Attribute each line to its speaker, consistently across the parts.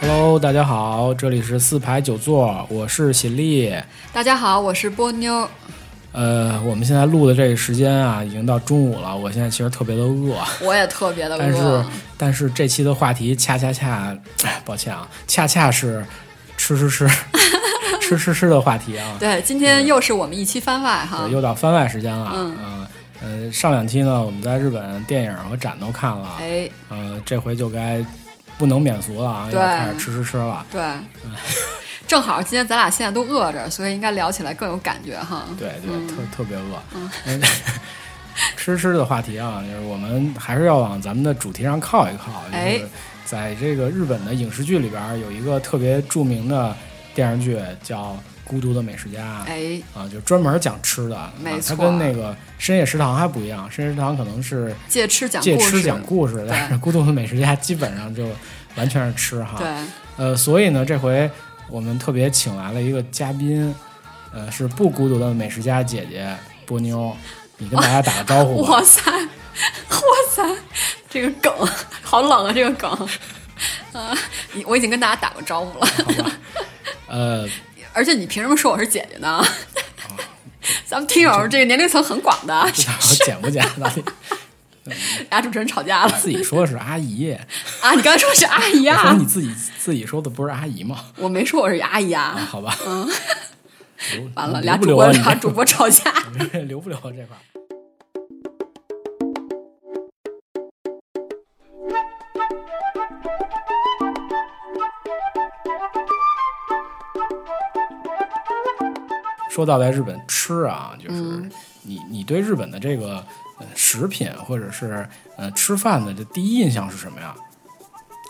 Speaker 1: Hello，大家好，这里是四排九座，我是喜力。
Speaker 2: 大家好，我是波妞。
Speaker 1: 呃，我们现在录的这个时间啊，已经到中午了。我现在其实特别的饿，
Speaker 2: 我也特别的
Speaker 1: 但哎是
Speaker 2: 饿，
Speaker 1: 但是这期的话题恰恰恰，哎，抱歉啊，恰恰是吃吃 吃吃吃吃的话题啊。
Speaker 2: 对，今天又是我们一期番外哈
Speaker 1: 对，，又到番外时间了。
Speaker 2: 嗯
Speaker 1: 嗯呃，上两期呢，我们在日本电影和展都看了，
Speaker 2: 哎，
Speaker 1: 呃，这回就该不能免俗了啊，
Speaker 2: 对
Speaker 1: 要开始吃吃吃了。
Speaker 2: 对， 正好今天咱俩现在都饿着，所以应该聊起来更有感觉哈。
Speaker 1: 对对，特特别饿。嗯 吃吃的话题啊，就是我们还是要往咱们的主题上靠一靠。
Speaker 2: 哎
Speaker 1: 就是在这个日本的影视剧里边儿，有一个特别著名的电视剧叫《孤独的美食家》。
Speaker 2: 哎，
Speaker 1: 啊，就专门讲吃的，啊
Speaker 2: 没
Speaker 1: 它
Speaker 2: 错
Speaker 1: 跟那个深夜食堂还不一样。深夜食堂可能是
Speaker 2: 借吃讲
Speaker 1: 借
Speaker 2: 故
Speaker 1: 吃
Speaker 2: 事，
Speaker 1: 讲故事，但是孤独的美食家基本上就完全是吃哈。
Speaker 2: 对，
Speaker 1: 呃，所以呢，这回我们特别请来了一个嘉宾，呃，是不孤独的美食家姐姐波妞，你跟大家打个招呼吧。
Speaker 2: 哇塞， 哇塞，这个梗 好冷啊，这个梗。啊、你我已经跟大家打过招呼了，
Speaker 1: 呃，
Speaker 2: 而且你凭什么说我是姐姐呢？
Speaker 1: 啊
Speaker 2: 咱们听友这个年龄层很广 的，
Speaker 1: 不知道剪不剪，到底
Speaker 2: 俩主持人吵架了
Speaker 1: 自己说是阿姨，
Speaker 2: 啊！你刚才说是阿姨
Speaker 1: 我
Speaker 2: 啊？
Speaker 1: 说你自己自己说的不是阿姨吗？
Speaker 2: 我没说我是阿姨啊
Speaker 1: 啊，，好吧。 留
Speaker 2: 完了，
Speaker 1: 留
Speaker 2: 俩
Speaker 1: 不
Speaker 2: 主
Speaker 1: 留
Speaker 2: 播
Speaker 1: 啊你
Speaker 2: 俩主播吵架。
Speaker 1: 留不留这块儿？说到在日本吃啊，就是
Speaker 2: 嗯
Speaker 1: 你你对日本的这个呃食品或者是呃吃饭的这第一印象是什么呀？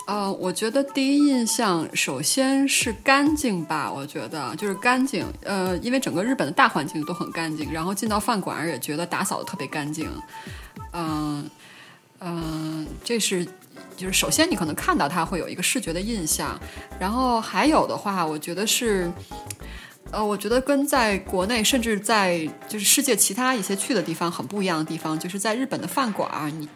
Speaker 2: 呃，我觉得第一印象首先是干净吧，我觉得就是干净。呃，因为整个日本的大环境都很干净，然后进到饭馆儿也觉得打扫的特别干净。嗯、嗯、这是。就是首先你可能看到它会有一个视觉的印象，然后还有的话，我觉得是，呃，我觉得跟在国内甚至在就是世界其他一些去的地方很不一样的地方，就是在日本的饭馆儿，你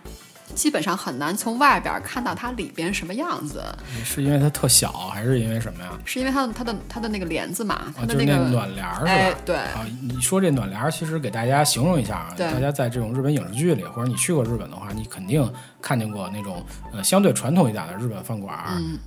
Speaker 2: 基本上很难从外边儿看到它里边什么样子，
Speaker 1: 是因为它特小，还是因为什么呀？
Speaker 2: 是因为它的它的它的那个帘子嘛，
Speaker 1: 啊，
Speaker 2: 它
Speaker 1: 就是
Speaker 2: 的个、
Speaker 1: 暖帘儿是吧？
Speaker 2: 哎对。
Speaker 1: 啊，你说这暖帘儿，其实给大家形容一下啊，
Speaker 2: 对
Speaker 1: 大家在这种日本影视剧里，或者你去过日本的话，你肯定看见过那种呃相对传统一点的日本饭馆儿，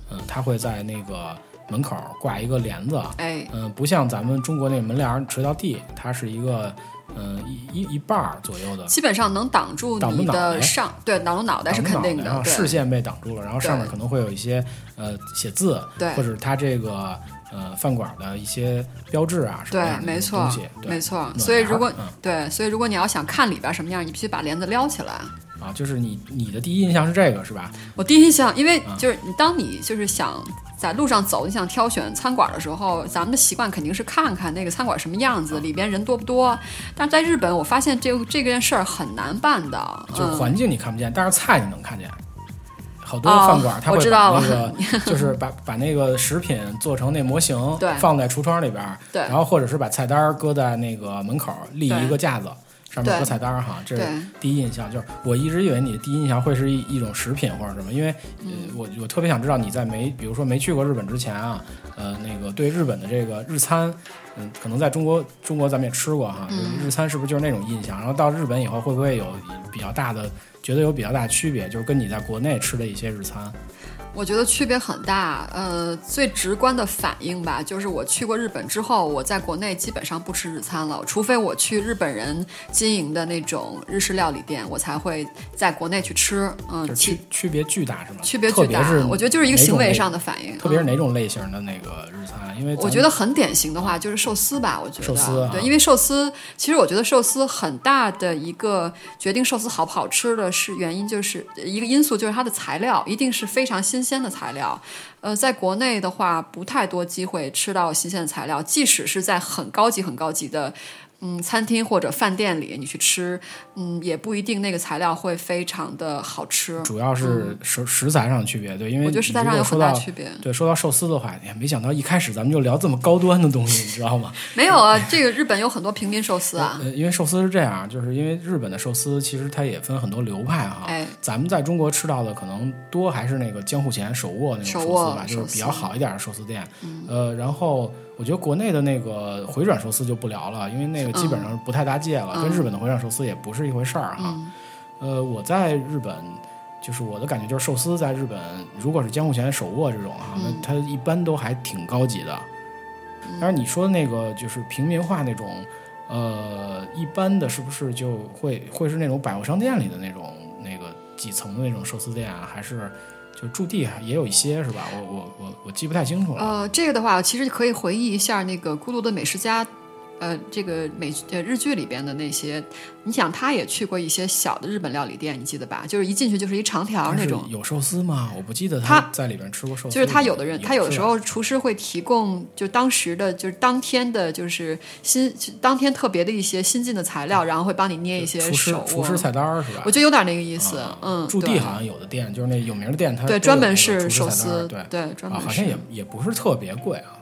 Speaker 1: 嗯、它会在那个门口挂一个帘子，
Speaker 2: 哎，
Speaker 1: 嗯、不像咱们中国那门帘儿垂到地，它是一个嗯、呃一一一半儿左右的，
Speaker 2: 基本上能挡住
Speaker 1: 挡住
Speaker 2: 你
Speaker 1: 脑
Speaker 2: 的
Speaker 1: 袋
Speaker 2: 上，对，挡住脑袋是肯
Speaker 1: 挡
Speaker 2: 定
Speaker 1: 住脑袋然
Speaker 2: 的，
Speaker 1: 后
Speaker 2: 对
Speaker 1: 视线被挡住了，然后上面
Speaker 2: 对
Speaker 1: 可能会有一些呃写字，
Speaker 2: 对
Speaker 1: 或者它这个呃饭馆儿的一些标志啊什么
Speaker 2: 对
Speaker 1: 样，的
Speaker 2: 没错
Speaker 1: 东西，，对
Speaker 2: 没错
Speaker 1: 暖。
Speaker 2: 所以
Speaker 1: 帘儿
Speaker 2: 如果、
Speaker 1: 嗯
Speaker 2: 对，所以如果你要想看里边什么样，你必须把帘子撩起来。
Speaker 1: 啊，就是你你的第一印象是这个是吧？
Speaker 2: 我第一印象，因为
Speaker 1: 嗯
Speaker 2: 就是你当你就是想在路上走，你想挑选餐馆的时候，咱们的习惯肯定是看看那个餐馆什么样
Speaker 1: 嗯
Speaker 2: 子，里边人多不多。但是在日本，我发现这个这件事儿很难办的。
Speaker 1: 就是
Speaker 2: 嗯，
Speaker 1: 环境你看不见，但是菜你能看见。好多
Speaker 2: 哦
Speaker 1: 饭馆它
Speaker 2: 我
Speaker 1: 会
Speaker 2: 知
Speaker 1: 把
Speaker 2: 道
Speaker 1: 那个 就是把把那个食品做成那模型
Speaker 2: 对，
Speaker 1: 放在橱窗里边儿，
Speaker 2: 对
Speaker 1: 然后或者是把菜单儿搁在那个门口立
Speaker 2: 对
Speaker 1: 一个架子。上面
Speaker 2: 对
Speaker 1: 搁菜单儿哈，这是
Speaker 2: 对
Speaker 1: 第一印象。就是我一直以为你的第一印象会是一一种食品或者什么，因为、呃、
Speaker 2: 嗯
Speaker 1: 我我特别想知道你在没，比如说没去过日本之前啊，呃，那个对日本的这个日餐，嗯，可能在中国中国咱们也吃过哈，
Speaker 2: 嗯
Speaker 1: 就是日餐是不是就是那种印象？然后到日本以后会不会有比较大的，觉得有比较大的区别，就是跟你在国内吃的一些日餐？
Speaker 2: 我觉得区别很大。呃，最直观的反应吧，就是我去过日本之后，我在国内基本上不吃日餐了，除非我去日本人经营的那种日式料理店，我才会在国内去吃。嗯
Speaker 1: 就，是
Speaker 2: 其
Speaker 1: 区区别巨大是吗？
Speaker 2: 区别
Speaker 1: 特
Speaker 2: 巨
Speaker 1: 别
Speaker 2: 大
Speaker 1: 是，
Speaker 2: 我觉得就是一
Speaker 1: 哪
Speaker 2: 个
Speaker 1: 种
Speaker 2: 行为
Speaker 1: 类
Speaker 2: 上，的反应。
Speaker 1: 特别是
Speaker 2: 嗯
Speaker 1: 哪种类型的那个日餐？因为咱
Speaker 2: 我觉得很典型的话就是寿司吧，我觉得
Speaker 1: 寿司啊
Speaker 2: 对，因为寿司，其实我觉得寿司很大的一个决定寿司好不好吃的是原因，就是一个因素就是它的材料一定是非常新鲜的材料。呃，在国内的话，不太多机会吃到新鲜的材料，即使是在很高级、很高级的。嗯餐厅或者饭店里你去吃，嗯也不一定那个材料会非常的好吃。
Speaker 1: 主要是食食材上的区别，对，因为
Speaker 2: 嗯我觉
Speaker 1: 嗯
Speaker 2: 得
Speaker 1: 你
Speaker 2: 食材
Speaker 1: 如
Speaker 2: 上
Speaker 1: 果
Speaker 2: 有
Speaker 1: 说
Speaker 2: 很
Speaker 1: 到
Speaker 2: 大区别
Speaker 1: 对，说到寿司的话，哎也没想到一开始咱们就聊这么高端的东西，你知道吗？
Speaker 2: 没有啊，这个日本有很多平民寿司 啊，
Speaker 1: 呃，因为寿司是这样，就是因为日本的寿司其实它也分很多流派哈。
Speaker 2: 哎
Speaker 1: 咱们在中国吃到的可能多还是那个江户前手握那种寿
Speaker 2: 手
Speaker 1: 司
Speaker 2: 握
Speaker 1: 吧，
Speaker 2: 寿
Speaker 1: 就是比较
Speaker 2: 司嗯
Speaker 1: 好一点的寿司店。呃，然后我觉得国内的那个回转寿司就不聊了，因为那个基
Speaker 2: 嗯
Speaker 1: 本上不太搭界了，跟日本的回转寿司也不是一回事儿哈。呃，我在日本。就是我的感觉，就是寿司在日本，如果是江户前手握这种哈、
Speaker 2: 嗯
Speaker 1: 那它一般都还挺高级的。但是你说那个就是平民化那种，呃，一般的是不是就会会是那种百货商店里的那种那个几层的那种寿司店啊，还是就驻地也有一些是吧？我我我我记不太清楚了。
Speaker 2: 呃，这个的话，其实可以回忆一下那个《孤独的美食家》，呃，这个美呃日剧里边的那些，你想他也去过一些小的日本料理店，你记得吧？就是一进去就是一长条
Speaker 1: 但
Speaker 2: 那
Speaker 1: 是
Speaker 2: 种。
Speaker 1: 有寿司吗？我不记得
Speaker 2: 他
Speaker 1: 在里边吃过寿司。
Speaker 2: 就是他有的人，他有的时
Speaker 1: 是吧
Speaker 2: 候厨师会提供，就当时的，就是当天的，就是新当天特别的一些新进的材料，然后会帮你捏一些
Speaker 1: 啊厨师
Speaker 2: 手
Speaker 1: 厨
Speaker 2: 握。
Speaker 1: 师菜单儿是吧
Speaker 2: 我？觉得有点那个意思，
Speaker 1: 啊
Speaker 2: 嗯，
Speaker 1: 驻地
Speaker 2: 对
Speaker 1: 好像有的店就是那有名的店，它都
Speaker 2: 对，
Speaker 1: 有
Speaker 2: 专
Speaker 1: 那
Speaker 2: 门
Speaker 1: 个
Speaker 2: 是
Speaker 1: 厨师
Speaker 2: 寿
Speaker 1: 菜单儿
Speaker 2: 司，
Speaker 1: 对
Speaker 2: 对，专
Speaker 1: 啊，
Speaker 2: 门
Speaker 1: 好
Speaker 2: 是
Speaker 1: 像也也不是特别贵啊。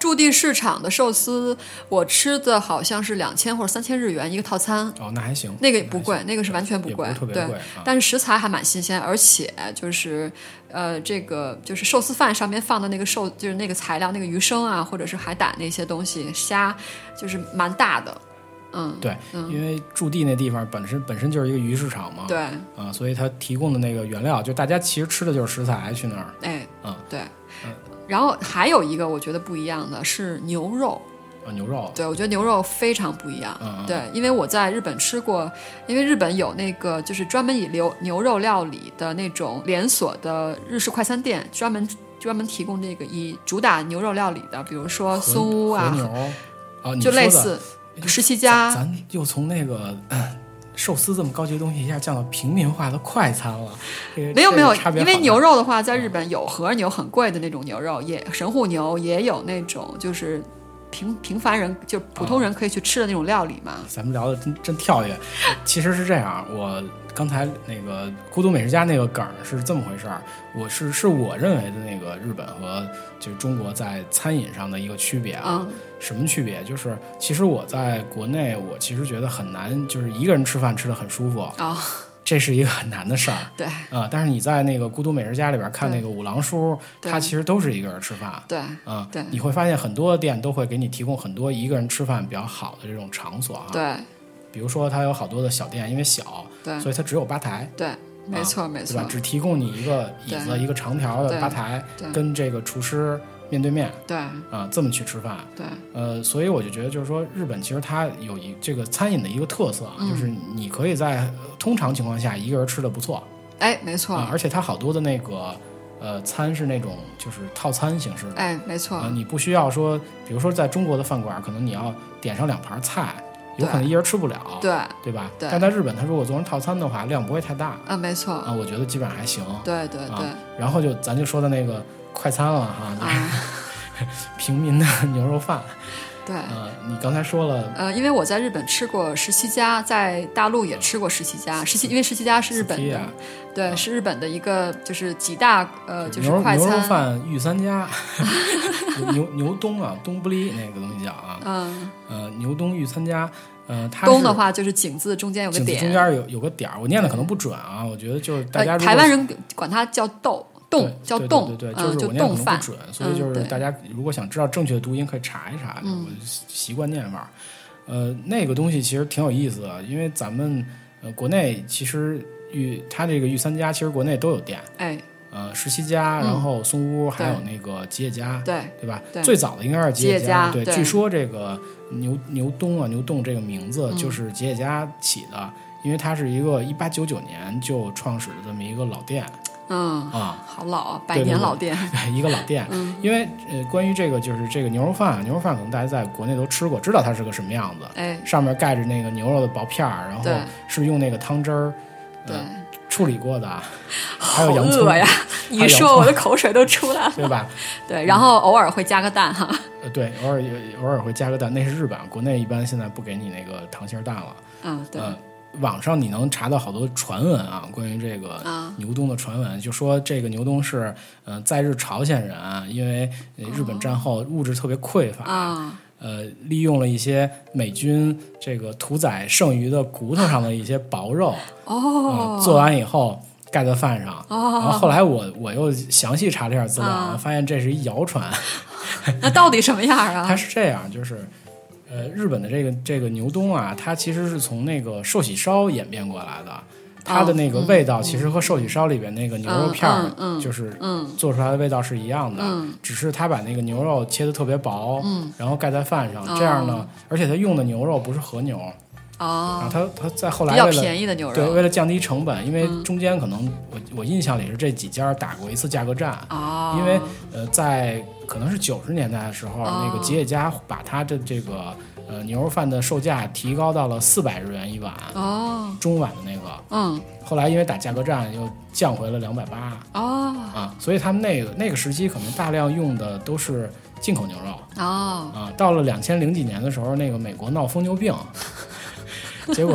Speaker 2: 驻地市场的寿司，我吃的好像是两千或者三千日元一个套餐，
Speaker 1: 哦，那还行，
Speaker 2: 那个也
Speaker 1: 还
Speaker 2: 不
Speaker 1: 行
Speaker 2: 贵，那个是完
Speaker 1: 也
Speaker 2: 全
Speaker 1: 不
Speaker 2: 贵，
Speaker 1: 是特别
Speaker 2: 对。
Speaker 1: 贵啊
Speaker 2: 但是食材还蛮新鲜，而且就是，呃，这个就是寿司饭上面放的那个寿，就是那个材料，那个鱼生啊，或者是海胆那些东西，虾，就是蛮大的，嗯，
Speaker 1: 对，因为驻地那地方本身本身就是一个鱼市场嘛，
Speaker 2: 对，
Speaker 1: 啊，所以它提供的那个原料，就大家其实吃的就是食材去那儿，
Speaker 2: 哎，
Speaker 1: 啊
Speaker 2: 对。然后还有一个我觉得不一样的是牛肉，
Speaker 1: 啊，牛肉，
Speaker 2: 对，我觉得牛肉非常不一样。
Speaker 1: 嗯嗯
Speaker 2: 对，因为我在日本吃过，因为日本有那个就是专门以牛牛肉料理的那种连锁的日式快餐店，专门专门提供这个以主打牛肉料理的，比如说
Speaker 1: 和
Speaker 2: 松屋
Speaker 1: 和牛
Speaker 2: 啊，
Speaker 1: 啊，你
Speaker 2: 就
Speaker 1: 说
Speaker 2: 类
Speaker 1: 的
Speaker 2: 似
Speaker 1: 哎就
Speaker 2: 十七
Speaker 1: 咱
Speaker 2: 家。
Speaker 1: 咱又从那个。 嗯寿司这么高级的东西，一下降到平民化的快餐了。这个
Speaker 2: 没有
Speaker 1: 这
Speaker 2: 没有
Speaker 1: 个差，别
Speaker 2: 因为
Speaker 1: 好大嗯
Speaker 2: 牛肉的话，在日本有和牛很贵的那种牛肉，也神户牛，也有那种就是平平凡人就普
Speaker 1: 嗯
Speaker 2: 通人可以去吃的那种料理嘛。
Speaker 1: 咱们聊的真真跳跃。其实是这样，啊我刚才那个《孤独美食家》那个梗儿是这么回事儿，我是是我认为的那个日本和就是中国在餐饮上的一个区别啊。
Speaker 2: 嗯
Speaker 1: 什么区别？就是其实我在国内，我其实觉得很难，就是一个人吃饭吃的很舒服，
Speaker 2: 哦，
Speaker 1: 这是一个很难的事儿啊、
Speaker 2: 对
Speaker 1: 但是你在那个《孤独美食家》里边看
Speaker 2: 对
Speaker 1: 那个五郎叔，
Speaker 2: 对
Speaker 1: 他其实都是一个人吃饭。
Speaker 2: 对
Speaker 1: 啊、
Speaker 2: 对
Speaker 1: 你会发现很多店都会给你提供很多一个人吃饭比较好的这种场所啊。
Speaker 2: 对
Speaker 1: 比如说它有好多的小店，因为小，
Speaker 2: 对
Speaker 1: 所以它只有吧台，
Speaker 2: 对，没错没
Speaker 1: 啊对
Speaker 2: 错
Speaker 1: 吧？。只提供你一个椅子、
Speaker 2: 对
Speaker 1: 一个长条的
Speaker 2: 对
Speaker 1: 吧台
Speaker 2: 对，
Speaker 1: 跟这个厨师面对面
Speaker 2: 对
Speaker 1: 啊、这么去吃饭。
Speaker 2: 对，
Speaker 1: 呃，所以我就觉得，就是说，日本其实它有一这个餐饮的一个特色啊，
Speaker 2: 嗯
Speaker 1: 就是你可以在呃通常情况下一个人吃的不错
Speaker 2: 哎，没错，
Speaker 1: 啊、而且它好多的那个呃餐是那种就是套餐形式的
Speaker 2: 哎，没错，
Speaker 1: 啊、你不需要说，比如说在中国的饭馆，可能你要点上两盘菜，有可能一人吃不了，
Speaker 2: 对，啊
Speaker 1: 对吧？
Speaker 2: 对
Speaker 1: 但在日本，它如果做成套餐的话，量不会太大啊、
Speaker 2: 啊，没错，
Speaker 1: 我觉得基本上还行。
Speaker 2: 对对对，
Speaker 1: 啊，然后就咱就说到那个快餐了哈，就是
Speaker 2: 啊，
Speaker 1: 平民的牛肉饭。
Speaker 2: 对。
Speaker 1: 呃，你刚才说了
Speaker 2: 呃，因为我在日本吃过十七家，在大陆也吃过十七家，十七因为十七家是日本
Speaker 1: Sukiya
Speaker 2: 的，对，是日本的一个就是几大呃就是
Speaker 1: 啊牛肉
Speaker 2: 快
Speaker 1: 牛肉
Speaker 2: 餐，
Speaker 1: 饭御三 家，牛牛冬啊，冬不离那个东西叫啊，
Speaker 2: 嗯，
Speaker 1: 呃，牛冬御三家，呃，它
Speaker 2: 东的
Speaker 1: 是
Speaker 2: 话就是井字中间有个
Speaker 1: 井字中
Speaker 2: 点，
Speaker 1: 间有有个点儿，我念的可能不准啊，我觉得就是大
Speaker 2: 呃，
Speaker 1: 家如果
Speaker 2: 台湾人管它叫豆
Speaker 1: 对
Speaker 2: 冻，叫
Speaker 1: 对对对
Speaker 2: 冻，
Speaker 1: 对，
Speaker 2: 嗯，
Speaker 1: 就是
Speaker 2: 就
Speaker 1: 我念的
Speaker 2: 冻
Speaker 1: 可能
Speaker 2: 饭
Speaker 1: 不，准，所以
Speaker 2: 嗯
Speaker 1: 就是
Speaker 2: 对嗯
Speaker 1: 大家如果想知道正确的读音，可以查一查，我习惯念法儿。呃，那个东西其实挺有意思的，因为咱们呃国内其实御它这个御三家其实国内都有店，
Speaker 2: 哎，
Speaker 1: 呃十七家，然后松屋，还
Speaker 2: 嗯对
Speaker 1: 有那个吉野家，
Speaker 2: 对，
Speaker 1: 对吧？
Speaker 2: 对
Speaker 1: 最早的应该是吉野
Speaker 2: 吉野家
Speaker 1: 对，
Speaker 2: 对
Speaker 1: 据说这个牛牛东啊牛洞这个名字
Speaker 2: 嗯
Speaker 1: 就是吉野家起的，因为它是一个一八九九年就创始的这么一个老店
Speaker 2: 嗯，
Speaker 1: 啊。
Speaker 2: 好老啊，百
Speaker 1: 对对
Speaker 2: 年
Speaker 1: 对
Speaker 2: 老店，
Speaker 1: 一个老店，
Speaker 2: 嗯
Speaker 1: 因为呃，关于这个就是这个牛肉饭啊，牛肉饭可能大家在国内都吃过，知道它是个什么样子，
Speaker 2: 哎，
Speaker 1: 上面盖着那个牛肉的薄片儿，然后
Speaker 2: 对
Speaker 1: 是用那个汤汁儿，
Speaker 2: 对
Speaker 1: 呃，处理过的，还
Speaker 2: 好
Speaker 1: 有洋葱
Speaker 2: 饿呀！
Speaker 1: 还
Speaker 2: 你
Speaker 1: 有洋
Speaker 2: 说
Speaker 1: 葱
Speaker 2: 我的口水都 出来了。
Speaker 1: 对吧？
Speaker 2: 对，然后偶尔会加个蛋哈。
Speaker 1: 呃，对，偶尔也偶尔会加个蛋，那是日本，啊国内一般现在不给你那个溏心蛋了。
Speaker 2: 嗯，对，
Speaker 1: 呃，网上你能查到好多传闻啊，关于这个
Speaker 2: 啊
Speaker 1: 牛东的传闻，就说这个牛东是呃在日朝鲜人啊，因为呃日本战后物质特别匮乏，
Speaker 2: 啊，
Speaker 1: 呃，利用了一些美军这个屠宰剩余的骨头上的一些薄肉，
Speaker 2: 哦
Speaker 1: 嗯，做完以后盖在饭上。然后
Speaker 2: 哦，
Speaker 1: 后来我我又详细查了一下资料，
Speaker 2: 啊
Speaker 1: 发现这是一谣传，
Speaker 2: 那到底什么样啊
Speaker 1: 它？是这样，就是。呃，日本的这个这个牛冬啊，它其实是从那个寿喜烧演变过来
Speaker 2: 哦
Speaker 1: 的，它的那个味道其实和寿喜烧里边那个牛肉片儿
Speaker 2: 嗯嗯嗯
Speaker 1: 就是
Speaker 2: 嗯
Speaker 1: 做出来的味道是一样的，
Speaker 2: 嗯
Speaker 1: 只是他把那个牛肉切的特别薄，
Speaker 2: 嗯
Speaker 1: 然后盖在饭上，
Speaker 2: 哦
Speaker 1: 这样呢，而且他用的牛肉不是和牛，然后
Speaker 2: 哦，
Speaker 1: 他他在后来
Speaker 2: 比较
Speaker 1: 为了
Speaker 2: 便宜的嗯牛
Speaker 1: 对为
Speaker 2: 肉。
Speaker 1: 了降低成本，因为中间可能我我印象里是这几家打过一次价格战，
Speaker 2: 哦，
Speaker 1: 因为呃在可能是九十年代的时候，
Speaker 2: 哦
Speaker 1: 那个吉野家把他的这个呃牛肉饭的售价提高到了四百日元一碗，
Speaker 2: 哦，
Speaker 1: 中碗的那个，
Speaker 2: 嗯，
Speaker 1: 后来因为打价格战又降回了两百八。
Speaker 2: 哦，
Speaker 1: 啊，所以他们那个那个时期可能大量用的都是进口牛肉
Speaker 2: 哦，
Speaker 1: 啊。到了两千零几年的时候，那个美国闹疯牛 病，结果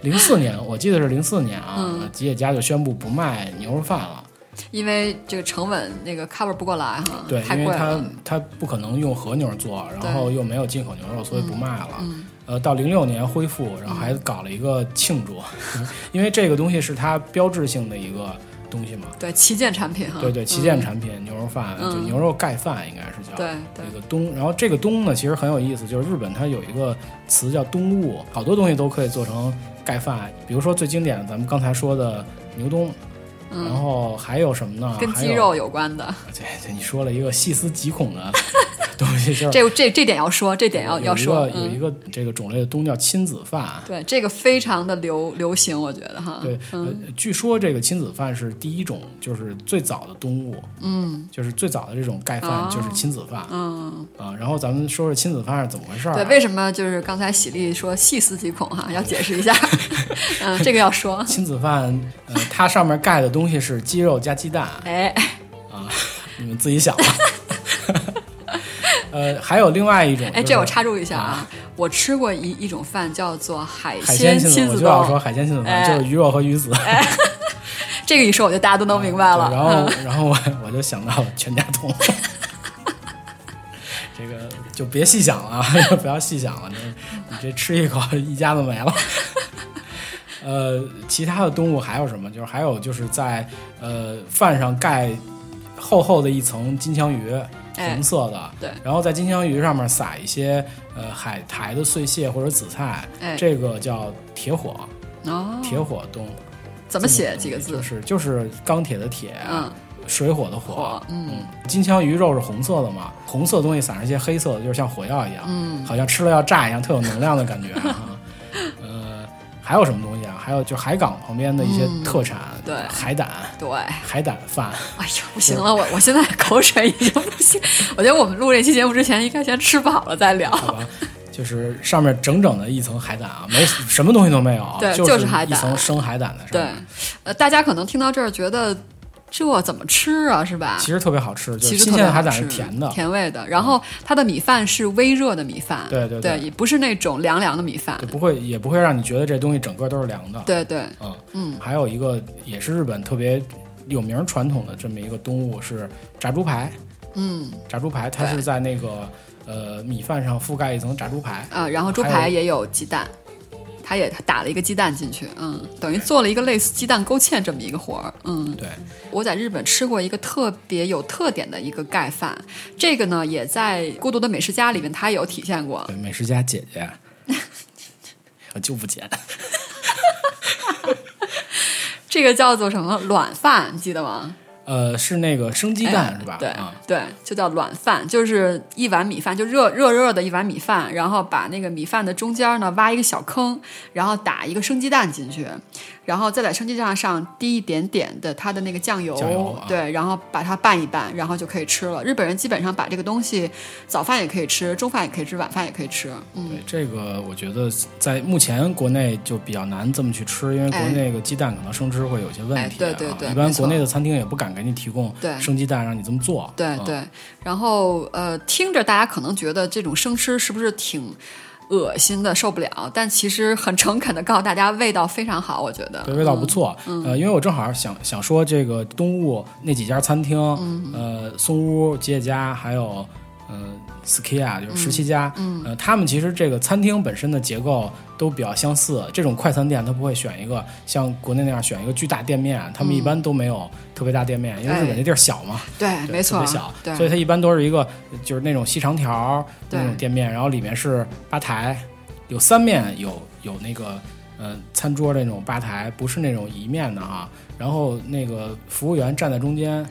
Speaker 1: 零四年我记得是零四年啊，
Speaker 2: 嗯
Speaker 1: 吉野家就宣布不卖牛肉饭了。
Speaker 2: 因为这个成本那个 cover 不过来哈，
Speaker 1: 对，
Speaker 2: 嗯太
Speaker 1: 因
Speaker 2: 贵
Speaker 1: 为它
Speaker 2: 了。
Speaker 1: 它不可能用和牛做，然后又没有进口牛肉，所以不卖了。
Speaker 2: 嗯
Speaker 1: 呃，到零六年恢复，然后还搞了一个庆 祝，因为这个东西是它标志性的一个东西嘛。
Speaker 2: 对，旗舰产品哈。
Speaker 1: 对对，旗舰产品、牛肉饭，就
Speaker 2: 嗯
Speaker 1: 牛肉盖饭应该是叫。
Speaker 2: 对对
Speaker 1: 这个冬，然后这个冬呢，其实很有意思，就是日本它有一个词叫冬物，好多东西都可以做成盖饭，比如说最经典的咱们刚才说的牛冬，
Speaker 2: 嗯
Speaker 1: 然后还有什么呢？
Speaker 2: 跟
Speaker 1: 还
Speaker 2: 鸡
Speaker 1: 有，
Speaker 2: 肉有关的，
Speaker 1: 对对，你说了一个细思极恐的 东西，就是
Speaker 2: 这这这点要说，这点要
Speaker 1: 有
Speaker 2: 要
Speaker 1: 一
Speaker 2: 说
Speaker 1: 个，有一
Speaker 2: 嗯，
Speaker 1: 个这个种类的冬叫亲子饭。
Speaker 2: 对，这个非常的流流行，我觉得哈，
Speaker 1: 对，呃，
Speaker 2: 嗯
Speaker 1: 据说这个亲子饭是第一种，就是最早的冬物，
Speaker 2: 嗯
Speaker 1: 就是最早的这种盖饭
Speaker 2: 哦
Speaker 1: 就是亲子饭。
Speaker 2: 嗯，
Speaker 1: 啊，然后咱们说说亲子饭是怎么回事儿、啊？
Speaker 2: 对，为什么就是刚才喜力说细思极恐哈，要解释 一下，嗯，这个要说，
Speaker 1: 亲子饭，呃，它上面盖的东西是鸡肉加鸡蛋
Speaker 2: 哎，
Speaker 1: 啊，你们自己想吧。 呃，还有另外一种、就
Speaker 2: 哎，
Speaker 1: 是
Speaker 2: 这我插入一下啊，我吃过一一种饭叫做海
Speaker 1: 海鲜亲
Speaker 2: 亲
Speaker 1: 子，我
Speaker 2: 子
Speaker 1: 就要说
Speaker 2: 冻，
Speaker 1: 海鲜亲子饭、
Speaker 2: 哎
Speaker 1: 就是鱼肉和鱼子。
Speaker 2: 这个一说我就大家都能明白了。
Speaker 1: 嗯对然后，然后我 我就想到了全家桶。 这个就别细想了 啊，不要细想了，你你这吃一口一家子没了。 呃，其他的动物还有什么？就是还有就是在呃饭上盖厚厚的一层金枪鱼，
Speaker 2: 哎
Speaker 1: 红色的，
Speaker 2: 对
Speaker 1: 然后在金枪鱼上面撒一些呃海苔的碎屑或者紫菜，
Speaker 2: 哎
Speaker 1: 这个叫铁火，
Speaker 2: 哦，
Speaker 1: 铁火冬。
Speaker 2: 怎么写几个字
Speaker 1: 就？是就是钢铁的铁，啊
Speaker 2: 嗯，
Speaker 1: 水火的火。
Speaker 2: 火，嗯
Speaker 1: 金枪鱼肉是红色的嘛，红色的东西撒上一些黑色的，就是像火药一样，
Speaker 2: 嗯
Speaker 1: 好像吃了要炸一样，特有能量的感觉 啊。呃，还有什么东西啊？还有就海港旁边的一些特产，
Speaker 2: 嗯对
Speaker 1: 海胆、
Speaker 2: 对，哎
Speaker 1: 海胆饭，
Speaker 2: 呀，不行了，我我现在口水已经不行， 我觉得我们录这期节目之前应该先吃饱了再聊。
Speaker 1: 好吧。就是上面整整的一层海胆啊，没什么东西都没有，啊
Speaker 2: 对
Speaker 1: 就
Speaker 2: 就是海胆
Speaker 1: 一层生海胆的上
Speaker 2: 对
Speaker 1: 面，，
Speaker 2: 呃，大家可能听到这儿觉得这怎么吃啊，是吧？
Speaker 1: 其实特别好吃，就
Speaker 2: 其
Speaker 1: 是
Speaker 2: 实
Speaker 1: 新鲜
Speaker 2: 特别
Speaker 1: 的海
Speaker 2: 好
Speaker 1: 胆
Speaker 2: 吃
Speaker 1: 是，甜的，嗯
Speaker 2: 甜味的。然后它的米饭是微热的米饭，
Speaker 1: 对对对
Speaker 2: 也不是那种凉凉的米饭
Speaker 1: 就。不会也不会让你觉得这东西整个都是凉的。
Speaker 2: 对对，
Speaker 1: 嗯，
Speaker 2: 嗯
Speaker 1: 还有一个也是日本特别有名传统的这么一个东物是炸猪排，
Speaker 2: 嗯
Speaker 1: 炸猪排它
Speaker 2: 对
Speaker 1: 是在那个呃米饭上覆盖一层炸猪排，
Speaker 2: 啊，然后猪
Speaker 1: 还
Speaker 2: 排也有鸡蛋，它也打了一个鸡蛋进去，嗯，等于做了一个类似鸡蛋勾芡这么一个活儿，嗯。
Speaker 1: 对，
Speaker 2: 我在日本吃过一个特别有特点的一个盖饭，这个呢也在《孤独的美食家》里面它也有体现过，
Speaker 1: 对美食家呃姐 姐，我就不捡，
Speaker 2: 这个叫做什么卵饭，你记得吗？
Speaker 1: 呃，是那个生鸡蛋、是吧？
Speaker 2: 哎对、
Speaker 1: 啊，
Speaker 2: 对，就叫软饭，就是一碗米饭，就热热热的一碗米饭，然后把那个米饭的中间呢挖一个小坑，然后打一个生鸡蛋进去，然后再在生鸡酱上滴一点点的它的那个酱油，
Speaker 1: 酱油啊
Speaker 2: 对，然后把它拌一拌，然后就可以吃了。日本人基本上把这个东西早饭也可以吃，中饭也可以吃，晚饭也可以吃。嗯，
Speaker 1: 对这个，我觉得在目前国内就比较难这么去吃，因为国内个鸡蛋可能生吃会有些问题、啊
Speaker 2: 哎对对对
Speaker 1: 一般
Speaker 2: 没
Speaker 1: 国
Speaker 2: 错
Speaker 1: 内的餐厅也不敢给你提供
Speaker 2: 对
Speaker 1: 生鸡蛋让你这么做。
Speaker 2: 对
Speaker 1: 嗯
Speaker 2: 对，然后呃，听着大家可能觉得这种生吃是不是挺恶心的，受不了？但其实很诚恳的告诉大家，味道非常好，我觉得。
Speaker 1: 对，味道不错。呃，因为我正好想想说这个东雾那几家餐厅，呃，松屋、吉野家，还有呃 Skia，就是十七家，呃，他们其实这个餐厅本身的结构都比较相似。这种快餐店它不会选一个像国内那样选一个巨大店面，他们一般都没有特别大店面，因为日本那地儿小嘛。
Speaker 2: 对，
Speaker 1: 对
Speaker 2: 没错
Speaker 1: 特
Speaker 2: 啊
Speaker 1: 别小，，
Speaker 2: 对，
Speaker 1: 所以它一般都是一个就是那种细长条儿
Speaker 2: 对
Speaker 1: 那种店面，然后里面是吧台，有三面有有那个呃餐桌那种吧台，不是那种一面的啊。然后那个服务员站在中间，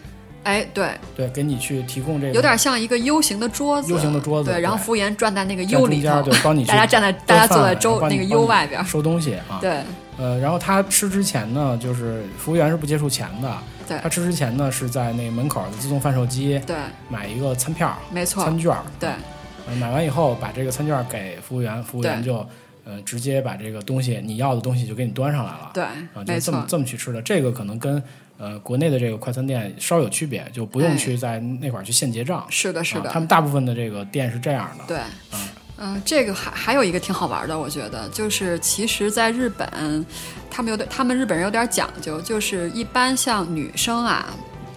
Speaker 2: 哎，对，
Speaker 1: 对，给你去提供这个
Speaker 2: 有点像一个 U 型的桌子
Speaker 1: U 型的桌子
Speaker 2: 对，然后
Speaker 1: 对
Speaker 2: 服务员站在那个
Speaker 1: 在
Speaker 2: U
Speaker 1: 中
Speaker 2: 里
Speaker 1: 间
Speaker 2: 头
Speaker 1: 儿，，对，帮你去
Speaker 2: 大家站在
Speaker 1: 端
Speaker 2: 大家坐
Speaker 1: 饭
Speaker 2: 在周
Speaker 1: 帮
Speaker 2: 那
Speaker 1: 你
Speaker 2: 个
Speaker 1: 帮
Speaker 2: U
Speaker 1: 你
Speaker 2: 外边儿，
Speaker 1: 收东西啊。
Speaker 2: 对
Speaker 1: 呃，然后他吃之前呢，就是服务员是不接触钱的，
Speaker 2: 对
Speaker 1: 他吃之前呢是在那门口的自动贩售机
Speaker 2: 对，
Speaker 1: 买一个餐票儿、
Speaker 2: 没错，
Speaker 1: 餐券儿，
Speaker 2: 对
Speaker 1: 呃，买完以后把这个餐券给服务员，服务员
Speaker 2: 对
Speaker 1: 就呃直接把这个东西你要的东西就给你端上来了。
Speaker 2: 对
Speaker 1: 啊，，就是
Speaker 2: 没
Speaker 1: 这么
Speaker 2: 错，
Speaker 1: 这么去吃的。这个可能跟呃国内的这个快餐店稍有区别，就不用
Speaker 2: 哎
Speaker 1: 去在那块儿去现结账。
Speaker 2: 是的，是
Speaker 1: 啊
Speaker 2: 的，
Speaker 1: 他们大部分的这个店是这样的。
Speaker 2: 对，嗯、这个还还有一个挺好玩的，我觉得就是其实，在日本，他们有点，他们日本人有点讲究，就是一般像女生啊。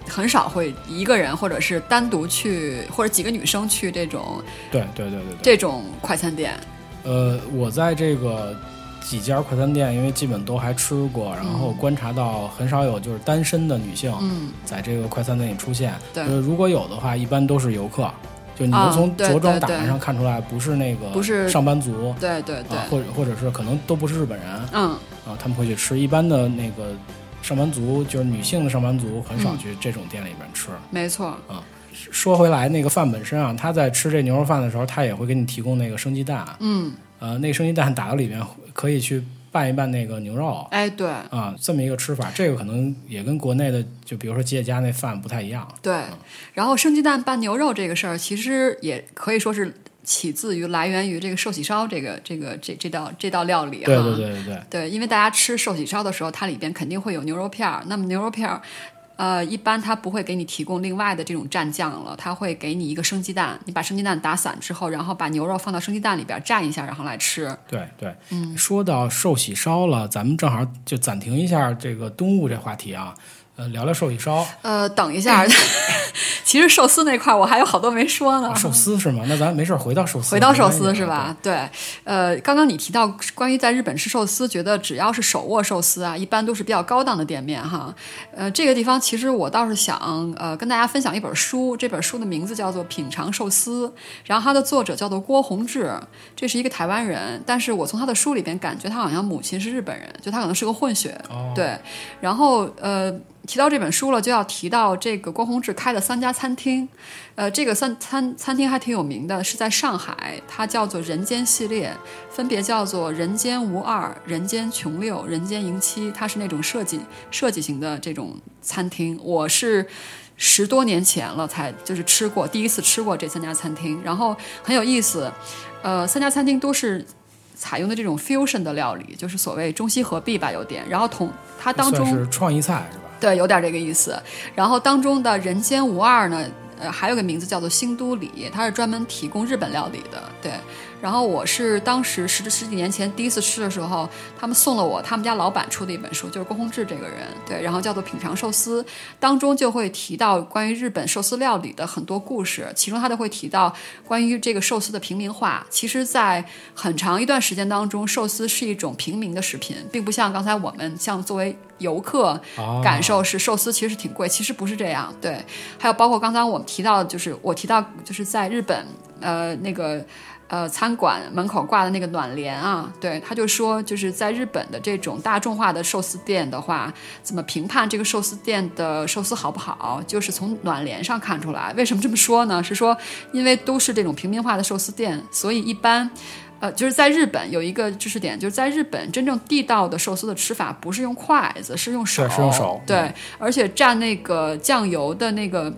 Speaker 2: 很少会一个人，或者是单独去，或者几个女生去这种
Speaker 1: 对对对对对。
Speaker 2: 这种快餐店。
Speaker 1: 呃，我在这个几家快餐店，因为基本都还吃过，然后观察到很少有就是单身的女性，
Speaker 2: 嗯，
Speaker 1: 在这个快餐店里出现。
Speaker 2: 对
Speaker 1: 呃，如果有的话，一般都是游客，就你能
Speaker 2: 啊
Speaker 1: 从
Speaker 2: 对
Speaker 1: 着装
Speaker 2: 对
Speaker 1: 打扮
Speaker 2: 对
Speaker 1: 上看出来，不是那个
Speaker 2: 不是
Speaker 1: 上班族
Speaker 2: 对对对，
Speaker 1: 啊，或者或者是可能都不是日本人啊，
Speaker 2: 嗯，
Speaker 1: 他们会去吃。一般的那个上班族，就是女性的上班族，很
Speaker 2: 嗯
Speaker 1: 少去这种店里面吃。
Speaker 2: 没
Speaker 1: 啊
Speaker 2: 错，
Speaker 1: 说回来，那个饭本身啊，他在吃这牛肉饭的时候，他也会给你提供那个生鸡蛋。
Speaker 2: 嗯，
Speaker 1: 呃，那个生鸡蛋打到里面可以去拌一拌那个牛肉
Speaker 2: 哎，对
Speaker 1: 啊，这么一个吃法，这个可能也跟国内的就比如说吉野家那饭不太一样。
Speaker 2: 对。然后生鸡蛋拌牛肉这个事儿，其实也可以说是起自于来源于这个寿喜烧这个这个这这道这道料理哈。
Speaker 1: 对对对对对，
Speaker 2: 对，因为大家吃寿喜烧的时候，它里边肯定会有牛肉片儿。那么牛肉片儿，呃，一般它不会给你提供另外的这种蘸酱了，它会给你一个生鸡蛋，你把生鸡蛋打散之后，然后把牛肉放到生鸡蛋里边蘸一下，然后来吃。
Speaker 1: 对对，
Speaker 2: 嗯
Speaker 1: 说到寿喜烧了，咱们正好就暂停一下这个东物这话题啊，呃，聊聊寿喜 烧、
Speaker 2: 呃，等一下，其实寿司那块儿我还有好多没说呢。
Speaker 1: 啊寿司是吗？那咱没事儿回到寿司，
Speaker 2: 回到寿
Speaker 1: 没
Speaker 2: 司
Speaker 1: 关系
Speaker 2: 是吧？？对，呃，刚刚你提到关于在日本吃寿司，觉得只要是手握寿司啊，一般都是比较高档的店面哈。呃，这个地方其实我倒是想呃跟大家分享一本书，这本书的名字叫做《品尝寿司》，然后它的作者叫做郭宏志，这是一个台湾人，但是我从他的书里边感觉他好像母亲是日本人，就他可能是个混血，
Speaker 1: 哦
Speaker 2: 对。然后呃，提到这本书了，就要提到这个郭宏志开的三家餐厅。呃，这个三餐餐厅还挺有名的，是在上海，它叫做人间系列，分别叫做人间无二、人间穷六、人间迎七，它是那种设计设计型的这种餐厅。我是十多年前了才就是吃过，第一次吃过这三家餐厅，然后很有意思。呃，三家餐厅都是采用的这种 fusion 的料理，就是所谓中西合璧吧，有点。然后同它当
Speaker 1: 算
Speaker 2: 中
Speaker 1: 是创意菜是吧？
Speaker 2: 对，有点这个意思。然后当中的人间无二呢，呃，还有个名字叫做新都里，它是专门提供日本料理的。对，然后我是当时十十几年前第一次吃的时候，他们送了我他们家老板出的一本书，就是郭宏志这个人，对，然后叫做《品尝寿司》，当中就会提到关于日本寿司料理的很多故事，其中他就会提到关于这个寿司的平民化。其实，在很长一段时间当中，寿司是一种平民的食品，并不像刚才我们像作为游客
Speaker 1: 哦
Speaker 2: 感受是寿司其实是挺贵，其实不是这样。对，还有包括刚刚我们提到，就是我提到就是在日本，呃，那个。呃，餐馆门口挂的那个暖帘啊，对，他就说，就是在日本的这种大众化的寿司店的话，怎么评判这个寿司店的寿司好不好，就是从暖帘上看出来。为什么这么说呢？是说因为都是这种平民化的寿司店，所以一般，呃，就是在日本有一个知识点，就是在日本真正地道的寿司的吃法不是用筷子，是用手，
Speaker 1: 对是用手
Speaker 2: 对
Speaker 1: 嗯
Speaker 2: 而且蘸那个酱油的那个。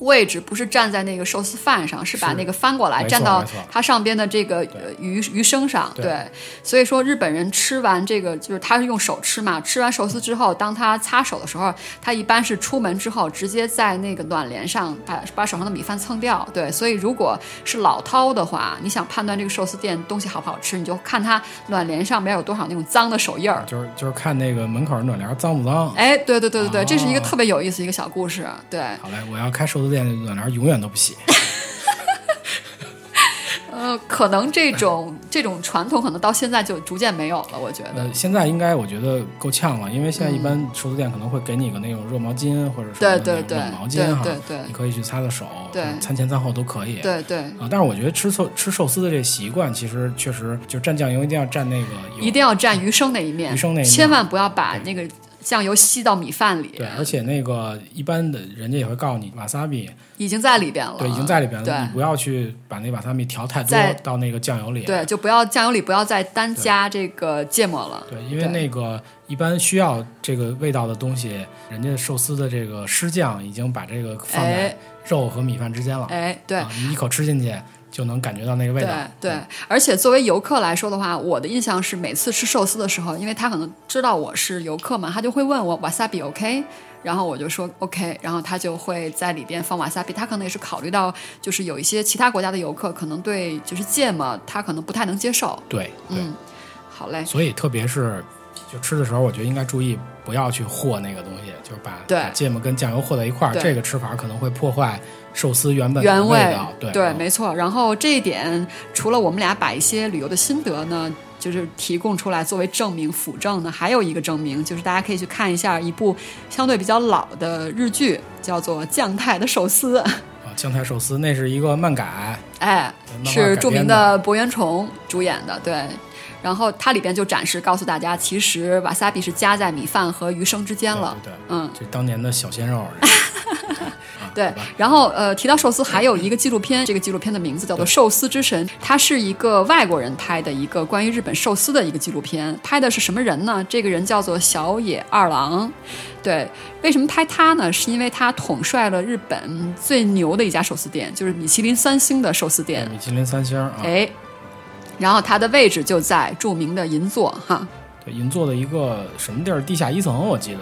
Speaker 2: 位置不是站在那个寿司饭上，是把
Speaker 1: 是
Speaker 2: 那个翻过来
Speaker 1: 没错
Speaker 2: 站到
Speaker 1: 没错
Speaker 2: 它上边的这个呃鱼鱼生上。
Speaker 1: 对
Speaker 2: 所以说日本人吃完这个，就是他是用手吃嘛，吃完寿司之后，当他擦手的时候，他一般是出门之后直接在那个暖帘上把把手上的米饭蹭掉。对，所以如果是老饕的话，你想判断这个寿司店东西好不好吃，你就看它暖帘上面有多少那种脏的手印儿。
Speaker 1: 就是就是看那个门口暖帘脏不脏。
Speaker 2: 哎，对对对对对，这是一个
Speaker 1: 哦
Speaker 2: 特别有意思的一个小故事。对，
Speaker 1: 好嘞，我要开寿司店，暖帘永远都不洗。
Speaker 2: 呃，可能这种这种传统可能到现在就逐渐没有了，我觉得。
Speaker 1: 呃，现在应该我觉得够呛了，因为现在一般寿司店可能会给你个那种热毛巾，或者说
Speaker 2: 嗯对
Speaker 1: 那种
Speaker 2: 对对
Speaker 1: 冷毛
Speaker 2: 对
Speaker 1: 巾哈
Speaker 2: 对对，
Speaker 1: 你可以去擦擦手，
Speaker 2: 对
Speaker 1: 就是餐前餐后都可以。
Speaker 2: 对对，
Speaker 1: 啊，但是我觉得吃寿吃寿司的这习惯，其实确实就蘸酱油一定要蘸那个油，
Speaker 2: 一定要蘸鱼生那一面，
Speaker 1: 鱼生那一面
Speaker 2: 千万不要把那个酱油吸到米饭里，
Speaker 1: 对，而且那个一般的人家也会告诉你瓦萨比，
Speaker 2: 已经在里边了，
Speaker 1: 对，已经在里边
Speaker 2: 哦对
Speaker 1: 了，你不要去把那瓦萨比调太多
Speaker 2: 在
Speaker 1: 到那个酱油里。
Speaker 2: 对，就不要酱油里不要再单加这个芥末了，
Speaker 1: 对，因为那个一般需要这个味道的东西，人家寿司的这个湿酱已经把这个放
Speaker 2: 哎
Speaker 1: 在肉和米饭之间了，
Speaker 2: 哎，对。
Speaker 1: 啊，你一口吃进去就能感觉到那个味道。嗯
Speaker 2: 对对，而且作为游客来说的话，我的印象是每次吃寿司的时候，因为他可能知道我是游客嘛，他就会问我 wasabi OK，然后我就说 OK，然后他就会在里边放 wasabi。他可能也是考虑到，就是有一些其他国家的游客可能对就是芥末他可能不太能接受。
Speaker 1: 对对
Speaker 2: 嗯，好嘞，
Speaker 1: 所以特别是就吃的时候，我觉得应该注意不要去和那个东西，就是把
Speaker 2: 对
Speaker 1: 把芥末跟酱油和在一块儿，
Speaker 2: 对
Speaker 1: 这个吃法可能会破坏寿司原本的
Speaker 2: 原味
Speaker 1: 道。对啊嗯
Speaker 2: 没错。然后这一点，除了我们俩把一些旅游的心得呢，就是提供出来作为证明辅证呢，还有一个证明就是大家可以去看一下一部相对比较老的日剧，叫做《酱太的寿司》，
Speaker 1: 啊，酱菜寿司那是一个漫改，
Speaker 2: 哎，
Speaker 1: 漫画
Speaker 2: 是
Speaker 1: 改
Speaker 2: 著名
Speaker 1: 编的。
Speaker 2: 的博元崇主演的，对。然后它里边就展示告诉大家，其实瓦萨比是夹在米饭和鱼生之间了。
Speaker 1: 对对对
Speaker 2: 嗯，
Speaker 1: 就当年的小鲜 肉，啊
Speaker 2: 对
Speaker 1: 好吧，
Speaker 2: 然后呃，提到寿司，还有一个纪录片，这个纪录片的名字叫做《寿司之神》，它是一个外国人拍的一个关于日本寿司的一个纪录片，拍的是什么人呢？这个人叫做小野二郎。对，为什么拍他呢？是因为他统帅了日本最牛的一家寿司店，就是米其林三星的寿司店。
Speaker 1: 米其林三星啊，
Speaker 2: 哎，然后他的位置就在著名的银座哈。
Speaker 1: 对，银座的一个什么地儿，地下一层，我记得，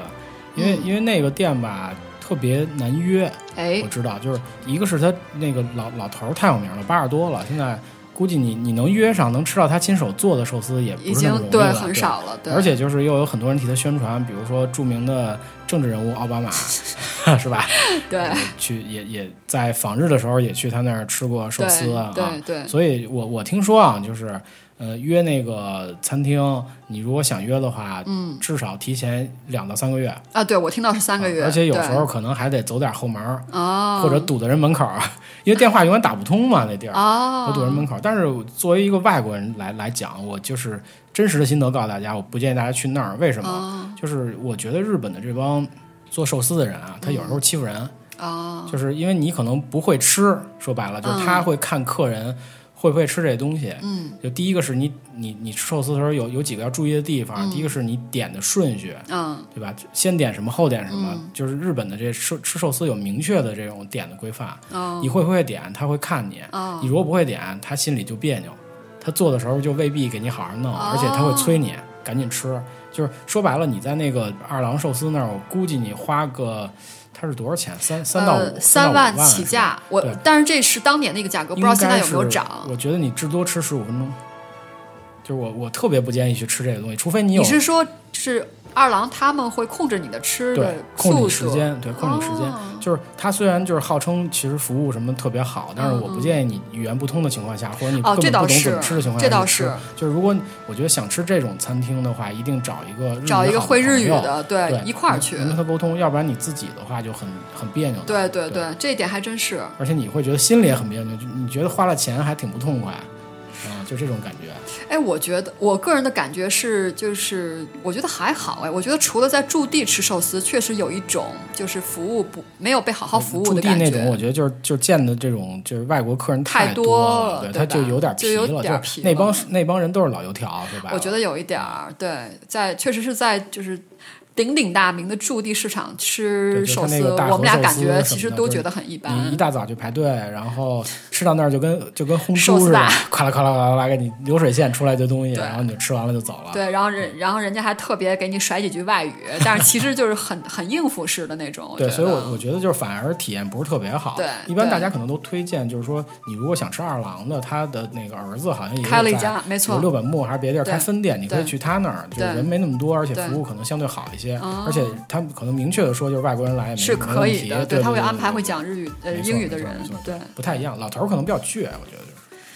Speaker 1: 因为、因为那个店吧特别难约，
Speaker 2: 嗯哎
Speaker 1: 我，知道，就是一个是他那个老老头儿太有名了，八十多了，现在估计你你能约上能吃到他亲手做的寿司也
Speaker 2: 已
Speaker 1: 不是那么容
Speaker 2: 经
Speaker 1: 易了
Speaker 2: 很。少了，对，
Speaker 1: 而且就是又有很多人替他宣传，比如说著名的政治人物奥巴 马，是吧？
Speaker 2: 对
Speaker 1: 去也也在访日的时候也去他那儿吃过寿司啊。
Speaker 2: 对对对
Speaker 1: 所以我我听说啊，就是呃约那个餐厅，你如果想约的话，嗯，至少提前两到三个月，
Speaker 2: 啊，对我听到是三个月，
Speaker 1: 而且有
Speaker 2: 对
Speaker 1: 时候可能还得走点后门儿。
Speaker 2: 哦，
Speaker 1: 或者堵在人门口儿，因为电话永远打不通嘛，那地儿
Speaker 2: 嗯哦，
Speaker 1: 我堵人门口儿。但是作为一个外国人来来讲，我就是真实的心得告诉大家，我不建议大家去那儿。为什
Speaker 2: 哦
Speaker 1: 么？就是我觉得日本的这帮做寿司的人啊，他有时候欺负人，
Speaker 2: 哦，
Speaker 1: 就是因为你可能不会吃，说白了就是他会看客人。会不会吃这东西？嗯，就第一个是你你你吃寿司的时候有有几个要注意的地方，第一个是你点的顺序，
Speaker 2: 嗯，
Speaker 1: 对吧？先点什么后点什么，就是日本的这寿吃寿司有明确的这种点的规范。
Speaker 2: 哦
Speaker 1: 你会不会点，他会看你；你如果不会点，他心里就别扭。他做的时候就未必给你好好弄，
Speaker 2: 哦
Speaker 1: 而且他会催你赶紧吃。就是说白了，你在那个二郎寿司那儿，我估计你花个它是多少钱？三三到五、
Speaker 2: 呃、
Speaker 1: 三到
Speaker 2: 三
Speaker 1: 五万
Speaker 2: 起价，我
Speaker 1: 对
Speaker 2: 但是这是当年的一个价
Speaker 1: 我
Speaker 2: 格，不知道现在有没有涨。
Speaker 1: 我觉得你至多吃十五分钟。就是我我特别不建议去吃这个东西，除非你有
Speaker 2: 你是说，就是二郎他们会控制你的吃
Speaker 1: 对
Speaker 2: 的哦
Speaker 1: 控制
Speaker 2: 速
Speaker 1: 你时
Speaker 2: 度？
Speaker 1: 间，对控制你时间，就是它虽然就是号称其实服务什么特别好，但是我不建议你语言不通的情况下，或者你
Speaker 2: 嗯哦
Speaker 1: 根
Speaker 2: 这
Speaker 1: 本
Speaker 2: 倒
Speaker 1: 不懂
Speaker 2: 是
Speaker 1: 怎么吃的情况下，
Speaker 2: 这倒
Speaker 1: 去吃
Speaker 2: 是。
Speaker 1: 就是如果我觉得想吃这种餐厅的话，一定找一个日语
Speaker 2: 找一个
Speaker 1: 嗯好
Speaker 2: 会日语
Speaker 1: 朋友
Speaker 2: 的，对，
Speaker 1: 对嗯
Speaker 2: 一块儿去。
Speaker 1: 能跟他沟通，要不然你自己的话就很很别扭的。
Speaker 2: 对对
Speaker 1: 对
Speaker 2: 对，这一点还真是。
Speaker 1: 而且你会觉得心里也很别扭，就你觉得花了钱还挺不痛快。啊，就这种感觉。
Speaker 2: 哎，我觉得我个人的感觉是，就是我觉得还好哎，我觉得除了在驻地吃寿司，确实有一种就是服务不没有被好好服务
Speaker 1: 呃驻
Speaker 2: 的
Speaker 1: 地
Speaker 2: 感
Speaker 1: 那
Speaker 2: 觉。
Speaker 1: 种，我觉得就是就是见的这种就是外国客人
Speaker 2: 太
Speaker 1: 多
Speaker 2: 多了
Speaker 1: 对
Speaker 2: 对
Speaker 1: 他
Speaker 2: 吧
Speaker 1: 就有点
Speaker 2: 就
Speaker 1: 疲
Speaker 2: 有
Speaker 1: 了，
Speaker 2: 点
Speaker 1: 是
Speaker 2: 疲
Speaker 1: 那帮
Speaker 2: 了
Speaker 1: 那帮人都是老油条，对吧？
Speaker 2: 我觉得有一
Speaker 1: 嗯
Speaker 2: 点儿，对，在确实是在就是鼎鼎大名的驻地市场
Speaker 1: 对
Speaker 2: 吃
Speaker 1: 就
Speaker 2: 寿
Speaker 1: 他那
Speaker 2: 司，
Speaker 1: 个大
Speaker 2: 我们
Speaker 1: 盒
Speaker 2: 俩
Speaker 1: 寿
Speaker 2: 感
Speaker 1: 司
Speaker 2: 觉
Speaker 1: 什
Speaker 2: 其
Speaker 1: 么
Speaker 2: 实
Speaker 1: 的
Speaker 2: 都
Speaker 1: 就是嗯
Speaker 2: 觉得很一
Speaker 1: 你一
Speaker 2: 般。
Speaker 1: 大早就排队，然后吃到那儿就跟就跟烘
Speaker 2: 寿
Speaker 1: 猪
Speaker 2: 司
Speaker 1: 似的
Speaker 2: 大，
Speaker 1: 咔啦咔啦咔啦咔啦给你流水线出来的东西，
Speaker 2: 对
Speaker 1: 然后你就吃完了就走了。
Speaker 2: 对，然后
Speaker 1: 嗯
Speaker 2: 人然后人家还特别给你甩几句外语，但是其实就是很很应付式的那种。我
Speaker 1: 对，
Speaker 2: 觉
Speaker 1: 所以
Speaker 2: 得
Speaker 1: 我我觉得就是反而体验不是特别好。
Speaker 2: 对
Speaker 1: 一般
Speaker 2: 对
Speaker 1: 大家可能都推荐，就是说你如果想吃二郎的，他的那个儿子好像也有
Speaker 2: 开了一
Speaker 1: 在
Speaker 2: 家没错
Speaker 1: 有六本木还是别地儿开
Speaker 2: 对
Speaker 1: 分店，你可以
Speaker 2: 对
Speaker 1: 去他那儿，就是
Speaker 2: 对
Speaker 1: 人没那么多，而且
Speaker 2: 对哦
Speaker 1: 服务可能相对好一些，而且他们可能明确的说，就是外国人来也没
Speaker 2: 是
Speaker 1: 没
Speaker 2: 可
Speaker 1: 问
Speaker 2: 以
Speaker 1: 题
Speaker 2: 的，
Speaker 1: 对，
Speaker 2: 他会
Speaker 1: 对
Speaker 2: 安排
Speaker 1: 对
Speaker 2: 会
Speaker 1: 对
Speaker 2: 讲日语呃
Speaker 1: 没错
Speaker 2: 英语的
Speaker 1: 没错
Speaker 2: 人
Speaker 1: 没错，
Speaker 2: 对。
Speaker 1: 不太一样。老头儿可能比较倔，我觉得就是。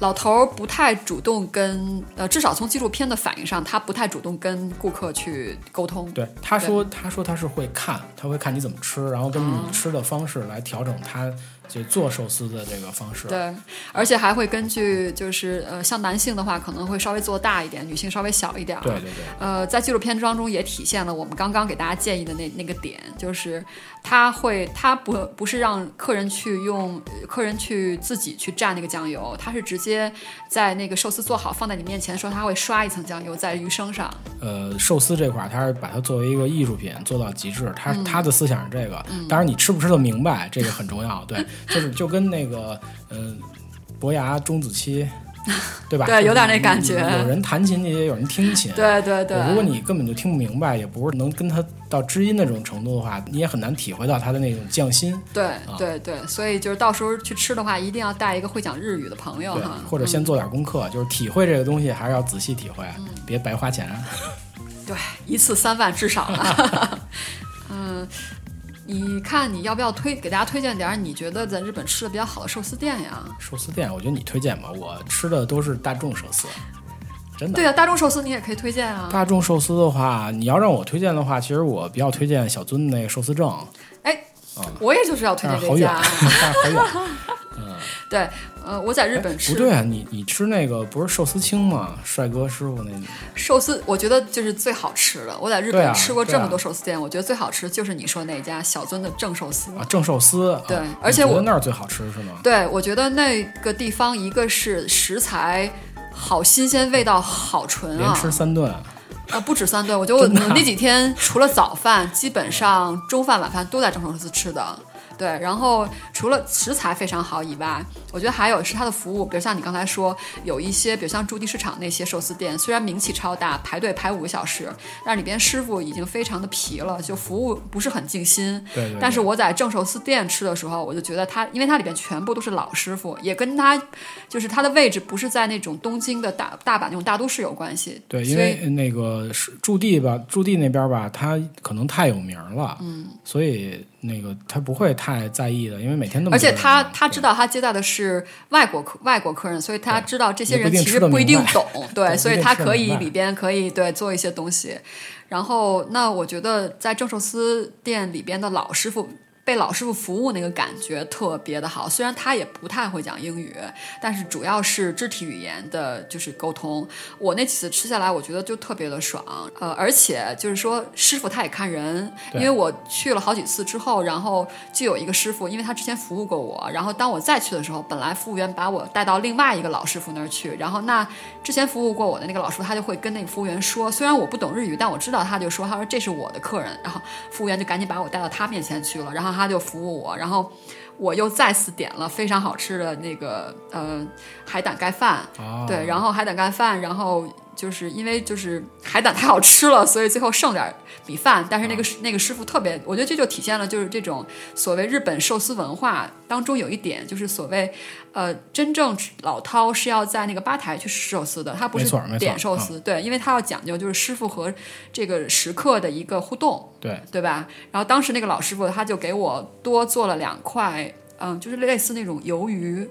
Speaker 2: 老头儿不太主动跟，呃，至少从纪录片的反应上，他不太主动跟顾客去沟通。
Speaker 1: 对，他说他说他是会看，他会看你怎么吃，然后根据
Speaker 2: 哦
Speaker 1: 你吃的方式来调整他就做寿司的这个方式。
Speaker 2: 对，而且还会根据就是呃，像男性的话可能会稍微做大一点，女性稍微小一点。
Speaker 1: 对。对对
Speaker 2: 呃，在纪录片当中也体现了我们刚刚给大家建议的那那个点，就是他会他不不是让客人去用呃客人去自己去蘸那个酱油，他是直接在那个寿司做好放在你面前的时候，他会刷一层酱油在鱼生上。
Speaker 1: 呃，寿司这块儿，他是把它作为一个艺术品做到极致，他、
Speaker 2: 嗯
Speaker 1: 他的思想是这个。当然，你吃不吃的明白，这个很重要。对，就是就跟那个嗯、伯牙钟子 期，对吧？
Speaker 2: 对
Speaker 1: 就是
Speaker 2: 有点那感觉
Speaker 1: 有人弹琴，也有人听琴。
Speaker 2: 对对对。
Speaker 1: 如果你根本就听不明白，也不是能跟他到知音那种程度的话，你也很难体会到他的那种匠心。
Speaker 2: 对对对，所以就是到时候去吃的话，一定要带一个会讲日语的朋友
Speaker 1: 对
Speaker 2: 哈，。
Speaker 1: 或者先做点功课，就是体会这个东西还是要仔细体会，
Speaker 2: 嗯
Speaker 1: 别白花钱。啊
Speaker 2: 对，一次三万至少了。 嗯，你看你要不要推给大家推荐点儿你觉得在日本吃的比较好的寿司店呀？
Speaker 1: 寿司店，我觉得你推荐吧，我吃的都是大众寿司，真的。
Speaker 2: 对啊，大众寿司你也可以推荐啊。
Speaker 1: 大众寿司的话，你要让我推荐的话，其实我比较推荐小尊那个寿司正，
Speaker 2: 哎，我也就是要推
Speaker 1: 但
Speaker 2: 荐
Speaker 1: 嗯啊是好
Speaker 2: 这
Speaker 1: 远，
Speaker 2: 家。
Speaker 1: 但是好远。
Speaker 2: 对，呃，我在日 本吃
Speaker 1: 不对啊，你你吃那个不是寿司青吗？帅哥师傅那
Speaker 2: 寿司，我觉得就是最好吃的。我在日
Speaker 1: 对啊
Speaker 2: 本吃过这
Speaker 1: 对
Speaker 2: 么
Speaker 1: 啊
Speaker 2: 多寿司店，我觉得最好吃就是你说那家小尊的正寿司。
Speaker 1: 啊正寿司，
Speaker 2: 对
Speaker 1: 啊
Speaker 2: 而且
Speaker 1: 你觉
Speaker 2: 我嗯
Speaker 1: 得那儿最好吃是吗？
Speaker 2: 对，我觉得那个地方一个是食材好新鲜，味道好纯
Speaker 1: 连
Speaker 2: 啊，
Speaker 1: 吃三顿，
Speaker 2: 呃，不止三顿，我觉得我
Speaker 1: 啊
Speaker 2: 我那几天除了早饭，基本上中饭、晚饭都在正寿司吃的。对，然后除了食材非常好以外，我觉得还有是它的服务，比如像你刚才说，有一些比如像驻地市场那些寿司店，虽然名气超大，排队排五个小时，但里边师傅已经非常的疲了，就服务不是很尽心。
Speaker 1: 对对对
Speaker 2: 但是我在正寿司店吃的时候，我就觉得它，因为它里边全部都是老师傅，也跟它就是它的位置不是在那种东京的大大阪那种大都市有关系。
Speaker 1: 对，因
Speaker 2: 所以
Speaker 1: 为那个是驻地吧，驻地那边吧，他可能太有名了，嗯，所以那个他不会太在意的，因为每天那么
Speaker 2: 而
Speaker 1: 多
Speaker 2: 且
Speaker 1: 人嘛，
Speaker 2: 他他
Speaker 1: 对
Speaker 2: 知道他接待的是外国客外国客人，所以他知道这些
Speaker 1: 也不
Speaker 2: 人
Speaker 1: 一定
Speaker 2: 其
Speaker 1: 吃
Speaker 2: 实
Speaker 1: 得
Speaker 2: 不一定
Speaker 1: 明白
Speaker 2: 懂，
Speaker 1: 对
Speaker 2: 对，所以他可
Speaker 1: 不一定吃得明
Speaker 2: 以
Speaker 1: 白
Speaker 2: 里边可以对做一些东西。然后，那我觉得在正寿司店里边的老师傅。被老师傅服务那个感觉特别的好，虽然他也不太会讲英语，但是主要是肢体语言的，就是沟通。我那几次吃下来，我觉得就特别的爽，呃，而且就是说师傅他也看人，因
Speaker 1: 对
Speaker 2: 为我去了好几次之后，然后就有一个师傅，因为他之前服务过我，然后当我再去的时候，本来服务员把我带到另外一个老师傅那儿去，然后那之前服务过我的那个老师傅，他就会跟那个服务员说，虽然我不懂日语，但我知道他就说，他说这是我的客人，然后服务员就赶紧把我带到他面前去了，然后他就服务我，然后我又再次点了非常好吃的那个呃海胆盖饭，
Speaker 1: 哦
Speaker 2: 对，然后海胆盖饭，然后就是因为就是海胆太好吃了，所以最后剩点儿米饭。但是
Speaker 1: 哦
Speaker 2: 那个、师那个师傅特别，我觉得这就体现了就是这种所谓日本寿司文化当中有一点，就是所谓呃真正老饕是要在那个吧台去吃寿司的，他不
Speaker 1: 没
Speaker 2: 是
Speaker 1: 错没错嗯
Speaker 2: 点寿司，对，因为他要讲究就是师傅和这个食客的一个互动。
Speaker 1: 对，
Speaker 2: 对吧？然后当时那个老师傅他就给我多做了两块，嗯，就是类似那种鱿鱼。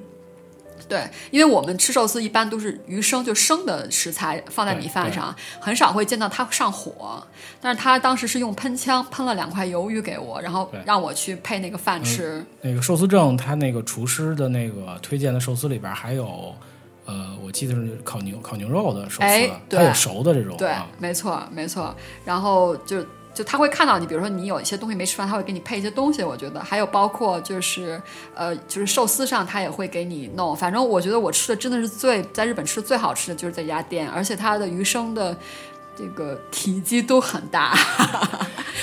Speaker 2: 对，因为我们吃寿司一般都是鱼生，就生的食材放在米饭上，很少会见到它上火。但是他当时是用喷枪喷了两块鱿鱼给我，然后
Speaker 1: 对
Speaker 2: 让我去配那个饭吃。
Speaker 1: 那个寿司正，他那个厨师的那个推荐的寿司里边还有，呃，我记得是烤牛烤牛肉的寿司，
Speaker 2: 哎对
Speaker 1: 它有熟的这种
Speaker 2: 对
Speaker 1: 啊，，
Speaker 2: 没错没错。然后就就他会看到你，比如说你有一些东西没吃完，他会给你配一些东西。我觉得还有包括就是呃，就是寿司上他也会给你弄。反正我觉得我吃的真的是最在日本吃的最好吃的就是这家店，而且它的鱼生的这个体积都很大，
Speaker 1: 对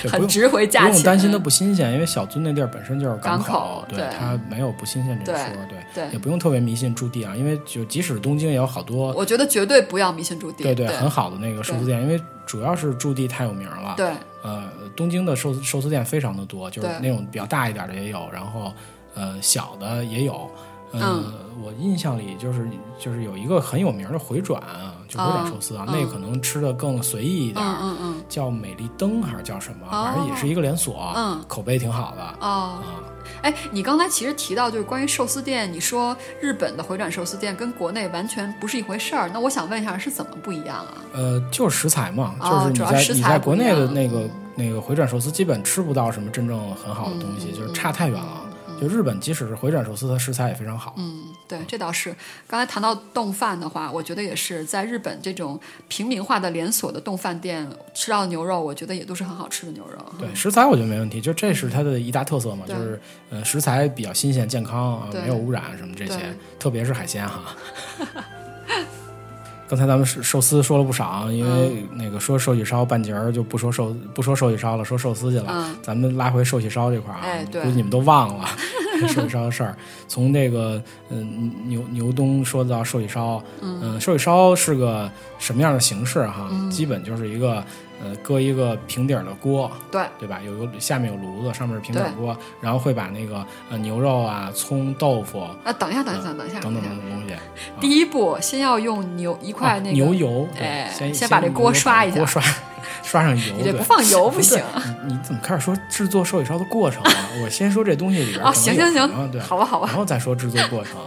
Speaker 1: 不
Speaker 2: 很
Speaker 1: 用
Speaker 2: 值回价
Speaker 1: 不
Speaker 2: 钱。
Speaker 1: 用担心它不新鲜，因为小樽那地儿本身就是
Speaker 2: 港
Speaker 1: 口，
Speaker 2: 口
Speaker 1: 对
Speaker 2: 对
Speaker 1: 它没有不新鲜这一说，对
Speaker 2: 对
Speaker 1: 也不用特别迷信驻地啊，因为就即使东京也有好多
Speaker 2: 我觉得绝对不要迷信驻地。
Speaker 1: 对
Speaker 2: 对
Speaker 1: 很好的那个寿司店，因为主要是驻地太有名了，
Speaker 2: 对
Speaker 1: 呃，东京的寿司寿司店非常的多，就是
Speaker 2: 对
Speaker 1: 那种比较大一点的也有，然后呃小的也有。呃、
Speaker 2: 嗯
Speaker 1: 我印象里就是就是有一个很有名的回转啊，就回转寿司啊，
Speaker 2: 嗯
Speaker 1: 那可能吃的更随意一点，
Speaker 2: 嗯嗯嗯
Speaker 1: 叫美丽灯还是叫什么，
Speaker 2: 哦
Speaker 1: 反正也是一个连锁，
Speaker 2: 嗯
Speaker 1: 口碑挺好的。
Speaker 2: 哦。哎，你刚才其实提到就是关于寿司店，你说日本的回转寿司店跟国内完全不是一回事儿，那我想问一下是怎么不一样啊？
Speaker 1: 呃，就是食材嘛，
Speaker 2: 哦
Speaker 1: 就是你
Speaker 2: 主要
Speaker 1: 在
Speaker 2: 食
Speaker 1: 你
Speaker 2: 材
Speaker 1: 在
Speaker 2: 不
Speaker 1: 国
Speaker 2: 一
Speaker 1: 内的
Speaker 2: 样嗯
Speaker 1: 那个那个回转寿司，基本吃不到什么真正很好的
Speaker 2: 嗯
Speaker 1: 东西，就是差太远了。就日本即使是回转寿司，它食材也非常好。
Speaker 2: 嗯，对，这倒是。刚才谈到冻饭的话，我觉得也是在日本这种平民化的连锁的冻饭店吃到的牛肉，我觉得也都是很好吃的牛肉。
Speaker 1: 对食材我觉得没问题，就这是它的一大特色嘛，就
Speaker 2: 嗯对
Speaker 1: 是呃食材比较新鲜健康啊，
Speaker 2: 对
Speaker 1: 没有污染什么这些
Speaker 2: 对，
Speaker 1: 特别是海鲜 哈。刚才咱们是寿司说了不少啊，因为
Speaker 2: 嗯
Speaker 1: 那个说寿喜烧半截儿就不说寿不说寿喜烧了，说寿司去了。
Speaker 2: 嗯
Speaker 1: 咱们拉回寿喜烧这块儿啊，
Speaker 2: 哎对
Speaker 1: 估计你们都忘 了寿喜烧的事儿。从这个嗯、牛牛冬说到寿喜烧，嗯、寿喜烧是个什么样的形式哈？
Speaker 2: 嗯
Speaker 1: 基本就是一个呃搁一个平底儿的锅，
Speaker 2: 对，
Speaker 1: 对吧？有个下面有炉子，上面是平底
Speaker 2: 对
Speaker 1: 锅，然后会把那个呃牛肉啊、葱、豆腐
Speaker 2: 啊，等一下，等一下，等一下，
Speaker 1: 等
Speaker 2: 等
Speaker 1: 等
Speaker 2: 一下
Speaker 1: 等。等东西，
Speaker 2: 第一步，先要用牛一块
Speaker 1: 嗯啊
Speaker 2: 那个、
Speaker 1: 牛油，对
Speaker 2: 哎
Speaker 1: 先
Speaker 2: 先把这锅刷一下
Speaker 1: 锅刷刷上油，
Speaker 2: 你这不
Speaker 1: 对
Speaker 2: 放 油不行。
Speaker 1: 是你你怎么开始说制作寿喜烧的过程啊？我先说这东西里边
Speaker 2: 哦，行行行，
Speaker 1: 对，
Speaker 2: 好吧好吧
Speaker 1: 然，后再说制作过程。啊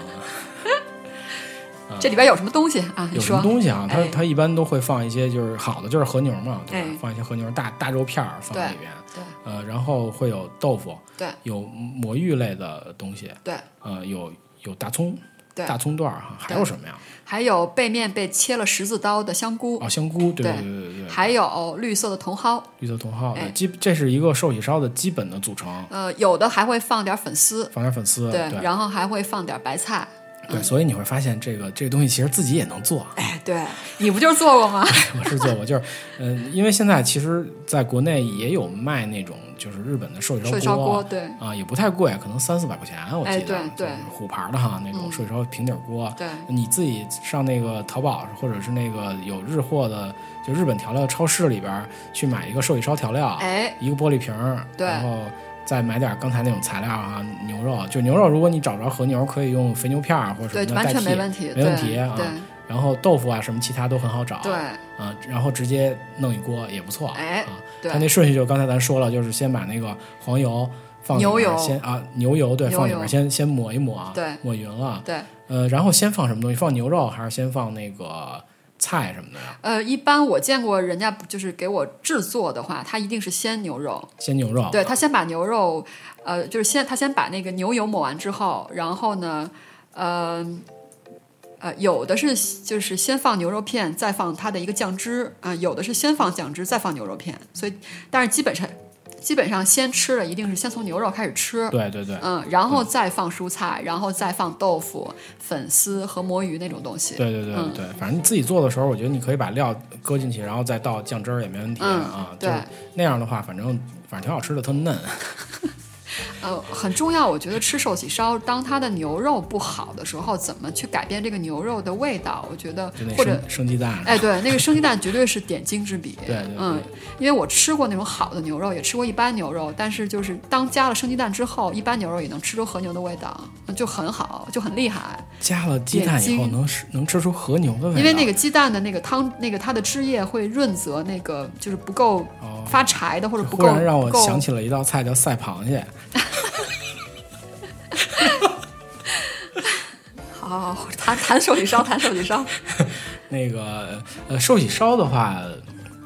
Speaker 2: 这里边有什么东西啊？ 你
Speaker 1: 有什么
Speaker 2: 说，
Speaker 1: 东西啊？它
Speaker 2: 哎
Speaker 1: 它一般都会放一些，就是好的就是和牛嘛，对吧
Speaker 2: 哎？
Speaker 1: 放一些和牛大大肉片儿放在里边，
Speaker 2: 对
Speaker 1: 呃，然后会有豆腐，
Speaker 2: 对
Speaker 1: 有魔芋类的东西，
Speaker 2: 对，
Speaker 1: 呃，有有大葱，
Speaker 2: 对
Speaker 1: 大葱段儿哈，还有什么呀？
Speaker 2: 还有背面被切了十字刀的香菇，
Speaker 1: 哦，香菇，对
Speaker 2: 对
Speaker 1: 对对对对，
Speaker 2: 还有绿色的茼蒿，
Speaker 1: 绿色茼蒿，对
Speaker 2: 哎
Speaker 1: 基这是一个寿喜烧的基本的组成，
Speaker 2: 呃，有的还会放点粉丝，
Speaker 1: 放点粉丝，对
Speaker 2: 然后还会放点白菜。
Speaker 1: 对所以你会发现这个这个东西其实自己也能做，啊
Speaker 2: 哎，对， 你不就是做 过吗？
Speaker 1: 我是做过，就是，嗯、因为现在其实在国内也有卖那种就是日本的寿喜烧
Speaker 2: 寿喜烧
Speaker 1: 锅
Speaker 2: 锅，对
Speaker 1: 啊，也不太贵，可能三四百块钱，我记
Speaker 2: 哎
Speaker 1: 得，
Speaker 2: 对对嗯
Speaker 1: 就是虎牌的哈那种寿喜烧平底锅，
Speaker 2: 对
Speaker 1: 你自己上那个淘宝或者是那个有日货的，就日本调料超市里边儿去买一个寿喜烧调料，
Speaker 2: 哎，
Speaker 1: 一个玻璃瓶儿，
Speaker 2: 对
Speaker 1: 然后再买点刚才那种材料啊，牛肉，就牛肉，如果你找不着和牛，可以用肥牛片儿或者什
Speaker 2: 对
Speaker 1: 么，的
Speaker 2: 完
Speaker 1: 代替，
Speaker 2: 全没问题，
Speaker 1: 没问题
Speaker 2: 对
Speaker 1: 啊。然后豆腐啊什么其他都很好找，
Speaker 2: 对
Speaker 1: 啊，然后直接弄一锅也不错，
Speaker 2: 哎
Speaker 1: 啊，
Speaker 2: 对
Speaker 1: 它那顺序就刚才咱说了，就是先把那个黄油放里
Speaker 2: 牛
Speaker 1: 边儿
Speaker 2: 油
Speaker 1: 先啊牛油对
Speaker 2: 牛
Speaker 1: 放里边
Speaker 2: 油
Speaker 1: 儿先先抹一抹，啊
Speaker 2: 对
Speaker 1: 抹匀了，
Speaker 2: 对，
Speaker 1: 呃，然后先放什么东西？放牛肉还是先放那个菜什么的呀？
Speaker 2: 呃，一般我见过人家就是给我制作的话，他一定是先牛肉，
Speaker 1: 先牛肉，
Speaker 2: 对他先把牛肉，呃，就是先他先把那个牛油抹完之后，然后呢，呃，呃，有的是就是先放牛肉片，再放它的一个酱汁啊、有的是先放酱汁再放牛肉片，所以但是基本上基本上先吃的一定是先从牛肉开始吃。
Speaker 1: 对对对
Speaker 2: 嗯，然后再放蔬菜，然后再放豆腐、粉丝和魔芋那种东西。
Speaker 1: 对对对对，
Speaker 2: 嗯
Speaker 1: 反正你自己做的时候，我觉得你可以把料搁进去，然后再倒酱汁儿也没问题、
Speaker 2: 嗯
Speaker 1: 啊。
Speaker 2: 对
Speaker 1: 就是那样的话，反正反正挺好吃的，特嫩。
Speaker 2: 呃，很重要，我觉得吃寿喜烧，当它的牛肉不好的时候，怎么去改变这个牛肉的味道？我觉得
Speaker 1: 就那
Speaker 2: 或者
Speaker 1: 生生鸡蛋，啊
Speaker 2: 哎，对，那个生鸡蛋绝对是点睛之笔。
Speaker 1: 对对对
Speaker 2: 嗯，因为我吃过那种好的牛肉，也吃过一般牛肉，但是就是当加了生鸡蛋之后，一般牛肉也能吃出和牛的味道，嗯就很好，就很厉害。
Speaker 1: 加了鸡蛋以后
Speaker 2: 眼睛
Speaker 1: 能吃能吃出和牛的味道，
Speaker 2: 因为那个鸡蛋的那个汤，那个它的汁液会润泽那个就是不够
Speaker 1: 哦
Speaker 2: 发柴的或者不
Speaker 1: 忽
Speaker 2: 够
Speaker 1: 然让
Speaker 2: 不
Speaker 1: 我
Speaker 2: 够
Speaker 1: 想起了一道菜叫赛螃蟹，
Speaker 2: 好好好，谈谈手喜烧，谈手喜 烧。
Speaker 1: 那个呃寿喜烧的话，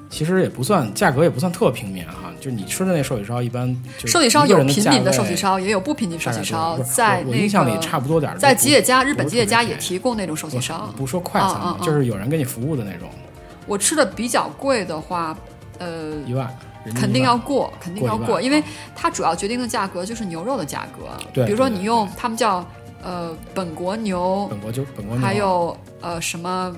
Speaker 1: 其实也不算价格也不算特平民哈，就你吃的那寿喜烧一般就
Speaker 2: 寿喜烧
Speaker 1: 一个
Speaker 2: 有
Speaker 1: 人的
Speaker 2: 平
Speaker 1: 价
Speaker 2: 民的
Speaker 1: 位
Speaker 2: 寿喜烧，也有不平民寿
Speaker 1: 大概
Speaker 2: 喜
Speaker 1: 多
Speaker 2: 烧，
Speaker 1: 少不是
Speaker 2: 在
Speaker 1: 我我
Speaker 2: 那
Speaker 1: 印象里
Speaker 2: 个
Speaker 1: 差不多点儿
Speaker 2: 在
Speaker 1: 不
Speaker 2: 吉野家，日
Speaker 1: 不
Speaker 2: 本
Speaker 1: 是
Speaker 2: 吉野
Speaker 1: 特别
Speaker 2: 家也
Speaker 1: 便宜
Speaker 2: 提供那种寿喜烧。
Speaker 1: 不说快餐吧
Speaker 2: 嗯，嗯嗯
Speaker 1: 就是有人给你服务的那种，
Speaker 2: 我吃的比较贵的话，呃，
Speaker 1: 一万，人民
Speaker 2: 肯
Speaker 1: 币
Speaker 2: 定
Speaker 1: 吧
Speaker 2: 要过，肯定要
Speaker 1: 过一
Speaker 2: 过，
Speaker 1: 万
Speaker 2: 因为它主要决定的价格就是牛肉的价格。
Speaker 1: 对
Speaker 2: 比如说
Speaker 1: 对对
Speaker 2: 你用他们叫呃本国牛，
Speaker 1: 本国就本国牛
Speaker 2: 还有呃什么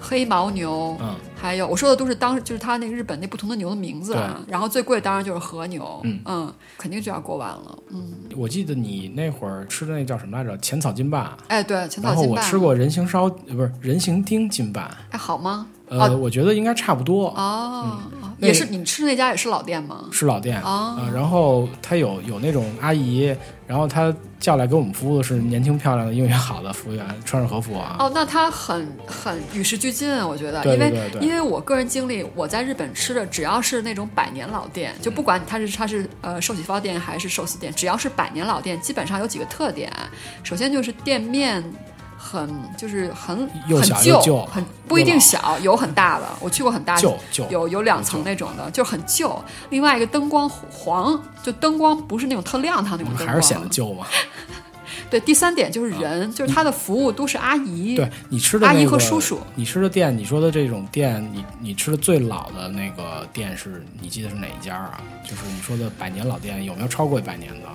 Speaker 2: 黑毛牛，
Speaker 1: 嗯
Speaker 2: 还有我说的都是当就是它那个日本那不同的牛的名字啊。然后最贵当然就是和牛，
Speaker 1: 嗯
Speaker 2: 肯定就要过万了，嗯，
Speaker 1: 我记得你那会儿吃的那叫什么来着？浅草金粑。
Speaker 2: 哎对，浅
Speaker 1: 然
Speaker 2: 草
Speaker 1: 后
Speaker 2: 金
Speaker 1: 我
Speaker 2: 粑
Speaker 1: 吃过人形烧，呃不是人形丁金粑。
Speaker 2: 哎好吗？
Speaker 1: 呃，我觉得应该差不多，
Speaker 2: 哦，哦
Speaker 1: 嗯那
Speaker 2: 也
Speaker 1: 个
Speaker 2: 是你吃那家也是老店吗？
Speaker 1: 是老店
Speaker 2: 哦
Speaker 1: 呃然后他有有那种阿姨，然后他叫来给我们服务的是年轻漂亮的、英语好的服务员，穿着和服啊。
Speaker 2: 哦，那它很很与时俱进，啊我觉得，
Speaker 1: 对
Speaker 2: 因为
Speaker 1: 对对对
Speaker 2: 因为我个人经历，我在日本吃的只要是那种百年老店，就不管它是它是呃寿喜烧店还是寿司店，只要是百年老店，基本上有几个特点。首先就是店面很就是很
Speaker 1: 又
Speaker 2: 很
Speaker 1: 小
Speaker 2: 旧，
Speaker 1: 又旧
Speaker 2: 很不一
Speaker 1: 又
Speaker 2: 定
Speaker 1: 老
Speaker 2: 小，有很大的，我去过很大的
Speaker 1: 旧旧
Speaker 2: 哦有有两层那种的，就很旧。另外一个灯光黄，就灯光不是那种特亮堂那种灯光，
Speaker 1: 嗯还是显得旧嘛？
Speaker 2: 对，第三点就是人，就是他的服务都是阿姨，
Speaker 1: 对你吃的、那
Speaker 2: 阿
Speaker 1: 个、
Speaker 2: 姨和叔叔，
Speaker 1: 你吃的店，你说的这种店，你你吃的最老的那个店是，你记得是哪一家啊？就是你说的百年老店，有没有超过一百年的？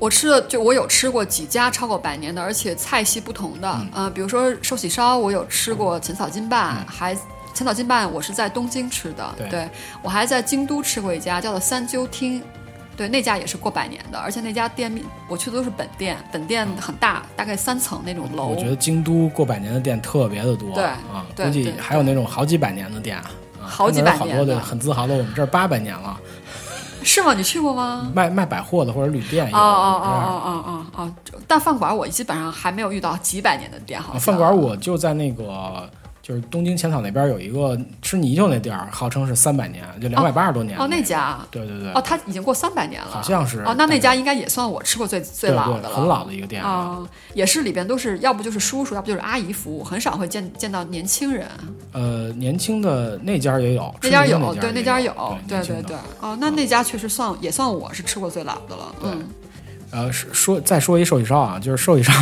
Speaker 2: 我吃的就我有吃过几家超过百年的，而且菜系不同的。
Speaker 1: 嗯
Speaker 2: 呃，比如说寿喜烧，我有吃过浅草金办，还浅草金办我是在东京吃的，
Speaker 1: 对
Speaker 2: 我还在京都吃过一家叫做三鸠町。对，那家也是过百年的，而且那家店面我去的都是本店，本店很大，大概三层那种楼。
Speaker 1: 嗯我觉得京都过百年的店特别的多，
Speaker 2: 对
Speaker 1: 啊，
Speaker 2: 对
Speaker 1: 估计
Speaker 2: 对
Speaker 1: 还有那种好几百年的店啊，
Speaker 2: 好几
Speaker 1: 可能
Speaker 2: 百
Speaker 1: 有好
Speaker 2: 年
Speaker 1: 多
Speaker 2: 的
Speaker 1: 的很自豪的，我们这儿八百年了，
Speaker 2: 是吗？你去过吗？
Speaker 1: 卖卖百货的或者旅嗯店也有，
Speaker 2: 哦哦
Speaker 1: 我们这儿
Speaker 2: 哦哦哦哦哦！但饭馆我基本上还没有遇到几百年的店，
Speaker 1: 啊
Speaker 2: 好像
Speaker 1: 饭馆我就在那个。就是东京浅草那边有一个吃泥鳅那店儿，号称是三百年，就两百八十多年的
Speaker 2: 哦那
Speaker 1: 个
Speaker 2: 家
Speaker 1: 对对对，
Speaker 2: 哦，它已经过三百年了，
Speaker 1: 好像是
Speaker 2: 哦，那
Speaker 1: 但
Speaker 2: 那
Speaker 1: 是
Speaker 2: 家应该也算我吃过最最
Speaker 1: 对
Speaker 2: 老
Speaker 1: 对
Speaker 2: 的了，
Speaker 1: 很老的一个店了
Speaker 2: 啊、也是里边都是要不就是叔叔，要不就是阿姨服务，很少会见见到年轻人。
Speaker 1: 呃，年轻的那家儿也有，
Speaker 2: 那家
Speaker 1: 吃
Speaker 2: 有
Speaker 1: 年的，
Speaker 2: 对，那
Speaker 1: 家
Speaker 2: 家
Speaker 1: 儿
Speaker 2: 有
Speaker 1: 有，，
Speaker 2: 对
Speaker 1: 年轻的嗯
Speaker 2: 对。。哦，那那家确实算也算我是吃过最老的了，嗯，
Speaker 1: 呃，是说再说一寿喜烧啊，就是寿喜烧，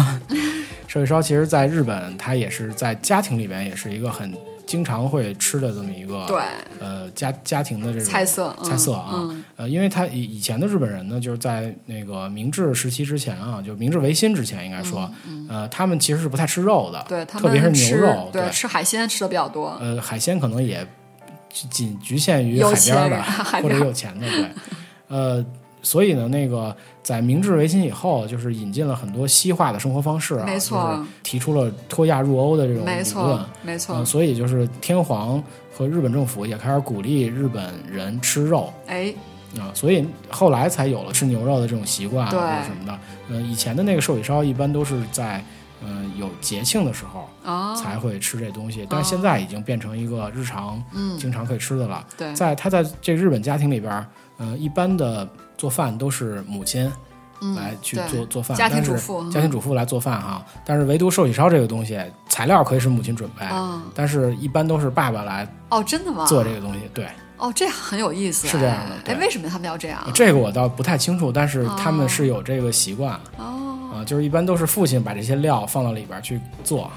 Speaker 1: 寿喜烧其实在日本，它也是在家庭里边也是一个很经常会吃的这么一个
Speaker 2: 对，
Speaker 1: 呃家家庭的这种
Speaker 2: 菜色，嗯
Speaker 1: 菜色啊，
Speaker 2: 嗯
Speaker 1: 呃，因为他以以前的日本人呢，就是在那个明治时期之前啊，就明治维新之前应该说，呃，他们其实是不太吃肉的，
Speaker 2: 嗯对他
Speaker 1: 特别是
Speaker 2: 们吃
Speaker 1: 牛肉，
Speaker 2: 对吃海鲜吃的比较多，
Speaker 1: 呃，海鲜可能也仅局限于
Speaker 2: 有
Speaker 1: 海边
Speaker 2: 钱
Speaker 1: 儿
Speaker 2: 人
Speaker 1: 的，
Speaker 2: 海
Speaker 1: 或者
Speaker 2: 边儿
Speaker 1: 有钱的，对，呃，所以呢，那个在明治维新以后，就是引进了很多西化的生活方式啊，
Speaker 2: 没错
Speaker 1: 就是提出了脱亚入欧的这种
Speaker 2: 没
Speaker 1: 理论
Speaker 2: 错，没错
Speaker 1: 嗯，，所以就是天皇和日本政府也开始鼓励日本人吃肉
Speaker 2: 哎，
Speaker 1: 啊、所以后来才有了吃牛肉的这种习惯啊或
Speaker 2: 对
Speaker 1: 者什么的。呃，以前的那个寿喜烧一般都是在嗯、呃有节庆的时候。
Speaker 2: 啊，
Speaker 1: 才会吃这东西，但是现在已经变成一个日常、
Speaker 2: 哦嗯，
Speaker 1: 经常可以吃的了。
Speaker 2: 对，
Speaker 1: 在他在这日本家庭里边儿，呃，一般的做饭都是母亲
Speaker 2: 嗯
Speaker 1: 来去
Speaker 2: 对
Speaker 1: 做、做饭，
Speaker 2: 家庭
Speaker 1: 但是
Speaker 2: 主妇嗯
Speaker 1: 家庭主妇来做饭哈。但是唯独寿喜烧这个东西，材料可以是母亲准备，
Speaker 2: 啊，
Speaker 1: 但是一般都是爸爸来
Speaker 2: 哦，真的吗？
Speaker 1: 做这个东西。对，
Speaker 2: 哦，这很有意思，
Speaker 1: 是这样的对
Speaker 2: 哎，为什么他们要这样？
Speaker 1: 这个我倒不太清楚，但是他们是有这个习惯啊、
Speaker 2: 哦，
Speaker 1: 就是一般都是父亲把这些料放到里边儿去做。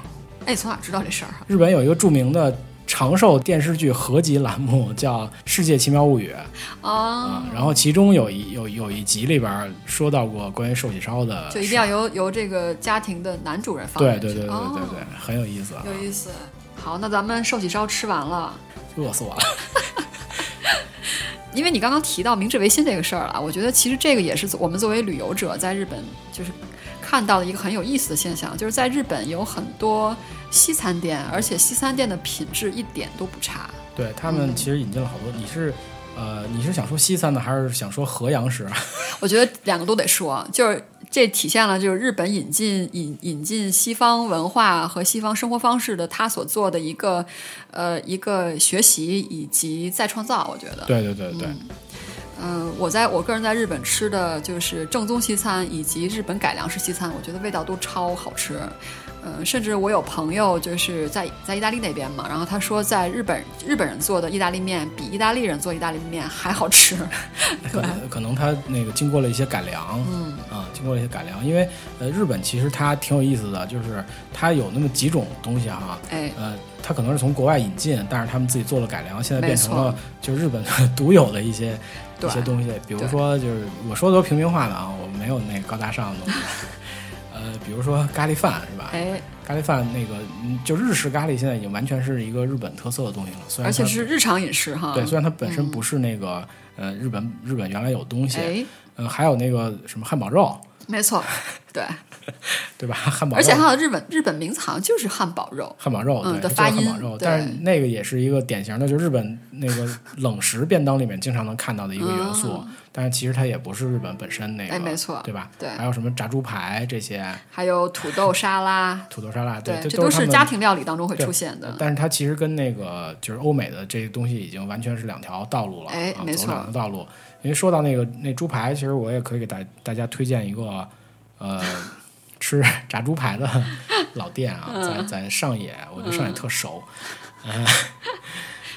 Speaker 2: 哎，从哪知道这事儿啊？
Speaker 1: 日本有一个著名的长寿电视剧合集栏目叫《世界奇妙物语》
Speaker 2: 啊，
Speaker 1: 啊，然后其中有一有有一集里边儿说到过关于寿喜烧的事，
Speaker 2: 就一定要由由这个家庭的男主人放
Speaker 1: 啊对
Speaker 2: 进去。
Speaker 1: 对对对对对
Speaker 2: 哦，
Speaker 1: 对，很有意思啊，
Speaker 2: 有意思。好，那咱们寿喜烧吃完了，
Speaker 1: 饿死我了。
Speaker 2: 因为你刚刚提到明治维新这个事儿了，我觉得其实这个也是我们作为旅游者在日本就是看到的一个很有意思的现象，就是在日本有很多西餐店，而且西餐店的品质一点都不差。
Speaker 1: 对他
Speaker 2: 嗯
Speaker 1: 们其实引进了好多，你是呃你是想说西餐呢，还是想说河洋 食？啊
Speaker 2: 我觉得两个都得说，就是这体现了就是日本引进引引进西方文化和西方生活方式的他所做的一个呃一个学习以及再创造。我觉得，
Speaker 1: 对对对对，
Speaker 2: 呃，我在我个人在日本吃的就是正宗西餐以及日本改良式西餐，我觉得味道都超好吃。呃，甚至我有朋友就是在在意大利那边嘛，然后他说在日本日本人做的意大利面比意大利人做意大利面还好吃。
Speaker 1: 可能可能它那个经过了一些改良，嗯啊，经过了一些改良，因为呃，日本其实它挺有意思的，就是它有那么几种东西哈、
Speaker 2: 哎，
Speaker 1: 呃，它可能是从国外引进，但是他们自己做了改良，现在
Speaker 2: 没
Speaker 1: 变成
Speaker 2: 错
Speaker 1: 了就日本独有的一些一
Speaker 2: 对
Speaker 1: 些东西，比如
Speaker 2: 对
Speaker 1: 说就是我说的都平民化的啊，我没有那高大上的 东西，呃，比如说咖喱饭是吧？
Speaker 2: 哎，
Speaker 1: 咖喱饭那个嗯就日式咖喱现在已经完全是一个日本特色的东西了，虽然
Speaker 2: 而且
Speaker 1: 它
Speaker 2: 是日常饮食哈。
Speaker 1: 对，虽然它本身不是那个、呃日本日本原来有东西，
Speaker 2: 哎，
Speaker 1: 嗯，还有那个什么汉堡肉，
Speaker 2: 没 错，对，
Speaker 1: 对吧？ 汉堡肉，
Speaker 2: 而且还有日本日本名字好像就是汉堡肉。
Speaker 1: 汉堡肉，
Speaker 2: 嗯
Speaker 1: 对，就
Speaker 2: 的
Speaker 1: 是
Speaker 2: 发
Speaker 1: 汉
Speaker 2: 音
Speaker 1: 堡肉，
Speaker 2: 对
Speaker 1: 但是那个也是一个典型的，就是日本那个冷食便当里面经常能看到的一个元素，但是其实它也不是日本本身那个，
Speaker 2: 嗯哎没错
Speaker 1: 对吧？
Speaker 2: 对
Speaker 1: 还有什么炸猪排这些，
Speaker 2: 还有土豆沙拉，
Speaker 1: 土豆沙拉，
Speaker 2: 对，
Speaker 1: 这
Speaker 2: 都
Speaker 1: 是他
Speaker 2: 是
Speaker 1: 们
Speaker 2: 家庭料理当中会
Speaker 1: 对
Speaker 2: 出现的。
Speaker 1: 但是它其实跟那个就是欧美的这些东西已经完全是两条道路了，
Speaker 2: 哎
Speaker 1: 啊、
Speaker 2: 没错
Speaker 1: 走两条道路。因为说到那个那猪排，其实我也可以给大大家推荐一个，呃， 吃炸猪排的老店啊，
Speaker 2: 嗯
Speaker 1: 在在上野，我对上野特熟，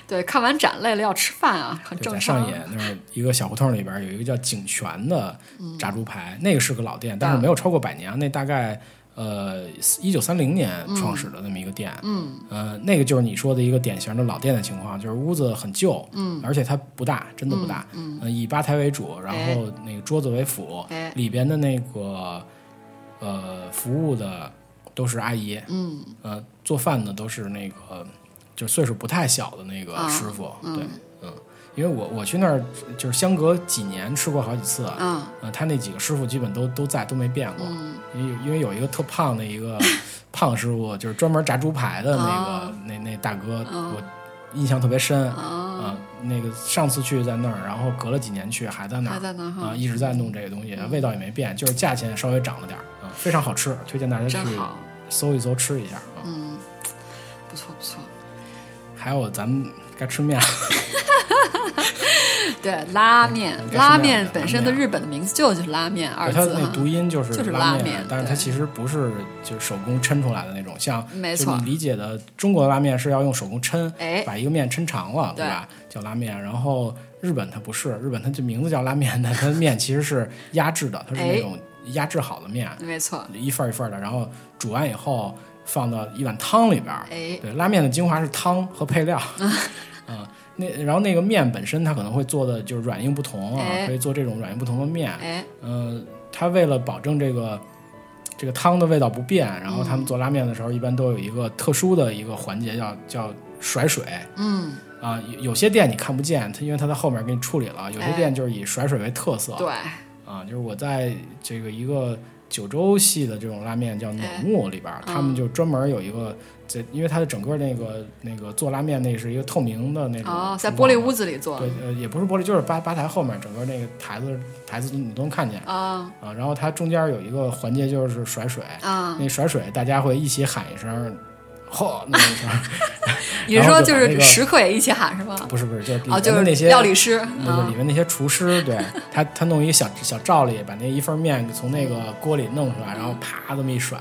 Speaker 2: 对，看完展累了要吃饭啊，很
Speaker 1: 就
Speaker 2: 正
Speaker 1: 在
Speaker 2: 常
Speaker 1: 上。野那儿一个小胡同里边有一个叫景泉的炸猪排，那个是个老店，但是没有超过百年，啊那大概。呃，一九三零年创始的那么一个店，嗯，呃，那个就是你说的一个典型的老店的情况，就是屋子很旧，嗯，而且它不大，真的不大，嗯，呃、以吧台为主，然
Speaker 2: 哎
Speaker 1: 后那个桌子为辅，
Speaker 2: 哎
Speaker 1: 里边的那个呃服务的都是阿姨，嗯，呃，做饭的都是那个就岁数不太小的那个
Speaker 2: 啊
Speaker 1: 师傅，对，嗯，因为我我去那儿就是相隔几年吃过好几次，
Speaker 2: 嗯，
Speaker 1: 呃，他那几个师傅基本都都在，都没变过。因为因为有一个特胖的一个 胖师傅，就是专门炸猪排的那个、那那大哥，我印象特别深。啊、那个上次去在那儿，然后隔了几年去还在那儿，
Speaker 2: 还在那儿哈
Speaker 1: 啊、一直在弄这个东
Speaker 2: 嗯
Speaker 1: 西，味道也没变，就是价钱稍微涨了点儿，啊、非常好吃，推荐大家去
Speaker 2: 真好
Speaker 1: 搜一搜吃一下啊。
Speaker 2: 嗯，不错不错。
Speaker 1: 还有咱们该吃面了，
Speaker 2: 对，拉面
Speaker 1: 嗯，
Speaker 2: 拉
Speaker 1: 拉面
Speaker 2: 面本身的日本的名字就就是拉面 二
Speaker 1: 它
Speaker 2: 字
Speaker 1: 那
Speaker 2: 哈。
Speaker 1: 读音就是
Speaker 2: 就是
Speaker 1: 拉
Speaker 2: 拉面
Speaker 1: 但是它
Speaker 2: 对
Speaker 1: 其实不是就是手工抻出来的那种，像
Speaker 2: 没
Speaker 1: 就
Speaker 2: 错
Speaker 1: 你理解的中国的拉面是要用手工抻，
Speaker 2: 哎
Speaker 1: 把一个面抻长了，对吧？叫拉面。然后日本它不是，日本它这名字叫拉面，但它的面其实是压制的，它是那
Speaker 2: 哎
Speaker 1: 种压制好的面，
Speaker 2: 没错，
Speaker 1: 一份儿一份儿的，然后煮完以后放到一碗汤里边儿。
Speaker 2: 哎啊
Speaker 1: 对，拉面的精华是汤和配料。 嗯，那然后那个面本身它可能会做的就是软硬不同啊，
Speaker 2: 哎
Speaker 1: 可以做这种软硬不同的面。
Speaker 2: 哎，
Speaker 1: 嗯、它为了保证这个这个汤的味道不变，然后
Speaker 2: 嗯
Speaker 1: 他们做拉面的时候一般都有一个特殊的一个环节叫叫甩水。
Speaker 2: 嗯，
Speaker 1: 啊、有有些店你看不见，它因为它在后面给你处理了。有些
Speaker 2: 哎
Speaker 1: 店就是以甩水为特色，
Speaker 2: 对，
Speaker 1: 啊，就是我在这个一个九州系的这种拉面叫暖
Speaker 2: 哎
Speaker 1: 木里边
Speaker 2: 嗯
Speaker 1: 儿，他们就专门有一个，在因为它的整个那个那个做拉面那是一个透明的那种
Speaker 2: 哦，在
Speaker 1: 厨
Speaker 2: 玻璃
Speaker 1: 房
Speaker 2: 屋子里做
Speaker 1: 对，呃，也不是玻璃，就是吧吧台后面整个那个台子台子你都能看见
Speaker 2: 啊
Speaker 1: 啊。然后它中间有一个环节就是甩水，
Speaker 2: 啊，
Speaker 1: 那甩水大家会一起喊一声，嚯那么一声，
Speaker 2: 你是
Speaker 1: 然后
Speaker 2: 说
Speaker 1: 就
Speaker 2: 就
Speaker 1: 把那
Speaker 2: 是
Speaker 1: 个
Speaker 2: 食客也一起喊是吗？
Speaker 1: 不是不是，就是里
Speaker 2: 哦，
Speaker 1: 面
Speaker 2: 就
Speaker 1: 的那
Speaker 2: 是
Speaker 1: 些嗯
Speaker 2: 料理师
Speaker 1: 那个
Speaker 2: 啊
Speaker 1: 里，面那些厨师，对他，他弄一个小小罩里，把那一份面从那个锅里弄出来，然后啪这么一甩，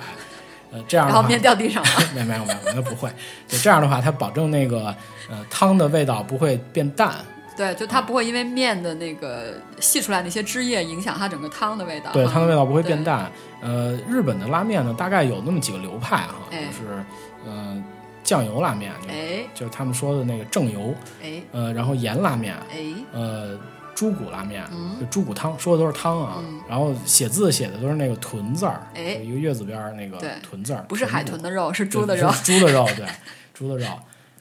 Speaker 1: 呃，这样
Speaker 2: 然
Speaker 1: 的话
Speaker 2: 后，面掉地上了。
Speaker 1: 没有没有没有，那不会。对，这样的话，它保证那个呃汤的味道不会变淡，
Speaker 2: 对，就它不会因为面的那个溢出来那些汁液影响它整个汤的味道。
Speaker 1: 对，
Speaker 2: 哈
Speaker 1: 汤的味道不会变
Speaker 2: 对
Speaker 1: 淡。呃，日本的拉面呢，大概有那么几个流派哈，就
Speaker 2: 哎
Speaker 1: 是呃酱油拉面，就
Speaker 2: 哎
Speaker 1: 就是他们说的那个正油，
Speaker 2: 哎
Speaker 1: 呃，然后盐拉面，
Speaker 2: 哎，
Speaker 1: 呃，猪骨拉面，
Speaker 2: 嗯
Speaker 1: 就猪骨汤，说的都是汤啊。然后写字写的都是那个豚字儿，
Speaker 2: 哎
Speaker 1: 有一个月字边儿那个
Speaker 2: 对
Speaker 1: 豚字儿，
Speaker 2: 不是海豚
Speaker 1: 骨
Speaker 2: 的肉，是
Speaker 1: 对
Speaker 2: 猪的
Speaker 1: 不
Speaker 2: 肉。
Speaker 1: 是猪的肉，对，猪的肉。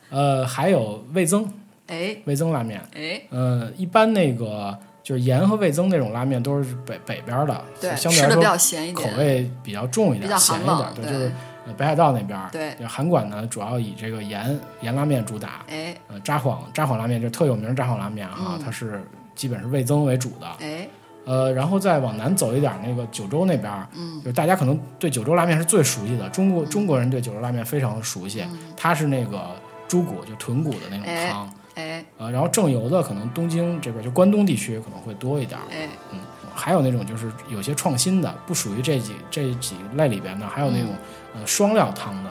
Speaker 1: 呃，还有味增，
Speaker 2: 哎
Speaker 1: 味增拉面，
Speaker 2: 哎，
Speaker 1: 呃，一般那个就是盐和味增那种拉面都是北北边儿的，
Speaker 2: 对，
Speaker 1: 相对
Speaker 2: 吃
Speaker 1: 来
Speaker 2: 的比较
Speaker 1: 说
Speaker 2: 咸一
Speaker 1: 口
Speaker 2: 点。
Speaker 1: 味比较重一
Speaker 2: 比
Speaker 1: 点，
Speaker 2: 较
Speaker 1: 咸
Speaker 2: 寒
Speaker 1: 一点，
Speaker 2: 冷
Speaker 1: 对，
Speaker 2: 对
Speaker 1: 就是呃北海道那边儿。
Speaker 2: 对
Speaker 1: 就韩馆呢，主要以这个盐盐拉面主打，
Speaker 2: 哎
Speaker 1: 呃，札幌札幌拉面就特有名儿札幌拉面
Speaker 2: 嗯
Speaker 1: 哈，它是基本是味增为主的。
Speaker 2: 哎
Speaker 1: 呃，然后再往南走一点儿，那个九州那边儿，
Speaker 2: 嗯
Speaker 1: 就是大家可能对九州拉面是最熟悉的，中国中国人对九州拉面非常熟悉，它是那个猪骨就豚骨的那种
Speaker 2: 嗯哎
Speaker 1: 汤，
Speaker 2: 哎
Speaker 1: 啊、然后正油的可能东京这边就关东地区可能会多一点儿，
Speaker 2: 哎，
Speaker 1: 还有那种就是有些创新的，不属于这几这几类里边的，还有那种、
Speaker 2: 嗯
Speaker 1: 呃双料汤的。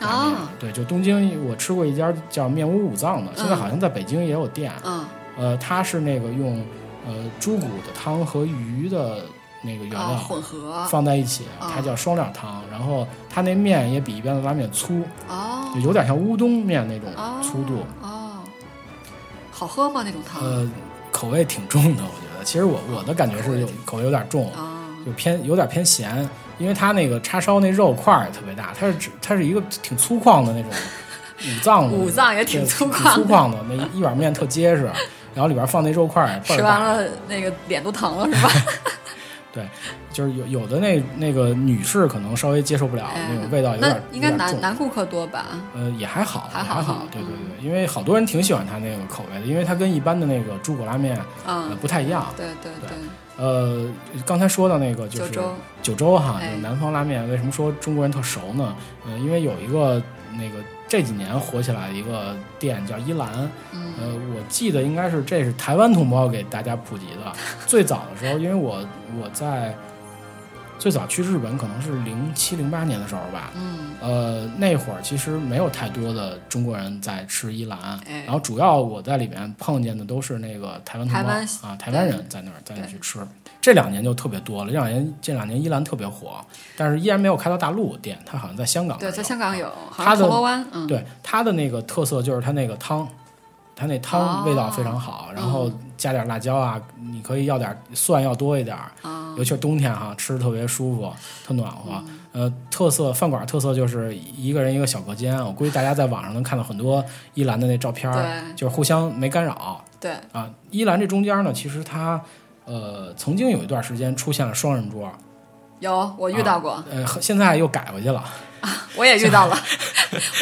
Speaker 1: 拉面
Speaker 2: 啊
Speaker 1: 对，就东京我吃过一家叫面屋五脏的，现在好像在北京也有店。
Speaker 2: 嗯
Speaker 1: 呃，它是那个用呃猪骨的汤和鱼的那个原
Speaker 2: 啊，
Speaker 1: 料
Speaker 2: 混合
Speaker 1: 放在一起，
Speaker 2: 啊
Speaker 1: 它叫双料汤。然后它那面也比一般的拉面粗，
Speaker 2: 哦
Speaker 1: 就有点像乌冬面那种
Speaker 2: 哦
Speaker 1: 粗度。
Speaker 2: 哦，好喝吗那种汤？
Speaker 1: 呃，口味挺重的，我觉得。其实我
Speaker 2: 哦
Speaker 1: 我的感觉是有口味有点重，
Speaker 2: 啊
Speaker 1: 就偏有点偏咸，因为它那个叉烧那肉块儿也特别大，它是只它是一个挺粗犷的那种五脏的那种，
Speaker 2: 五脏也
Speaker 1: 对
Speaker 2: 挺
Speaker 1: 挺
Speaker 2: 粗犷
Speaker 1: 粗犷的，那一一碗面特结实，然后里边放那肉块儿也倍
Speaker 2: 吃
Speaker 1: 儿
Speaker 2: 完
Speaker 1: 大。
Speaker 2: 了那个脸都疼了是吧？
Speaker 1: 对，就是有有的那那个女士可能稍微接受不了、
Speaker 2: 哎
Speaker 1: 啊那种味道，有
Speaker 2: 那
Speaker 1: 点
Speaker 2: 应该
Speaker 1: 有点
Speaker 2: 男
Speaker 1: 重
Speaker 2: 男顾客多吧？
Speaker 1: 呃，也还好，
Speaker 2: 还
Speaker 1: 也
Speaker 2: 好嗯
Speaker 1: 还
Speaker 2: 哈
Speaker 1: 好，对对对，因为好多人挺喜欢它那个口味的，因为它跟一般的那个猪骨拉面、呃
Speaker 2: 嗯，
Speaker 1: 不太一样。
Speaker 2: 对对对，
Speaker 1: 呃，刚才说到那个就是
Speaker 2: 九州
Speaker 1: 九州哈，
Speaker 2: 哎
Speaker 1: 就南方拉面为什么说中国人特熟呢？嗯、因为有一个那个这几年火起来的一个店叫一兰，
Speaker 2: 嗯
Speaker 1: 呃，我记得应该是这是台湾同胞给大家普及 的。最早的时候，因为我我在最早去日本可能是零七零八年的时候吧，
Speaker 2: 嗯
Speaker 1: 呃，那会儿其实没有太多的中国人在吃一兰，
Speaker 2: 哎
Speaker 1: 然后主要我在里面碰见的都是那个台湾同
Speaker 2: 台
Speaker 1: 胞
Speaker 2: 湾
Speaker 1: 啊，台湾人在那儿在那儿去吃。这两年就特别多了，这两年这两年一兰特别火，但是依然没有开到大陆店，它好像在香港那儿
Speaker 2: 对，
Speaker 1: 有。
Speaker 2: 在香港有，好
Speaker 1: 它啊
Speaker 2: 像
Speaker 1: 的
Speaker 2: 铜锣湾，嗯，
Speaker 1: 对它的那个特色就是它那个汤，它那汤
Speaker 2: 哦嗯
Speaker 1: 味道非常好，然后加点辣椒啊，你可以要点蒜要多一点儿，
Speaker 2: 啊
Speaker 1: 尤其是冬天哈、吃特别舒服，特暖和。
Speaker 2: 嗯
Speaker 1: 呃，特色饭馆特色就是一个人一个小隔间，我估计大家在网上能看到很多伊兰的那照片儿，
Speaker 2: 对
Speaker 1: 就是互相没干扰
Speaker 2: 对，
Speaker 1: 啊。伊兰这中间呢，其实它呃曾经有一段时间出现了双人桌，
Speaker 2: 有我遇到过，
Speaker 1: 呃现在又改回去了。
Speaker 2: 我也遇到 了。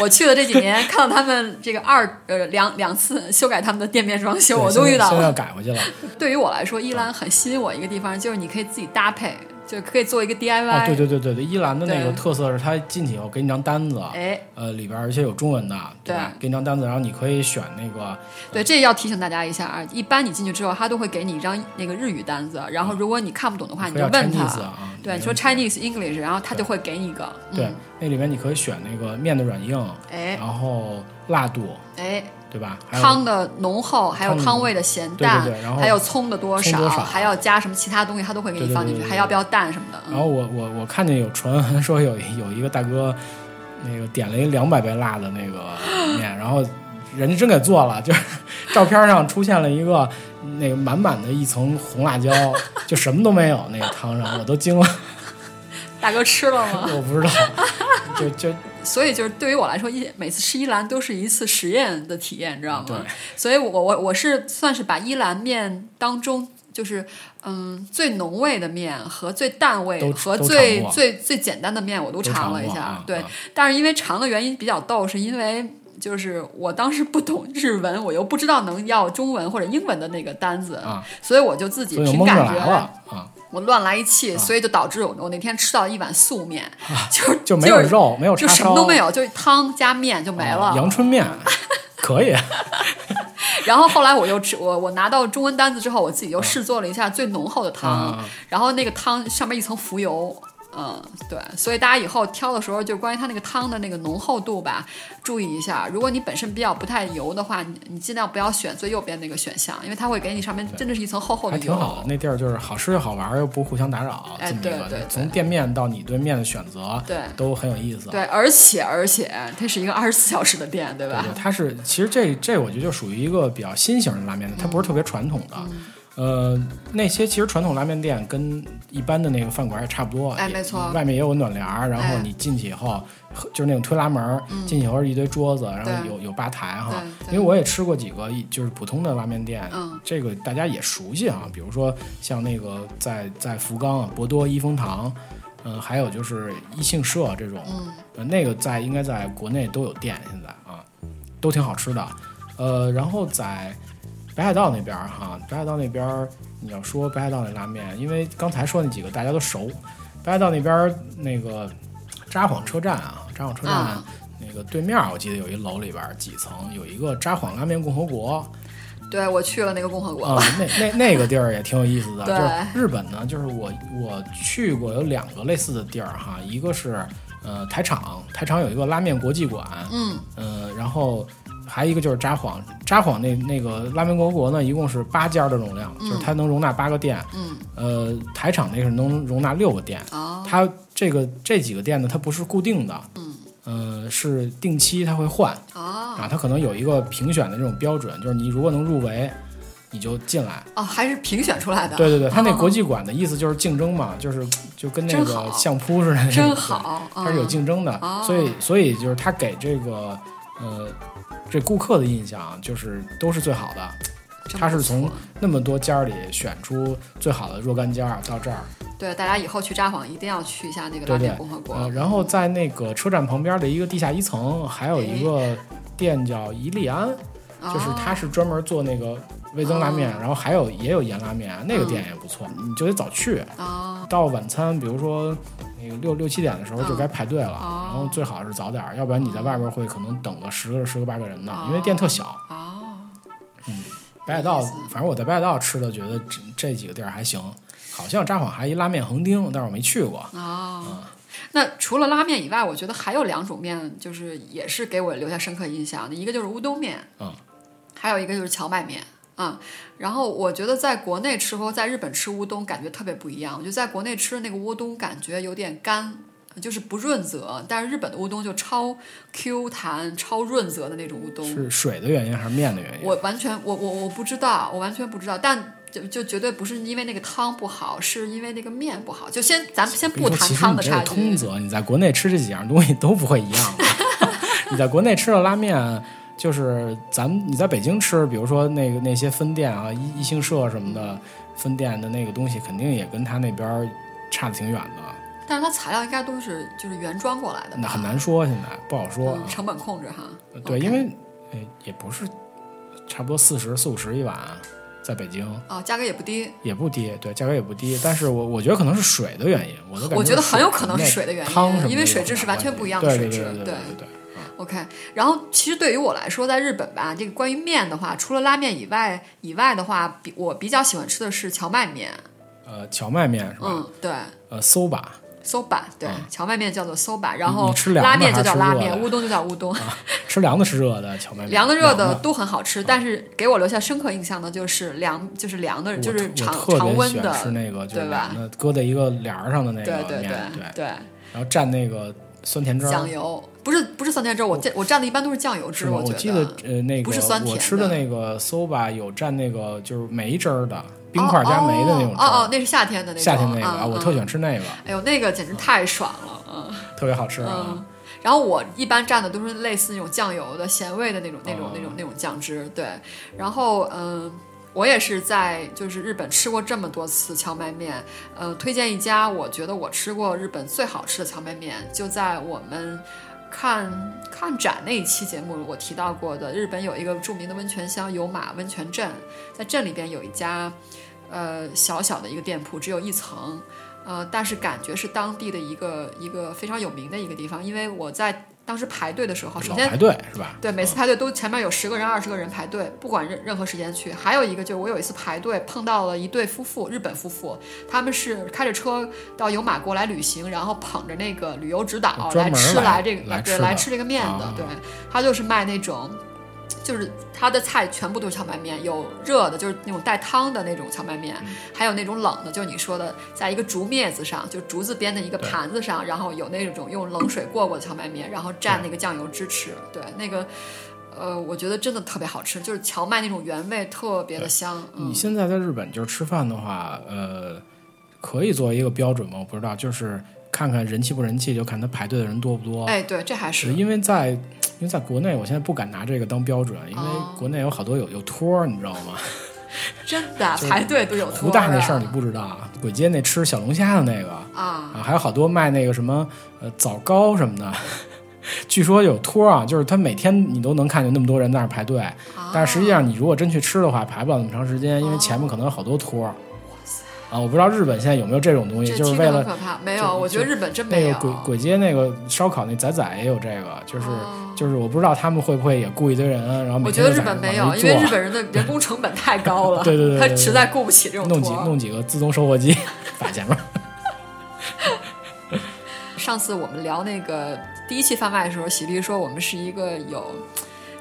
Speaker 2: 我去了这几年，看到他们这个二呃两两次修改他们的店面装修，
Speaker 1: 对
Speaker 2: 我都
Speaker 1: 现在
Speaker 2: 遇到
Speaker 1: 现在
Speaker 2: 了
Speaker 1: 又。改回去 了。
Speaker 2: 对于我来说，依兰很吸引我一个地方就是你可以自己搭配，就可以做一个
Speaker 1: 哦，对
Speaker 2: DIY。
Speaker 1: 对对对对，伊兰的那个
Speaker 2: 对
Speaker 1: 特色是它进去以后给你张单子，
Speaker 2: 哎，
Speaker 1: 呃，里边而且有中文的，吧？
Speaker 2: 对
Speaker 1: 给你张单子，然后你可以选那个，
Speaker 2: 对，这要提醒大家一下啊！一般你进去之后，他都会给你一张那个日语单子，
Speaker 1: 啊
Speaker 2: 然后如果你看不懂的话，你
Speaker 1: 可以
Speaker 2: 就
Speaker 1: 叫
Speaker 2: 问
Speaker 1: Chinese
Speaker 2: 他。
Speaker 1: 啊，
Speaker 2: 对，
Speaker 1: 没
Speaker 2: 你说
Speaker 1: 问题
Speaker 2: Chinese English，然后他就会给你一个。
Speaker 1: 对，那里面你可以选那个面的软硬，
Speaker 2: 哎
Speaker 1: 然后辣度，
Speaker 2: 哎，
Speaker 1: 对吧？还有
Speaker 2: 汤的浓厚，还有
Speaker 1: 汤的浓
Speaker 2: 汤味的咸淡，
Speaker 1: 对对对然后
Speaker 2: 还有葱的多
Speaker 1: 葱多少
Speaker 2: 还要加什么其他东西，他都会给你
Speaker 1: 对对
Speaker 2: 放进去，
Speaker 1: 对对对
Speaker 2: 还要不要蛋什么的。嗯
Speaker 1: 然后我我我看见有传闻 说有有一个大哥，那个点了一两百倍辣的那个面，然后人家真给做了，就是 照片上出现了一个那个满满的一层红辣椒，就什么都没有那个汤上，我都惊了，
Speaker 2: 大哥吃了吗？
Speaker 1: 我不知道，就就
Speaker 2: 所以就是对于我来说，一每次吃一兰都是一次实验的体验，你知道
Speaker 1: 对
Speaker 2: 吗？所以我我我是算是把一兰面当中。就是，嗯，最浓味的面和最淡味
Speaker 1: 都
Speaker 2: 和
Speaker 1: 都
Speaker 2: 最
Speaker 1: 尝过啊
Speaker 2: 最最简单的面我都
Speaker 1: 都
Speaker 2: 尝
Speaker 1: 尝
Speaker 2: 了一
Speaker 1: 过
Speaker 2: 下，
Speaker 1: 啊
Speaker 2: 对
Speaker 1: 啊。
Speaker 2: 但是因为尝的原因比较逗，是因为就是我当时不懂日文，我又不知道能要中文或者英文的那个单子，
Speaker 1: 啊
Speaker 2: 所以我就自己
Speaker 1: 所以我
Speaker 2: 凭
Speaker 1: 蒙着
Speaker 2: 感
Speaker 1: 来
Speaker 2: 觉，
Speaker 1: 了啊，
Speaker 2: 我乱来一气，所以就导致我我那天吃到一碗素面， 就
Speaker 1: 啊就
Speaker 2: 就
Speaker 1: 没有肉，没有叉
Speaker 2: 就
Speaker 1: 烧，哦啊
Speaker 2: 什么都没有，就是汤加面就没了。
Speaker 1: 阳春 面可以。
Speaker 2: 然后后来我又吃，我我拿到中文单子之后，我自己又试做了一下最浓厚的汤，
Speaker 1: 啊
Speaker 2: 然后那个汤上面一层浮油。嗯，对，所以大家以后挑的时候，就是关于它那个汤的那个浓厚度吧，注意一下。如果你本身比较不太油的话，你你尽量不要选最右边那个选项，因为它会给你上面真的是一层厚厚的
Speaker 1: 还
Speaker 2: 油。
Speaker 1: 挺好的，那地儿就是好吃又好玩，又不互相打扰，
Speaker 2: 哎
Speaker 1: 这么一个
Speaker 2: 对对对
Speaker 1: 从店面到你对面的选择，
Speaker 2: 对
Speaker 1: 都很有意思。
Speaker 2: 对，而且而且它是一个二十四小时的店，对吧？
Speaker 1: 对，它是其实这这我觉得就属于一个比较新型的拉面店，它不是
Speaker 2: 嗯
Speaker 1: 特别传统的。呃，那些其实传统拉面店跟一般的那个饭馆也差不多，
Speaker 2: 哎
Speaker 1: 也
Speaker 2: 没错
Speaker 1: 外面也有暖帘儿，然后
Speaker 2: 哎嗯
Speaker 1: 你进去以后，就是那种推拉门儿，进去以后是一堆桌子，然后
Speaker 2: 对
Speaker 1: 有有吧台哈。
Speaker 2: 对对
Speaker 1: 啊因为我也吃过几个一就是普通的拉面店，
Speaker 2: 嗯
Speaker 1: 这个大家也熟悉哈，比如说像那个在在福冈啊，博多一风堂，嗯、还有就是一庆社这种，
Speaker 2: 嗯
Speaker 1: 呃，那个在应该在国内都有店，现在啊，都挺好吃的。呃，然后在北海道那边儿哈，北海道那边儿你要说北海道那拉面，因为刚才说那几个大家都熟，北海道那边儿那个札幌车站啊，札幌车站、
Speaker 2: 啊
Speaker 1: 那那个对面儿，我记得有一楼里边儿几层有一个札幌拉面共和国，
Speaker 2: 对我去了那个共和国，
Speaker 1: 啊、那那那个地儿也挺有意思的。
Speaker 2: 对
Speaker 1: 就是日本呢，就是我我去过有两个类似的地儿哈，一个是呃台场，台场有一个拉面国际馆，
Speaker 2: 嗯，
Speaker 1: 呃，然后还有一个就是札幌，札幌那那个拉面国国呢，一共是八家的容量，就是它能容纳八个店，
Speaker 2: 嗯，
Speaker 1: 呃，台场那是能容纳六个店，
Speaker 2: 哦，
Speaker 1: 它这个这几个店呢，它不是固定的，嗯，呃，是定期它会换，
Speaker 2: 哦，
Speaker 1: 啊，它可能有一个评选的这种标准，就是你如果能入围，你就进来。
Speaker 2: 哦，还是评选出来的，
Speaker 1: 对对对，它那
Speaker 2: 哦
Speaker 1: 国际馆的意思就是竞争嘛，就是就跟那
Speaker 2: 真
Speaker 1: 个
Speaker 2: 好
Speaker 1: 相扑似的那种，
Speaker 2: 真
Speaker 1: 对
Speaker 2: 好，
Speaker 1: 它是有
Speaker 2: 嗯
Speaker 1: 竞争的，
Speaker 2: 哦
Speaker 1: 所以所以就是它给这个呃这顾客的印象就是都是最好的。
Speaker 2: 真
Speaker 1: 它是
Speaker 2: 不错
Speaker 1: 从那么多家里选出最好的若干家儿到这儿，
Speaker 2: 对大家以后去札幌一定要去一下那个
Speaker 1: 对
Speaker 2: 拉
Speaker 1: 对
Speaker 2: 面共和国，
Speaker 1: 呃，然后在那个车站旁边的一个地下一层还有一个店叫伊利安，就是
Speaker 2: 哎哦
Speaker 1: 它是专门做那个味增拉面，
Speaker 2: 哦嗯
Speaker 1: 然后还有也有盐拉面，那个店也不错，你就得早去。
Speaker 2: 哦
Speaker 1: 到晚餐，比如说那个六六七点的时候就
Speaker 2: 嗯
Speaker 1: 该排队了，
Speaker 2: 哦
Speaker 1: 然后最好是早点儿，要不然你在外边会可能等个十个十个八个人呢，因为店特小。
Speaker 2: 哦，
Speaker 1: 北海道，反正我在北海道吃的，觉得这这几个地儿还行，好像札幌还一拉面横丁，但是我没去过。
Speaker 2: 哦，那除了拉面以外，我觉得还有两种面，就是也是给我留下深刻印象的，一个就是乌冬面，
Speaker 1: 嗯，
Speaker 2: 还有一个就是荞麦面。啊、然后我觉得在国内吃和在日本吃乌冬感觉特别不一样。我觉得在国内吃的那个乌冬感觉有点干，就是不润泽，但是日本的乌冬就超 Q 弹、超润泽的那种乌冬。
Speaker 1: 是水的原因还是面的原因？
Speaker 2: 我完全，我我我不知道，我完全不知道，但就就绝对不是因为那个汤不好，是因为那个面不好。就先咱们先
Speaker 1: 比
Speaker 2: 不
Speaker 1: 如说，
Speaker 2: 谈
Speaker 1: 其实
Speaker 2: 汤
Speaker 1: 你
Speaker 2: 的
Speaker 1: 这
Speaker 2: 差
Speaker 1: 是通
Speaker 2: 距，
Speaker 1: 则，你在国内吃这几样东西都不会一 样的。啊 你在国内吃的拉面，就是咱们你在北京吃，比如说那个那些分店啊，一一星社什么的分店的那个东西，肯定也跟他那边儿差的挺远的，
Speaker 2: 但是它材料应该都是就是原装过来的吧，
Speaker 1: 那很难说，现在不好说啊
Speaker 2: 嗯。成本控制哈。
Speaker 1: 对，
Speaker 2: OK
Speaker 1: 因为呃也不是差不多四十四五十一碗，啊在北京
Speaker 2: 啊、价格也不低，
Speaker 1: 也不低，对，价格也不低，但是我我觉得可能是水的原因，我都感
Speaker 2: 我觉
Speaker 1: 觉
Speaker 2: 得很有可能
Speaker 1: 那
Speaker 2: 是水的原因
Speaker 1: 汤什么的
Speaker 2: 因为水
Speaker 1: 有
Speaker 2: 质
Speaker 1: 很
Speaker 2: 是
Speaker 1: 大
Speaker 2: 完全
Speaker 1: 关
Speaker 2: 不一
Speaker 1: 系
Speaker 2: 样的
Speaker 1: 对
Speaker 2: 水
Speaker 1: 对对
Speaker 2: 质
Speaker 1: 对
Speaker 2: 对
Speaker 1: 对对。
Speaker 2: OK，然后其实对于我来说，在日本吧，这个关于面的话，除了拉面以外以外的话，比我比较喜欢吃的是荞麦面。
Speaker 1: 呃，荞麦面是吧？
Speaker 2: 嗯，对
Speaker 1: 呃，soba，
Speaker 2: ，soba，对，荞麦面叫做 soba，然
Speaker 1: 你
Speaker 2: 后
Speaker 1: 你吃凉的
Speaker 2: 拉面就
Speaker 1: 还是
Speaker 2: 叫
Speaker 1: 吃
Speaker 2: 拉
Speaker 1: 热
Speaker 2: 面，
Speaker 1: 的
Speaker 2: 乌冬就叫乌冬，
Speaker 1: 吃凉的吃热的，啊荞麦面
Speaker 2: 凉的热的都很好吃。但是给我留下深刻印象的就是凉，就是凉的，
Speaker 1: 我
Speaker 2: 就
Speaker 1: 特
Speaker 2: 是常
Speaker 1: 我特
Speaker 2: 常
Speaker 1: 别
Speaker 2: 温
Speaker 1: 喜欢吃
Speaker 2: 的，
Speaker 1: 那个，就是
Speaker 2: 对吧
Speaker 1: 凉的，搁在一个帘儿上的那
Speaker 2: 对
Speaker 1: 个
Speaker 2: 对
Speaker 1: 面，
Speaker 2: 对对。
Speaker 1: 然后蘸那个酸甜汁儿，
Speaker 2: 酱油不是不是酸甜汁，我蘸我蘸的一般都是酱油汁，
Speaker 1: 是吗？
Speaker 2: 觉
Speaker 1: 我记
Speaker 2: 得
Speaker 1: 得呃，那个
Speaker 2: 不是酸甜
Speaker 1: 我
Speaker 2: 的
Speaker 1: 吃的那个 soba 有蘸那个就是梅汁儿的，冰
Speaker 2: 哦
Speaker 1: 块加梅的那种汁
Speaker 2: 哦哦
Speaker 1: 儿，
Speaker 2: 哦，那是夏天的那种，
Speaker 1: 夏天那个
Speaker 2: 啊，
Speaker 1: 我
Speaker 2: 嗯
Speaker 1: 特喜欢吃那个，
Speaker 2: 哎呦，那个简直太爽了，嗯
Speaker 1: 特别好吃啊
Speaker 2: 嗯。。然后我一般蘸的都是类似那种酱油的咸味的那种、那种
Speaker 1: 哦、
Speaker 2: 那种、那种酱汁，对。然后，嗯，我也是在就是日本吃过这么多次荞麦面，呃，推荐一家我觉得我吃过日本最好吃的荞麦面，就在我们。看看展那一期节目，我提到过的，日本有一个著名的温泉乡有马温泉镇，在镇里边有一家，呃，小小的一个店铺，只有一层，呃，但是感觉是当地的一个一个非常有名的一个地方，因为我在当时排队的时候，首
Speaker 1: 老
Speaker 2: 先
Speaker 1: 排队是吧？
Speaker 2: 对，每次排队都前面有十个人、二十个人排队，不管任任何时间去。还有一个就是我有一次排队碰到了一对夫妇，日本夫妇，他们是开着车到有马国来旅行，然后捧着那个旅游指导
Speaker 1: 专
Speaker 2: 来
Speaker 1: 门
Speaker 2: 吃
Speaker 1: 来
Speaker 2: 这个
Speaker 1: 来吃
Speaker 2: 对
Speaker 1: 的
Speaker 2: 来吃这个面的，
Speaker 1: 啊
Speaker 2: 对他就是卖那种。就是他的菜全部都是荞麦面，有热的，就是那种带汤的那种荞麦面，
Speaker 1: 嗯
Speaker 2: 还有那种冷的，就是你说的，在一个竹篾子上，就竹子编的一个
Speaker 1: 对
Speaker 2: 盘子上，然后有那种用冷水过过的荞麦面，然后蘸那个酱油汁吃。对，那个，呃，我觉得真的特别好吃，就是荞麦那种原味特别的香。
Speaker 1: 你
Speaker 2: 嗯，
Speaker 1: 现在在日本就是吃饭的话，呃，可以作为一个标准吗？我不知道，就是看看人气不人气，就看他排队的人多不多。
Speaker 2: 哎，对，这还
Speaker 1: 是
Speaker 2: 是
Speaker 1: 因为在因为在国内，我现在不敢拿这个当标准，因
Speaker 2: 哦
Speaker 1: 为国内有好多有有托儿，你知道吗？
Speaker 2: 真的排队都有
Speaker 1: 胡
Speaker 2: 托
Speaker 1: 大
Speaker 2: 儿
Speaker 1: 那
Speaker 2: 啊
Speaker 1: 事儿你不知道啊，鬼街那吃小龙虾的那个
Speaker 2: 啊，
Speaker 1: 啊，还有好多卖那个什么呃枣糕什么的。 据说有托儿啊，就是他每天你都能看见那么多人在那儿排队，
Speaker 2: 啊
Speaker 1: 但是实际上你如果真去吃的话，排不了那么长时间，因为前面可能有好多托儿。啊，我不知道日本现在有没有这种东西，
Speaker 2: 这
Speaker 1: 就是
Speaker 2: 听
Speaker 1: 为
Speaker 2: 着很
Speaker 1: 了
Speaker 2: 可怕。没
Speaker 1: 就
Speaker 2: 有，我觉得日本真
Speaker 1: 那
Speaker 2: 没
Speaker 1: 个
Speaker 2: 有。
Speaker 1: 鬼鬼街那个烧烤那仔仔也有这个，就是、
Speaker 2: 哦
Speaker 1: 就是我不知道他们会不会也雇一堆人，然后每
Speaker 2: 我觉
Speaker 1: 天
Speaker 2: 得
Speaker 1: 就
Speaker 2: 日
Speaker 1: 在
Speaker 2: 本
Speaker 1: 那
Speaker 2: 没
Speaker 1: 往
Speaker 2: 有，
Speaker 1: 那
Speaker 2: 因为
Speaker 1: 坐
Speaker 2: 日本人的人工成本太高 了，
Speaker 1: 对对对对对
Speaker 2: 他实在雇不起这种
Speaker 1: 弄
Speaker 2: 托
Speaker 1: 几
Speaker 2: 儿。
Speaker 1: 弄几个自动售货 机摆前面。
Speaker 2: 上次我们聊那个第一期贩卖的时候，喜力说我们是一个有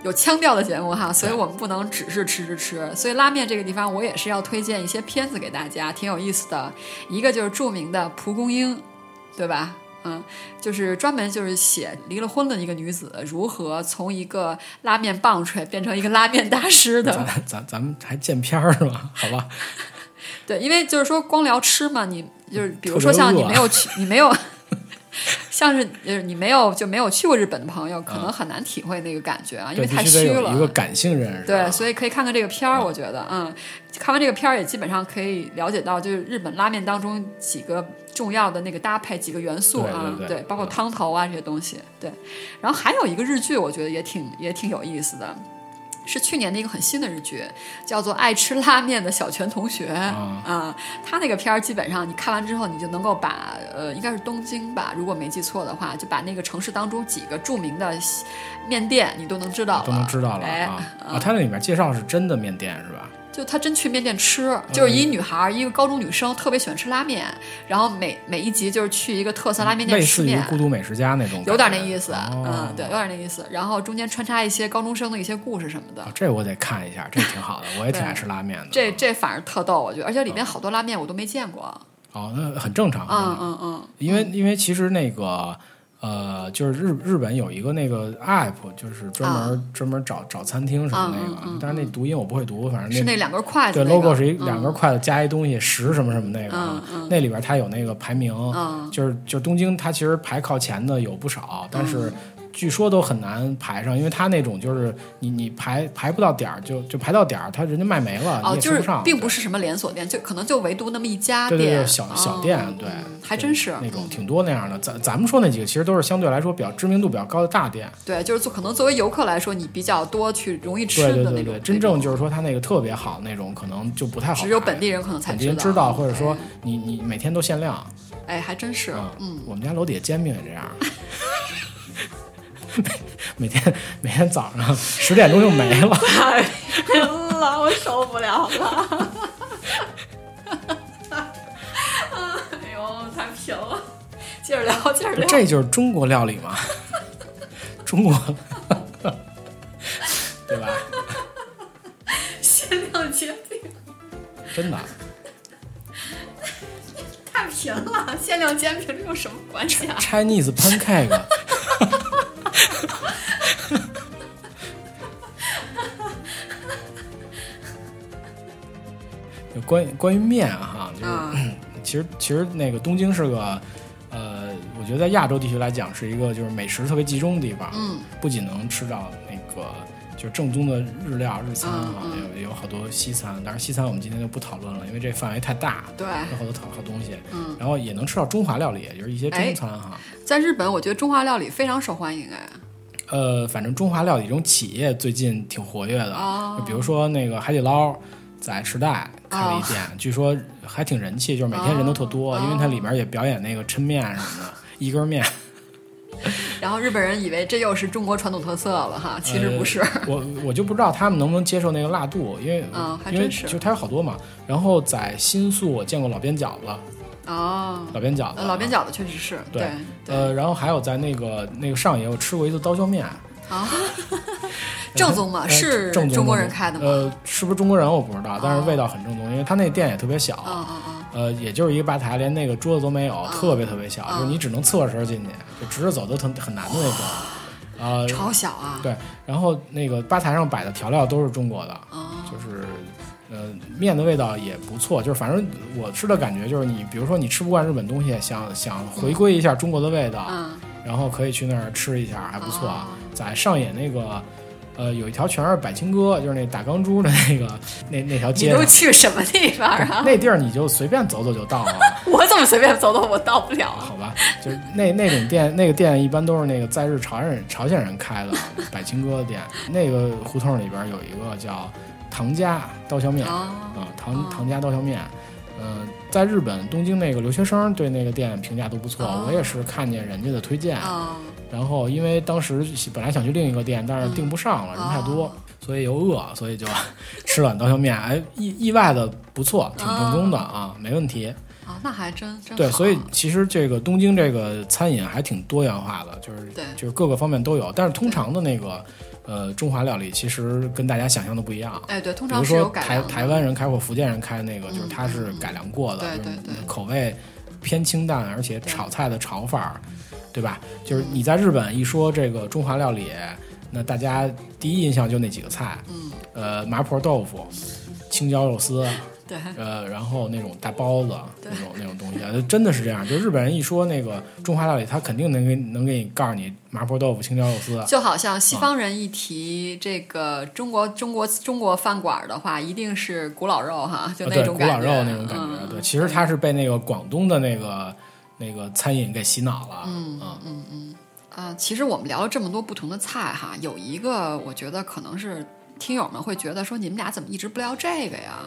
Speaker 2: 有腔调的节目哈，所以我们不能只是吃吃吃。所以拉面这个地方，我也是要推荐一些片子给大家，挺有意思的。一个就是著名的蒲公英，对吧？嗯，就是专门就是写离了婚的一个女子如何从一个拉面棒槌变成一个拉面大师的。
Speaker 1: 咱咱咱们还见片儿是吧？好吧，
Speaker 2: 对，因为就是说光聊吃嘛，你就是比如
Speaker 1: 特
Speaker 2: 说
Speaker 1: 别
Speaker 2: 像你
Speaker 1: 饿啊
Speaker 2: 没有去，你没有， 像是就是你没有就没有去过日本的朋友，可能很难体会那个感觉啊，因
Speaker 1: 啊对，
Speaker 2: 为
Speaker 1: 必
Speaker 2: 太
Speaker 1: 须得
Speaker 2: 虚
Speaker 1: 有一个
Speaker 2: 了。
Speaker 1: 感性人士啊。
Speaker 2: 对，所以可以看看这个片儿，我觉得，嗯，看完这个片儿也基本上可以了解到，就是日本拉面当中几个重要的那个搭配，几个元素啊，
Speaker 1: 对对对
Speaker 2: 包括
Speaker 1: 嗯
Speaker 2: 汤头啊这些东西，对。然后还有一个日剧，我觉得也挺也挺有意思的，是去年的一个很新的日剧，叫做《爱吃拉面的小泉同学》
Speaker 1: 啊
Speaker 2: 啊、他那个片儿基本上你看完之后，你就能够把呃，应该是东京吧，如果没记错的话，就把那个城市当中几个著名的西面店你都能知道了，
Speaker 1: 都能知道了
Speaker 2: 哎
Speaker 1: 啊啊！他那里面介绍是真的面店是吧？
Speaker 2: 就她真去面店吃，
Speaker 1: 哎
Speaker 2: 就是一女孩儿，一个高中女生，特别喜欢吃拉面，然后每每一集就是去一个特色拉面店
Speaker 1: 类
Speaker 2: 吃
Speaker 1: 似于
Speaker 2: 面。
Speaker 1: 《孤独美食家》那种感觉，
Speaker 2: 有点那意思，
Speaker 1: 哦
Speaker 2: 嗯，对，有点那意思。然后中间穿插一些高中生的一些故事什么的，
Speaker 1: 啊这我得看一下，这挺好的，我也挺爱吃拉面的。
Speaker 2: 这这反而特逗，我觉得，而且里面好多拉面我都没见过。
Speaker 1: 哦，那很正常，很正常
Speaker 2: 嗯嗯嗯，
Speaker 1: 因为因为其实那个呃，就是日日本有一个那个 app，就是专
Speaker 2: 啊
Speaker 1: 门、专门找找餐厅什么
Speaker 2: 嗯
Speaker 1: 那个，但是那读音我不会读，反
Speaker 2: 是
Speaker 1: 正
Speaker 2: 那两根筷
Speaker 1: 对
Speaker 2: 子、那个。
Speaker 1: logo 是一
Speaker 2: 嗯
Speaker 1: 两根筷子加一东西十什么什么那个啊，那里边它有那个排名，
Speaker 2: 嗯
Speaker 1: 就是就东京它其实排靠前的有不少，但
Speaker 2: 嗯
Speaker 1: 是。据说都很难排上，因为它那种就是你你排排不到点儿，就就排到点儿，它人家卖没了，你
Speaker 2: 哦，
Speaker 1: 也吃
Speaker 2: 就
Speaker 1: 不
Speaker 2: 是
Speaker 1: 上。
Speaker 2: 并
Speaker 1: 对
Speaker 2: 不是什么连锁店，就可能就唯独那么一家
Speaker 1: 对
Speaker 2: 店，
Speaker 1: 对对，小小店，
Speaker 2: 哦
Speaker 1: 对，
Speaker 2: 嗯还
Speaker 1: 对
Speaker 2: 真是
Speaker 1: 那种挺多那样的。咱咱们说那几个其实都是相对来说比较知名度比较高的大店，
Speaker 2: 对，就是做可能作为游客来说，你比较多去容易吃
Speaker 1: 对
Speaker 2: 的那
Speaker 1: 对
Speaker 2: 种。
Speaker 1: 对对，真正就是说它那个特别好那种，可能就不太好排，
Speaker 2: 只有本地人可能才
Speaker 1: 本地人
Speaker 2: 知
Speaker 1: 知
Speaker 2: 道嗯
Speaker 1: 道，或者说你你每天都限量。
Speaker 2: 哎，还真是，
Speaker 1: 嗯，我们家楼底下煎饼也这样。 每每天每天早上十点钟就没 了，
Speaker 2: 太晕嗯了，我受不了了。哎呦，太贫了。接着聊，接着聊。
Speaker 1: 这就是中国料理嘛， 中国， 对吧？
Speaker 2: 限量煎饼
Speaker 1: 真的。
Speaker 2: 太贫了，限量煎饼这有什么关系 啊？
Speaker 1: Chinese 啊 pancake，就关于关于面哈，就是、
Speaker 2: 啊，
Speaker 1: 其实其实那个东京是个，呃，我觉得在亚洲地区来讲是一个就是美食特别集中的地方，
Speaker 2: 嗯，
Speaker 1: 不仅能吃到那个就是正宗的日料日餐啊，
Speaker 2: 嗯
Speaker 1: 也有有好多西餐，当然西餐我们今天就不讨论了，因为这范围太大，
Speaker 2: 对。
Speaker 1: 有好多好好东西，
Speaker 2: 嗯，
Speaker 1: 然后也能吃到中华料理，也就是一些
Speaker 2: 哎
Speaker 1: 中餐哈。
Speaker 2: 在日本，我觉得中华料理非常受欢迎哎。
Speaker 1: 呃，反正中华料理这种企业最近挺活跃的，
Speaker 2: 哦
Speaker 1: 就比如说那个海底捞在时代开
Speaker 2: 哦
Speaker 1: 了一店，据说还挺人气，就是每天人都特多，因为
Speaker 2: 哦
Speaker 1: 它里面也表演那个抻面什么的，一根面。
Speaker 2: 然后日本人以为这又是中国传统特色了哈， 其实不是。
Speaker 1: 呃我我就不知道他们能不能接受那个辣度，因为、
Speaker 2: 嗯还
Speaker 1: 因为
Speaker 2: 真是
Speaker 1: 就它有好多嘛。然后在新宿我见过老边饺子，
Speaker 2: 哦，
Speaker 1: 老边饺子，
Speaker 2: 呃老边。饺子确实是
Speaker 1: 对
Speaker 2: 对对
Speaker 1: 呃，然后还有在那个那个上野，我吃过一次刀削面，
Speaker 2: 啊，正宗嘛，
Speaker 1: 呃
Speaker 2: 是
Speaker 1: 正宗
Speaker 2: 中国
Speaker 1: 的
Speaker 2: 人开的吗？哦
Speaker 1: 呃，是不是中国人我不知道，但是味道很正宗，因为他那店也特别小，
Speaker 2: 啊啊啊！
Speaker 1: 呃，也就是一个吧台，连那个桌子都没有，
Speaker 2: 哦
Speaker 1: 特别特别小，就是你只能侧身进去，就直着走都很很难的那种。
Speaker 2: 哦
Speaker 1: 啊、
Speaker 2: 超小啊！
Speaker 1: 对，然后那个吧台上摆的调料都是中国的，
Speaker 2: 啊，
Speaker 1: 就是呃面的味道也不错，就是反正我吃的感觉就是你，比如说你吃不惯日本东西，想想回归一下中国的味道，
Speaker 2: 嗯，
Speaker 1: 然后可以去那儿吃一
Speaker 2: 哦
Speaker 1: 下，还不错啊。在上野那个，呃，有一条全是百青哥，就是那打钢珠的那个 那那条
Speaker 2: 你
Speaker 1: 街
Speaker 2: 都
Speaker 1: 上，
Speaker 2: 去什么地方 啊？
Speaker 1: 那地儿你就随便走走就到了，
Speaker 2: 我怎么随便走走我到不了啊？
Speaker 1: 好吧？就是那那种店， 那个店一般都是那个在日朝鲜人朝鲜人开的 百青哥的店，那个胡同里边有一个叫唐家刀削面。
Speaker 2: 啊，
Speaker 1: 啊，唐唐家刀削面，呃，在日本东京那个留学生对那个店评价都不错，
Speaker 2: 哦
Speaker 1: 我也是看见人家的推荐，
Speaker 2: 啊，
Speaker 1: 然后因为当时本来想去另一个店，但是订不上了，人太多
Speaker 2: 哦，
Speaker 1: 所以又饿，所以就 吃了碗刀削面，哎，意意外的不错，挺正宗的啊，没问题。
Speaker 2: 啊，哦那还真真
Speaker 1: 对，
Speaker 2: 好
Speaker 1: 所以其实这个东京这个餐饮还挺多元化的，就是
Speaker 2: 对
Speaker 1: 就是各个方面都有，但是通常的那个呃中华料理其实跟大家想象的不一样。啊
Speaker 2: 哎，对，通
Speaker 1: 比
Speaker 2: 常
Speaker 1: 如
Speaker 2: 是有
Speaker 1: 说
Speaker 2: 改
Speaker 1: 台
Speaker 2: 良的
Speaker 1: 台湾人开或福建人开那个，就是
Speaker 2: 嗯
Speaker 1: 他是改良过的，
Speaker 2: 对
Speaker 1: 就是
Speaker 2: 对对
Speaker 1: 口味偏清淡，而且炒菜的炒法儿，对吧？就是你在日本一说这个中华料理，那大家第一印象就那几个菜，
Speaker 2: 嗯，
Speaker 1: 呃，麻婆豆腐、青椒肉丝，
Speaker 2: 对
Speaker 1: 呃，然后那种大包子那种那种东西，啊，就真的是这样。就日本人一说那个中华料理，他肯定能给能给你告诉你麻婆豆腐、青椒肉丝，
Speaker 2: 就好像西方人一提这个中国中国中国饭馆的话，一定是古老肉哈，就
Speaker 1: 啊
Speaker 2: 那
Speaker 1: 对，
Speaker 2: 种
Speaker 1: 古老
Speaker 2: 感觉，
Speaker 1: 肉那种感觉。
Speaker 2: 嗯
Speaker 1: 对，其实他是被那个广东的那个那个餐饮给洗脑了。嗯
Speaker 2: 啊、其实我们聊了这么多不同的菜哈，有一个我觉得可能是听友们会觉得说，你们俩怎么一直不聊这个呀？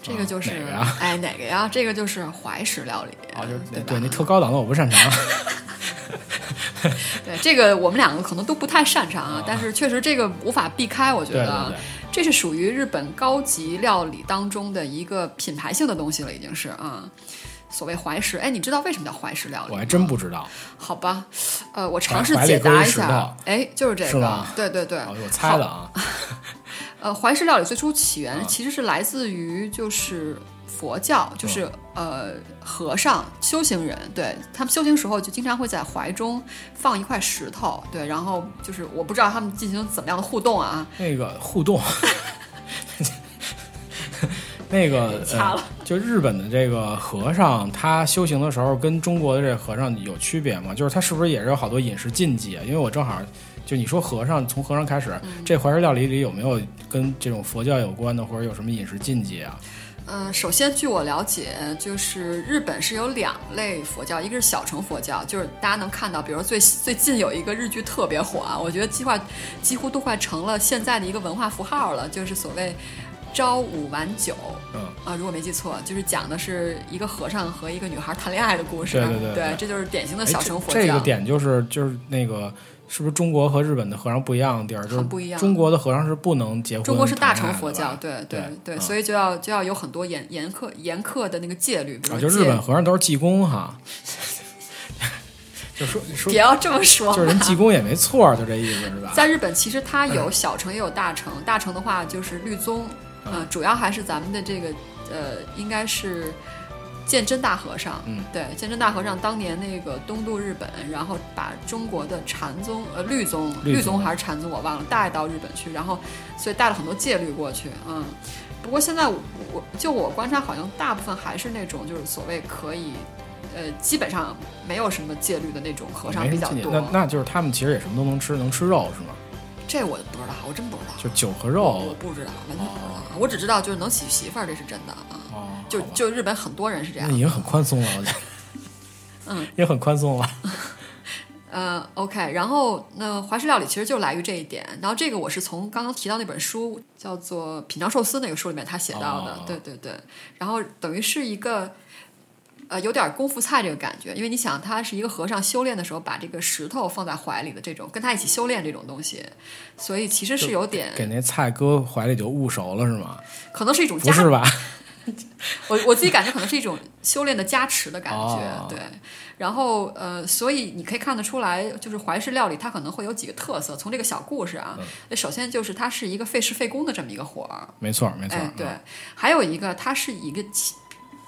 Speaker 2: 这个就是、
Speaker 1: 啊哪个呀
Speaker 2: 哎哪个呀？这个就是怀石料理，
Speaker 1: 啊，就是
Speaker 2: 对
Speaker 1: 对
Speaker 2: 吧
Speaker 1: 那特高档的我不擅长。
Speaker 2: 对这个我们两个可能都不太擅长啊，但是确实这个无法避开，我觉
Speaker 1: 对
Speaker 2: 得
Speaker 1: 对对，
Speaker 2: 这是属于日本高级料理当中的一个品牌性的东西了，已经是啊。所谓怀石，哎，你知道为什么叫怀石料理
Speaker 1: 我
Speaker 2: 吗？
Speaker 1: 还真不知道。
Speaker 2: 好吧，呃，我尝
Speaker 1: 怀
Speaker 2: 试
Speaker 1: 怀里
Speaker 2: 解
Speaker 1: 搁一
Speaker 2: 答一
Speaker 1: 石
Speaker 2: 下
Speaker 1: 头，
Speaker 2: 哎，就是这
Speaker 1: 是
Speaker 2: 个
Speaker 1: 吗，
Speaker 2: 对对对，
Speaker 1: 啊，我猜的啊。
Speaker 2: 呃，怀石料理最初起源其实是来自于就是佛教，就是、呃和尚修行人，对他们修行时候就经常会在怀中放一块石头，对，然后就是我不知道他们进行怎么样的互动啊，
Speaker 1: 那个互动， 那个
Speaker 2: 掐了
Speaker 1: 呃，就日本的这个和尚，他修行的时候跟中国的这和尚有区别吗？就是他是不是也是有好多饮食禁忌啊？因为我正好就你说和尚，从和尚开始，
Speaker 2: 嗯
Speaker 1: 这怀石料理里有没有跟这种佛教有关的，或者有什么饮食禁忌啊？
Speaker 2: 嗯，首先据我了解，就是日本是有两类佛教，一个是小乘佛教，就是大家能看到，比如说最最近有一个日剧特别火啊，我觉得计划几乎都快成了现在的一个文化符号了，就是所谓朝五晚九。
Speaker 1: 嗯
Speaker 2: 啊，如果没记错，就是讲的是一个和尚和一个女孩谈恋爱的故事。啊
Speaker 1: 对对对对
Speaker 2: 这就是典型的
Speaker 1: 哎
Speaker 2: 小
Speaker 1: 这
Speaker 2: 乘佛教。
Speaker 1: 这个点就是就是那个。是不是中国和日本的和尚不一样的地儿？就是
Speaker 2: 很不一样
Speaker 1: 中国的和尚是不能结婚，
Speaker 2: 中国是大乘佛教，
Speaker 1: 对
Speaker 2: 对
Speaker 1: 对
Speaker 2: 对，
Speaker 1: 嗯
Speaker 2: 所以就要就要有很多严严苛严苛的那个戒律，比
Speaker 1: 啊，
Speaker 2: 如
Speaker 1: 就
Speaker 2: 说
Speaker 1: 日
Speaker 2: 戒，
Speaker 1: 本和尚都是济公 哈，就说说
Speaker 2: 别要这么说嘛，
Speaker 1: 就是人济公也没错儿，就这意思是吧？
Speaker 2: 在日本，其实它
Speaker 1: 嗯
Speaker 2: 有小城也有大城，大城的话就是律宗，呃，主要还是咱们的这个呃，应该是鉴真大和尚。
Speaker 1: 嗯，
Speaker 2: 对，鉴真大和尚当年那个东渡日本，然后把中国的禅宗呃律宗
Speaker 1: 律宗
Speaker 2: 律宗还是禅宗我忘了带到日本去，然后所以带了很多戒律过去，嗯。不过现在我我就我观察，好像大部分还是那种就是所谓可以，呃，基本上没有什么戒律的那种和尚
Speaker 1: 没
Speaker 2: 比
Speaker 1: 什么
Speaker 2: 较
Speaker 1: 禁忌
Speaker 2: 多。
Speaker 1: 那那就是他们其实也什么都能吃，能吃肉是吗？
Speaker 2: 这我不知道，我真不知道。
Speaker 1: 就酒和
Speaker 2: 我
Speaker 1: 肉
Speaker 2: 不知道，完全不知道。啊我只知道就是能娶媳妇儿，这是真的啊。
Speaker 1: 哦，嗯
Speaker 2: 就
Speaker 1: 好吧
Speaker 2: 就日本很多人是这
Speaker 1: 那
Speaker 2: 样
Speaker 1: 已。经很宽松了，我觉得，
Speaker 2: 嗯，
Speaker 1: 也很宽松了。
Speaker 2: 呃，OK，然后那怀石料理其实就来于这一点。然后这个我是从刚刚提到那本书叫做《品尝寿司》那个书里面他写到的，
Speaker 1: 哦
Speaker 2: 对对对。然后等于是一个。呃，有点功夫菜这个感觉，因为你想，他是一个和尚修炼的时候把这个石头放在怀里的这种，跟他一起修炼这种东西，所以其实是有点，
Speaker 1: 给那菜搁怀里就捂熟了是吗？
Speaker 2: 可能是一种
Speaker 1: 不
Speaker 2: 家
Speaker 1: 是吧？
Speaker 2: 我我自己感觉可能是一种修炼的加持的感觉，
Speaker 1: 哦
Speaker 2: 对。然后呃，所以你可以看得出来，就是怀石料理它可能会有几个特色。从这个小故事啊，
Speaker 1: 嗯
Speaker 2: 首先就是它是一个费时费工的这么一个活儿，
Speaker 1: 没错儿，没错嗯儿
Speaker 2: 哎，，对。还有一个，它是一个清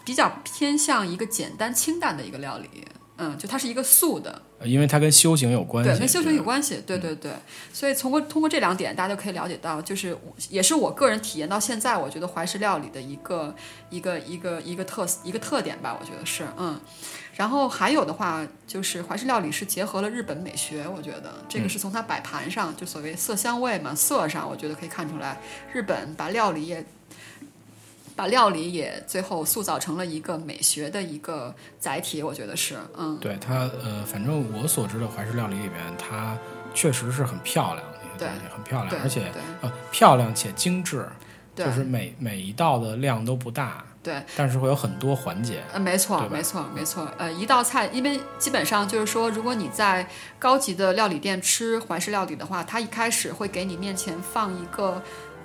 Speaker 2: 比较偏向一个简单清淡的一个料理，嗯，就它是一个素的，
Speaker 1: 嗯，因为它跟修行有关系，嗯
Speaker 2: 对，跟修行有
Speaker 1: 关。
Speaker 2: 关系，对对对。所以通过通过这两点，大家就可以了解到，就是我也是我个人体验到现在，我觉得怀石料理的一个一个一个一个特一个特点吧，我觉得是嗯。然后还有的话，就是怀石料理是结合了日本美学，我觉得这
Speaker 1: 嗯
Speaker 2: 个是从它摆盘上，就所谓色香味嘛，色上我觉得可以看出来，日本把料理也。把料理也最后塑造成了一个美学的一个载体，我觉得是，嗯，
Speaker 1: 对它呃，反正我所知的怀石料理里面，它确实是很漂亮，那些
Speaker 2: 对
Speaker 1: 东西很漂
Speaker 2: 对
Speaker 1: 亮，而且
Speaker 2: 对
Speaker 1: 呃漂亮且精致，
Speaker 2: 对，
Speaker 1: 就是每每一道的量都不大，
Speaker 2: 对，
Speaker 1: 但是会有很多环节。
Speaker 2: 呃，没错
Speaker 1: 对，吧嗯
Speaker 2: 没错，没错。呃，一道菜，因为基本上就是说，如果你在高级的料理店吃怀式料理的话，它一开始会给你面前放一个，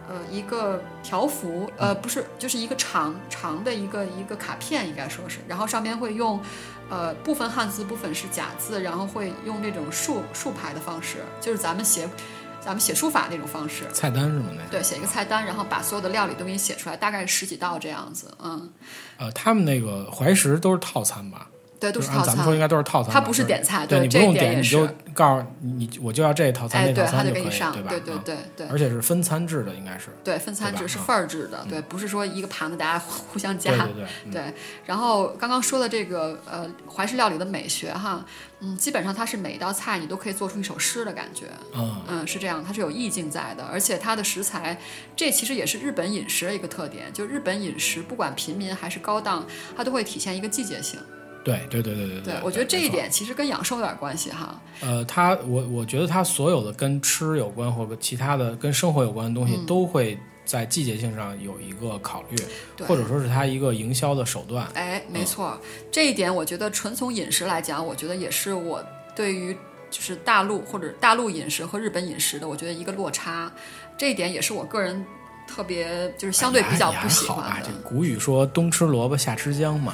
Speaker 2: 呃，一个条幅，呃，
Speaker 1: 嗯
Speaker 2: 不是，就是一个长长的一个一个卡片，应该说是，然后上面会用，呃，部分汉字，部分是假字，然后会用这种竖竖排的方式，就是咱们写，咱们写书法那种方式。
Speaker 1: 菜单是吗？那
Speaker 2: 对，写一个菜单，然后把所有的料理都给你写出来，大概十几道这样子，嗯，
Speaker 1: 呃，他们那个怀石都是套餐吧？
Speaker 2: 对，都
Speaker 1: 就是是
Speaker 2: 套
Speaker 1: 按咱
Speaker 2: 餐。
Speaker 1: 们说应该都是套餐吧，
Speaker 2: 它不是点菜
Speaker 1: 就是你
Speaker 2: 对
Speaker 1: 不
Speaker 2: 这一
Speaker 1: 用
Speaker 2: 点
Speaker 1: 点，
Speaker 2: 也
Speaker 1: 你
Speaker 2: 是
Speaker 1: 就告诉你你我就要这套餐
Speaker 2: 哎，
Speaker 1: 那
Speaker 2: 对，
Speaker 1: 套
Speaker 2: 它
Speaker 1: 餐
Speaker 2: 就
Speaker 1: 可
Speaker 2: 给
Speaker 1: 以，
Speaker 2: 你上，
Speaker 1: 吧？
Speaker 2: 对对
Speaker 1: 啊
Speaker 2: 对对
Speaker 1: 而且是分餐制的，应该是。
Speaker 2: 对，分餐
Speaker 1: 对吧
Speaker 2: 制是
Speaker 1: 啊
Speaker 2: 份儿制的，对，不是说一个盘子大家 互相夹
Speaker 1: 对。对对，嗯
Speaker 2: 对，然后刚刚说的这个呃怀式料理的美学哈，嗯，基本上它是每一道菜你都可以做出一首诗的感觉，
Speaker 1: 嗯，
Speaker 2: 嗯，是这样，它是有意境在的，而且它的食材，这其实也是日本饮食的一个特点，就日本饮食不管平民还是高档，它都会体现一个季节性。
Speaker 1: 对对对对对
Speaker 2: 对，我觉得这一
Speaker 1: 没错
Speaker 2: 点其实跟养生有点关系哈。
Speaker 1: 呃，它我我觉得它所有的跟吃有关或者其他的跟生活有关的
Speaker 2: 嗯
Speaker 1: 东西，都会在季节性上有一个考虑，
Speaker 2: 对
Speaker 1: 或者说是它一个营销的手段。
Speaker 2: 哎，没错，这一点我觉得纯从饮食来讲，我觉得也是我对于就是大陆或者大陆饮食和日本饮食的，我觉得一个落差，这一点也是我个人特别就是相对比较不喜
Speaker 1: 哎呀
Speaker 2: 欢
Speaker 1: 也还好吧
Speaker 2: 的。
Speaker 1: 这古语说“冬吃萝卜夏吃姜”嘛，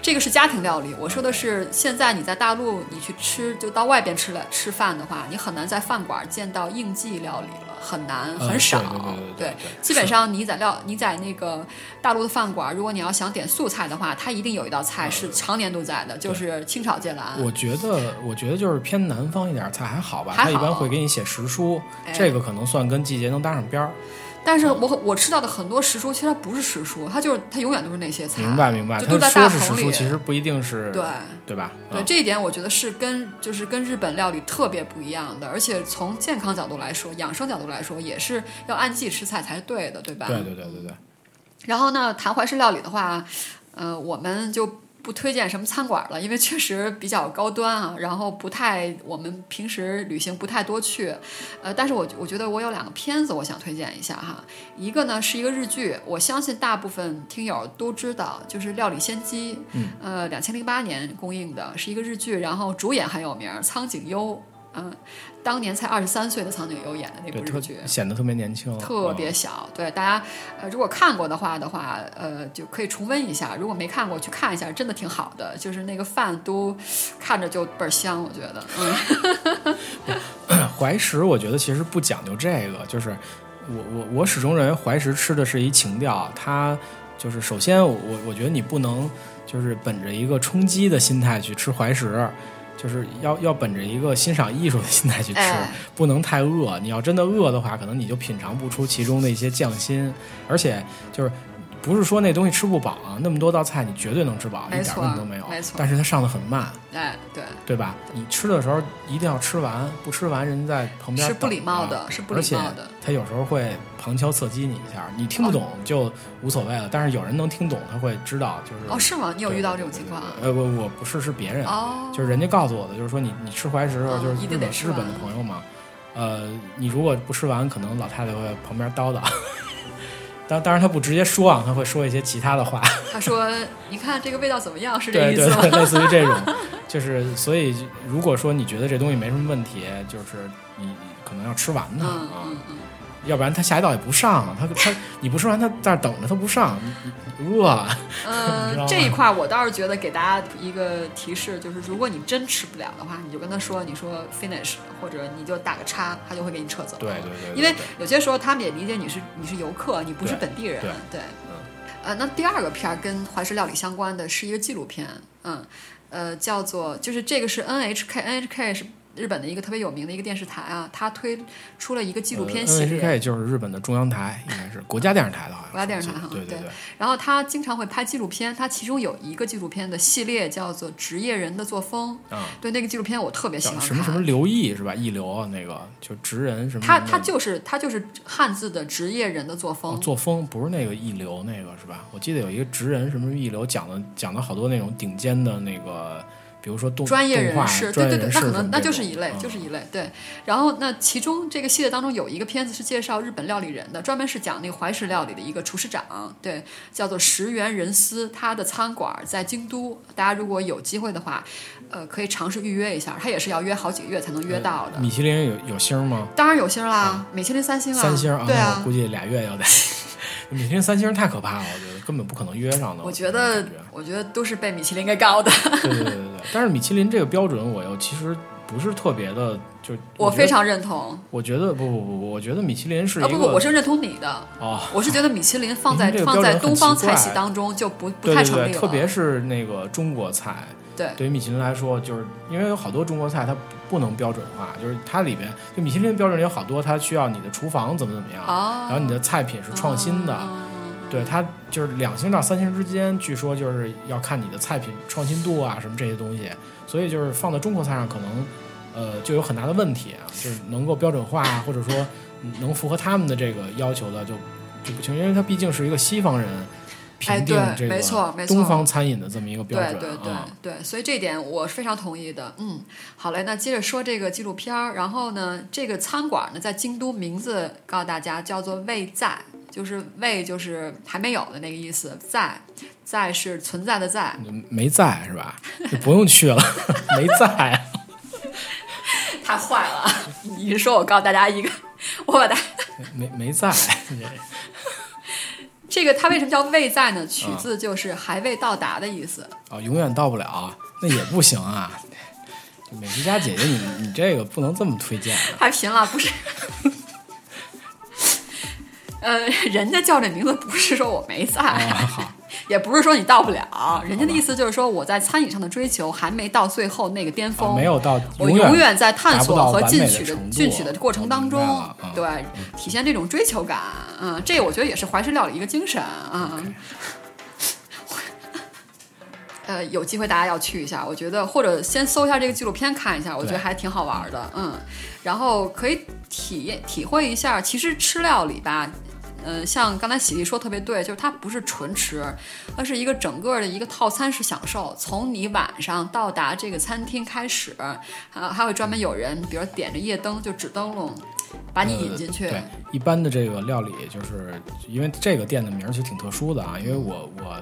Speaker 2: 这个是家庭料理，我说的是现在你在大陆你去吃，就到外边吃了吃饭的话，你很难在饭馆见到应季料理了，很难
Speaker 1: 嗯
Speaker 2: 很少。
Speaker 1: 对对对对对对
Speaker 2: 基本上你在料你在那个大陆的饭馆，如果你要想点素菜的话，它一定有一道菜
Speaker 1: 嗯
Speaker 2: 是常年都在的，就是清炒芥蓝。
Speaker 1: 我觉得，我觉得就是偏南方一点儿菜还好吧，
Speaker 2: 还
Speaker 1: 它一般
Speaker 2: 好
Speaker 1: 会给你写时蔬，
Speaker 2: 哎
Speaker 1: 这个可能算跟季节能搭上边儿。
Speaker 2: 但是
Speaker 1: 嗯
Speaker 2: 我我吃到的很多时蔬，其实它不是时蔬，它就是它永远都是那些菜，
Speaker 1: 明白明白，
Speaker 2: 哎就
Speaker 1: 他
Speaker 2: 都在
Speaker 1: 说
Speaker 2: 大
Speaker 1: 是时
Speaker 2: 棚里。
Speaker 1: 蔬，其实不一定是
Speaker 2: 对
Speaker 1: 对吧？
Speaker 2: 对
Speaker 1: 嗯
Speaker 2: 这一点，我觉得是跟就是跟日本料理特别不一样的，而且从健康角度来说，养生角度来说，也是要按季吃菜才是对的，对吧？
Speaker 1: 对对对对对，
Speaker 2: 然后呢，谈怀式料理的话，呃，我们就不推荐什么餐馆了，因为确实比较高端啊，然后不太我们平时旅行不太多去。呃，但是我我觉得我有两个片子我想推荐一下哈，一个呢是一个日剧，我相信大部分听友都知道，就是《料理仙姬》，嗯，呃，两千零八年公映的，是一个日剧，然后主演很有名，苍井优。嗯、当年才二十三岁的苍井优演的那
Speaker 1: 对
Speaker 2: 部日剧，
Speaker 1: 特显得特别年轻，啊
Speaker 2: 特别小。对大家，呃，如果看过的话的话，呃，就可以重温一下；如果没看过，去看一下，真的挺好的。就是那个饭都看着就倍儿香，我觉得。嗯，
Speaker 1: 嗯。 怀石我觉得其实不讲究这个，就是我我我始终认为怀石吃的是一情调，它就是首先我我我觉得你不能就是本着一个冲击的心态去吃怀石。就是要要本着一个欣赏艺术的心态去吃，
Speaker 2: 哎
Speaker 1: 不能太饿。你要真的饿的话，可能你就品尝不出其中的一些匠心，而且就是不是说那东西吃不饱啊，那么多道菜你绝对能吃饱，
Speaker 2: 没
Speaker 1: 一点
Speaker 2: 错
Speaker 1: 问题都没有。
Speaker 2: 没错
Speaker 1: 但是它上的很慢，
Speaker 2: 哎，对，
Speaker 1: 对吧？你吃的时候一定要吃完，不吃完人在旁边
Speaker 2: 是不
Speaker 1: 等
Speaker 2: 礼貌
Speaker 1: 着
Speaker 2: 的，是不
Speaker 1: 啊而
Speaker 2: 礼
Speaker 1: 且
Speaker 2: 貌的。哦
Speaker 1: 他有时候会旁敲侧击你一下，你听不懂就无所谓了。但是有人能听懂，他会知道，就是
Speaker 2: 哦，是吗？你有
Speaker 1: 对
Speaker 2: 遇到
Speaker 1: 对
Speaker 2: 这种
Speaker 1: 对
Speaker 2: 情
Speaker 1: 对
Speaker 2: 况？啊
Speaker 1: 对呃，我我不是，是别人，
Speaker 2: 哦，
Speaker 1: 就是人家告诉我的，就是说你你吃怀石的时候，
Speaker 2: 嗯
Speaker 1: 就是
Speaker 2: 一
Speaker 1: 日
Speaker 2: 定
Speaker 1: 本
Speaker 2: 得吃
Speaker 1: 日本的
Speaker 2: 完
Speaker 1: 朋友嘛，呃，你如果不吃完，可能老太太会旁边叨叨。 当当然，他不直接说啊，他会说一些其他的话。
Speaker 2: 他说：“你看这个味道怎么样？”是这
Speaker 1: 对
Speaker 2: 意
Speaker 1: 对
Speaker 2: 思吗？
Speaker 1: 对，类似于这种，就是所以如果说你觉得这东西没什么问题，就是你可能要吃完它
Speaker 2: 嗯
Speaker 1: 啊，
Speaker 2: 嗯嗯，
Speaker 1: 要不然它下一道也不上，它它你不吃完，它在这儿等着，它不上，你你饿了， 你知道
Speaker 2: 呃，
Speaker 1: 吗
Speaker 2: 这一块儿我倒是觉得给大家一个提示，就是如果你真吃不了的话，你就跟他说，你说 finish，或者你就打个叉，他就会给你撤走。
Speaker 1: 对对对对
Speaker 2: 因为
Speaker 1: 对
Speaker 2: 有些时候他们也理解你是你是游客，你不是
Speaker 1: 对
Speaker 2: 本地人，
Speaker 1: 对
Speaker 2: 对
Speaker 1: 嗯
Speaker 2: 呃，那第二个片儿跟怀石料理相关的是一个纪录片，嗯，呃，叫做就是这个是 NHK，NHK 是日本的一个特别有名的一个电视台啊，它推出了一个纪录
Speaker 1: 呃
Speaker 2: 片系列，
Speaker 1: NHK 就是日本的中央台，应该是国家电视台的，好像是
Speaker 2: 国家电视台哈
Speaker 1: 对对
Speaker 2: 对然后他经常会拍纪录片，他其中有一个纪录片的系列叫做《职业人的作风》，
Speaker 1: 啊，
Speaker 2: 对那个纪录片我特别喜
Speaker 1: 叫
Speaker 2: 欢
Speaker 1: 什么
Speaker 2: 看。
Speaker 1: 什么嗯刘毅是吧？毅流啊，那个就职人什么
Speaker 2: 他
Speaker 1: 什么
Speaker 2: 他就是他就是汉字的职业人的作风，
Speaker 1: 哦作风不是那个一流那个是吧？我记得有一个职人什么一流讲的讲的好多那种顶尖的那个比如说动
Speaker 2: 专业
Speaker 1: 动画
Speaker 2: 人士，对
Speaker 1: 专业
Speaker 2: 对
Speaker 1: 人
Speaker 2: 对，
Speaker 1: 士
Speaker 2: 那可
Speaker 1: 什么
Speaker 2: 能那
Speaker 1: 这
Speaker 2: 就是
Speaker 1: 种
Speaker 2: 一类，
Speaker 1: 嗯
Speaker 2: 就是一类。对，然后那其中这个系列当中有一个片子是介绍日本料理人的，专门是讲那个怀石料理的一个厨师长，对，叫做石原仁司，他的餐馆在京都，大家如果有机会的话，呃，可以尝试预约一下，他也是要约好几个月才能约到的。
Speaker 1: 米其林有有星吗？
Speaker 2: 当然有星啦，米其林三星啊，
Speaker 1: 三星
Speaker 2: 对
Speaker 1: 我
Speaker 2: 啊
Speaker 1: 估，计俩月要得。米其林三星太可怕了，我觉得根本不可能约上的。
Speaker 2: 我
Speaker 1: 觉
Speaker 2: 觉得我觉得都是被米其林给搞的。
Speaker 1: 对对对对对。但是米其林这个标准，我又其实不是特别的，就是
Speaker 2: 我
Speaker 1: 觉
Speaker 2: 非
Speaker 1: 得，
Speaker 2: 常认同
Speaker 1: 我觉得不不不不，我觉得米其林是一
Speaker 2: 啊！
Speaker 1: 个
Speaker 2: 不不，我是认同你的。
Speaker 1: 哦
Speaker 2: 我是觉得米其林放
Speaker 1: 嗯
Speaker 2: 在
Speaker 1: 您这个
Speaker 2: 放在
Speaker 1: 标准很
Speaker 2: 东方
Speaker 1: 奇怪
Speaker 2: 菜系当中就不不
Speaker 1: 对
Speaker 2: 太
Speaker 1: 对
Speaker 2: 成立
Speaker 1: 对，
Speaker 2: 了，
Speaker 1: 特别是那个中国菜，
Speaker 2: 对
Speaker 1: 对于米其林来说，就是因为有好多中国菜它不能标准化，就是它里边就米其林的标准有好多，它需要你的厨房怎么怎么样，
Speaker 2: 哦
Speaker 1: 然后你的菜品是创新的，对它就是两星到三星之间，据说就是要看你的菜品创新度啊什么这些东西，所以就是放在中国菜上可能呃就有很大的问题啊，就是能够标准化或者说能符合他们的这个要求的就就不行，因为它毕竟是一个西方人。
Speaker 2: 哎
Speaker 1: 评定
Speaker 2: 对
Speaker 1: 这个
Speaker 2: 没错没错
Speaker 1: 东方餐饮的这么一个标
Speaker 2: 对
Speaker 1: 准，
Speaker 2: 对对
Speaker 1: 啊
Speaker 2: 对，所以这一点我是非常同意的。嗯，好嘞，那接着说这个纪录片儿，然后呢，这个餐馆呢在京都，名字告诉大家叫做“未在”，就是“未”就是还没有的那个意思，“在”在是存在的“在”，
Speaker 1: 没在是吧？就不用去了， 没在。
Speaker 2: 太坏了！你是说我告诉大家一个，我把大
Speaker 1: 没没在，
Speaker 2: 这个它为什么叫“未在”呢？取
Speaker 1: 嗯
Speaker 2: 自就是还未到达的意思。
Speaker 1: 哦，永远到不了，那也不行啊。就美食家姐姐，你你这个不能这么推荐啊。
Speaker 2: 太贫了，不是。呃，人家叫这名字不是说我没在，
Speaker 1: 啊好， 啊
Speaker 2: 也不是说你到不了，人家的意思就是说我在餐饮上的追求还没到最后那个巅峰，
Speaker 1: 啊没有到
Speaker 2: 我
Speaker 1: 永
Speaker 2: 永远在探
Speaker 1: 达不
Speaker 2: 索
Speaker 1: 到
Speaker 2: 和
Speaker 1: 完
Speaker 2: 进
Speaker 1: 美
Speaker 2: 取的
Speaker 1: 程度
Speaker 2: 进取的过程当中，
Speaker 1: 我明白了啊
Speaker 2: 对，体现这种追求感，嗯，这我觉得也是怀石料理一个精神啊。 呃，有机会大家要去一下，我觉得或者先搜一下这个纪录片看一下，我觉得
Speaker 1: 对
Speaker 2: 还挺好玩的，嗯，然后可以体验体会一下，其实吃料理吧。嗯，像刚才喜力说特别对，就是它不是纯吃，它是一个整个的一个套餐式享受，从你晚上到达这个餐厅开始，啊，还会专门有人，比如点着夜灯就指灯笼，把你引进去。
Speaker 1: 呃对，一般的这个料理，就是因为这个店的名儿其实挺特殊的啊，因为我我。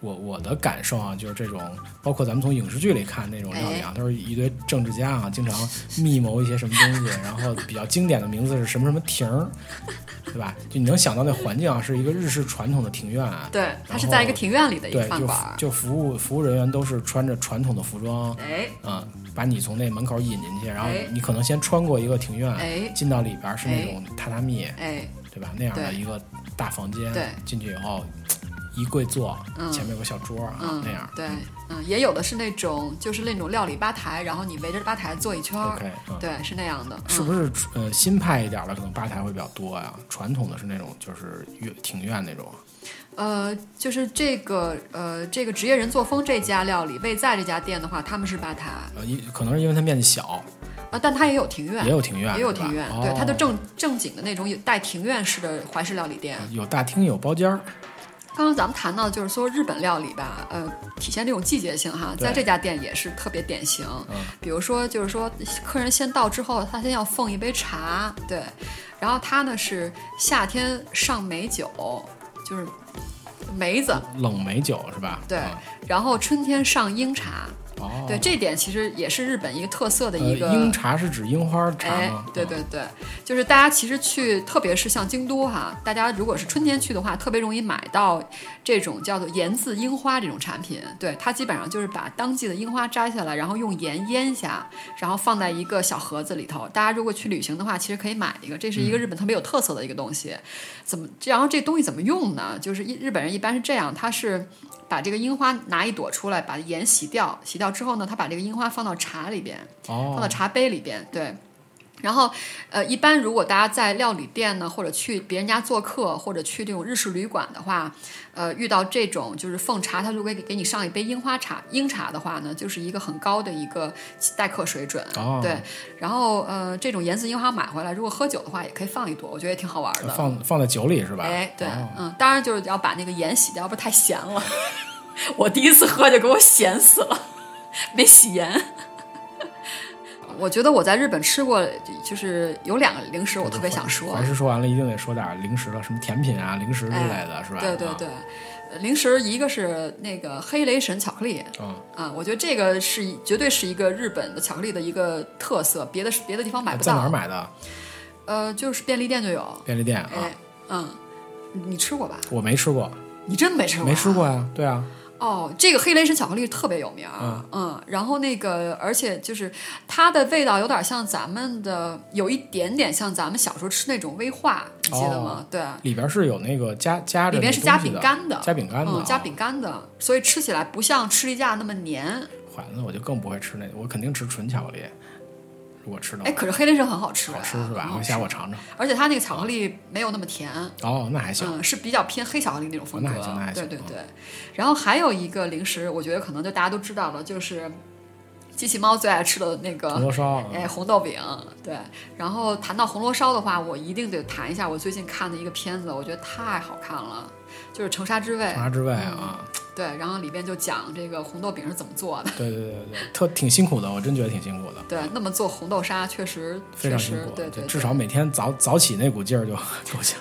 Speaker 1: 我我的感受啊，就是这种，包括咱们从影视剧里看那种料理啊，
Speaker 2: 哎
Speaker 1: 都是一堆政治家啊，经常密谋一些什么东西，然后比较经典的名字是什么什么亭儿，对吧？就你能想到那环境啊，是一个日式传统的庭院啊，
Speaker 2: 对，它是在一个庭院里的一个
Speaker 1: 对，
Speaker 2: 饭
Speaker 1: 就
Speaker 2: 馆
Speaker 1: 服
Speaker 2: 儿。
Speaker 1: 就服务服务人员都是穿着传统的服装，
Speaker 2: 哎，
Speaker 1: 嗯，把你从那门口引进去，然后
Speaker 2: 哎
Speaker 1: 你可能先穿过一个庭院，
Speaker 2: 哎
Speaker 1: 进到里边儿是那种榻榻米，
Speaker 2: 哎，
Speaker 1: 对吧？那样的
Speaker 2: 对
Speaker 1: 一个大房间，
Speaker 2: 对
Speaker 1: 进去以后一跪坐，
Speaker 2: 嗯
Speaker 1: 前面有个小桌啊，
Speaker 2: 嗯，
Speaker 1: 那样
Speaker 2: 对，嗯，也有的是那种就是那种料理吧台，然后你围着吧台坐一圈儿。
Speaker 1: ，OK，嗯。
Speaker 2: 对，是那样的。
Speaker 1: 是
Speaker 2: 嗯
Speaker 1: 不是呃新派一点儿的可能吧台会比较多呀？传统的是那种就是院庭院那种，
Speaker 2: 呃，就是这个呃，这个职业人作风这家料理未在这家店的话，他们是吧台啊、
Speaker 1: 呃，一可能是因为它面积小，
Speaker 2: 但它也有庭院，
Speaker 1: 也有庭院，
Speaker 2: 也有
Speaker 1: 是吧
Speaker 2: 庭院，
Speaker 1: 哦、
Speaker 2: 对，它就正正经的那种有带庭院式的怀石料理店。
Speaker 1: 有大厅有包间儿，
Speaker 2: 刚刚咱们谈到就是说日本料理吧，呃，体现这种季节性哈，
Speaker 1: 对
Speaker 2: 在这家店也是特别典型。
Speaker 1: 嗯
Speaker 2: 比如说就是说客人先到之后，他先要奉一杯茶，对，然后他呢是夏天上美酒，就是梅子，
Speaker 1: 冷美酒是吧？
Speaker 2: 对
Speaker 1: 嗯，
Speaker 2: 然后春天上樱茶，
Speaker 1: 哦，
Speaker 2: 对，这点其实也是日本一个特色的一个。
Speaker 1: 呃、樱茶是指樱花茶
Speaker 2: 哎
Speaker 1: 吗？，
Speaker 2: 对
Speaker 1: 嗯，
Speaker 2: 对对，就是大家其实去，特别是像京都哈，大家如果是春天去的话，特别容易买到这种叫做盐渍樱花这种产品。对，它基本上就是把当季的樱花摘下来，然后用盐腌一下，然后放在一个小盒子里头。大家如果去旅行的话，其实可以买一个，这是
Speaker 1: 嗯
Speaker 2: 一个日本特别有特色的一个东西。怎么？然后这东西怎么用呢？就是一日本人一般是这样，他是把这个樱花拿一朵出来，把盐洗掉，洗掉之后呢，他把这个樱花放到茶里边。放到
Speaker 1: 哦，
Speaker 2: 茶杯里边，对。然后，呃，一般如果大家在料理店呢，或者去别人家做客，或者去这种日式旅馆的话，呃，遇到这种就是奉茶，他如果给给你上一杯樱花茶、樱茶的话呢，就是一个很高的一个待客水准。
Speaker 1: 哦
Speaker 2: 对，然后呃，这种盐渍樱花买回来，如果喝酒的话，也可以放一朵，我觉得也挺好玩的。
Speaker 1: 放放在酒里是吧？
Speaker 2: 哎，对，
Speaker 1: 哦
Speaker 2: 嗯，当然 就是要把那个盐洗掉，要不然太咸了。我第一次喝就给我咸死了，没洗盐。我觉得我在日本吃过，就是有两个零食我特别想说，
Speaker 1: 凡是说完了，一定得说点零食了，什么甜品啊、零食之类的，是吧？
Speaker 2: 哎对对
Speaker 1: 啊
Speaker 2: 对，呃零食一个是那个黑雷神巧克力
Speaker 1: 嗯，
Speaker 2: 啊，我觉得这个是一绝对是一个日本的巧克力的一个特色，别的别的地方买不
Speaker 1: 在哪儿
Speaker 2: 到。
Speaker 1: 买的？
Speaker 2: 呃，就是便利店就有。
Speaker 1: 便利店啊，
Speaker 2: 哎，嗯，你吃过吧？
Speaker 1: 我没吃过，
Speaker 2: 你真没吃过、
Speaker 1: 没吃。过呀，对啊，
Speaker 2: 哦，这个黑雷神巧克力特别有名儿，
Speaker 1: 嗯
Speaker 2: 嗯，然后那个，而且就是它的味道有点像咱们的，有一点点像咱们小时候吃那种威化，你记得吗？对，
Speaker 1: 里边是有那个加加着
Speaker 2: 里面是
Speaker 1: 那
Speaker 2: 加
Speaker 1: 东西
Speaker 2: 饼
Speaker 1: 的
Speaker 2: 干的，
Speaker 1: 加饼干的啊，
Speaker 2: 嗯，加饼干的，所以吃起来不像吃力架那么黏。
Speaker 1: 坏了，那我就更不会吃那，我肯定吃纯巧克力。如果吃的话
Speaker 2: 哎，，可是黑雷神很好吃、啊，
Speaker 1: 好吃是吧？
Speaker 2: 很好
Speaker 1: 回
Speaker 2: 吃
Speaker 1: 下我尝尝。
Speaker 2: 而且它那个巧克力没有那么甜，
Speaker 1: 哦，那还行。
Speaker 2: 嗯，是比较偏黑巧克力那种风格。
Speaker 1: 哦那还行那还行
Speaker 2: 对对对。然后还有一个零食，我觉得可能就大家都知道了，就是机器猫最爱吃的那
Speaker 1: 铜
Speaker 2: 个。
Speaker 1: 锣烧，
Speaker 2: 哎，红豆饼，对。然后谈到红螺烧的话，我一定得谈一下我最近看的一个片子，我觉得太好看了，就是《城沙之味
Speaker 1: 长》。沙之味啊，
Speaker 2: 对，然后里边就讲这个红豆饼是怎么做的。
Speaker 1: 对对对对对，特挺辛苦的，我真觉得挺辛苦的，
Speaker 2: 对，那么做红豆沙确实
Speaker 1: 非
Speaker 2: 确
Speaker 1: 常辛
Speaker 2: 实
Speaker 1: 苦，
Speaker 2: 对
Speaker 1: 就
Speaker 2: 对，
Speaker 1: 至
Speaker 2: 对
Speaker 1: 少每天早早起那股劲儿就够呛。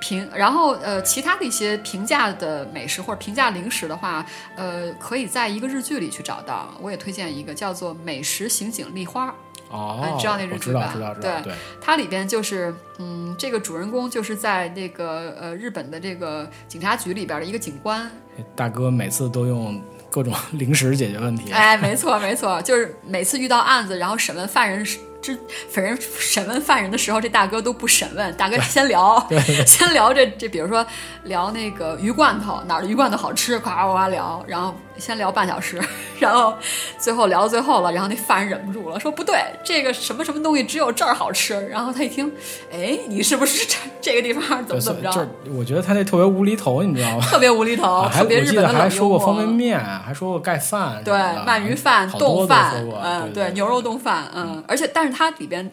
Speaker 2: 评，然后呃，其他的一些平价的美食或者平价零食的话，呃，可以在一个日剧里去找到。我也推荐一个叫做《美食刑警丽花》，
Speaker 1: 哦，
Speaker 2: 你知道那
Speaker 1: 我
Speaker 2: 日
Speaker 1: 知
Speaker 2: 剧
Speaker 1: 道
Speaker 2: 吧
Speaker 1: 知道知道，
Speaker 2: 对
Speaker 1: 对，
Speaker 2: 它里边就是，嗯，这个主人公就是在那个呃日本的这个警察局里边的一个警官。
Speaker 1: 大哥每次都用各种零食解决问题，
Speaker 2: 哎，没错没错，就是每次遇到案子，然后审问犯人时之审人审问犯人的时候，这大哥都不审问，大哥先聊，先聊这这，比如说聊那个鱼罐头哪儿的鱼罐头好吃，夸夸夸聊，然后先聊半小时，然后最后聊到最后了，然后那犯人忍不住了，说不对，这个什么什么东西只有这儿好吃，然后他一听，哎，你是不是这 这个地方怎
Speaker 1: 对
Speaker 2: 么
Speaker 1: 所
Speaker 2: 怎
Speaker 1: 以
Speaker 2: 么
Speaker 1: 就是
Speaker 2: 着？
Speaker 1: 我觉得他那特别无厘头，你知道吗？
Speaker 2: 特别无厘头，
Speaker 1: 啊 还
Speaker 2: 特
Speaker 1: 我
Speaker 2: 别日
Speaker 1: 记
Speaker 2: 本
Speaker 1: 得
Speaker 2: 的
Speaker 1: 还
Speaker 2: 冷
Speaker 1: 说过
Speaker 2: 幽
Speaker 1: 方
Speaker 2: 默
Speaker 1: 便面，还说过盖饭什么
Speaker 2: 对
Speaker 1: 的，，
Speaker 2: 鳗鱼饭、
Speaker 1: 哎好
Speaker 2: 冻
Speaker 1: 多都说
Speaker 2: 饭
Speaker 1: 过，
Speaker 2: 嗯，
Speaker 1: 对，
Speaker 2: 牛肉冻饭，嗯，而且但是它里边，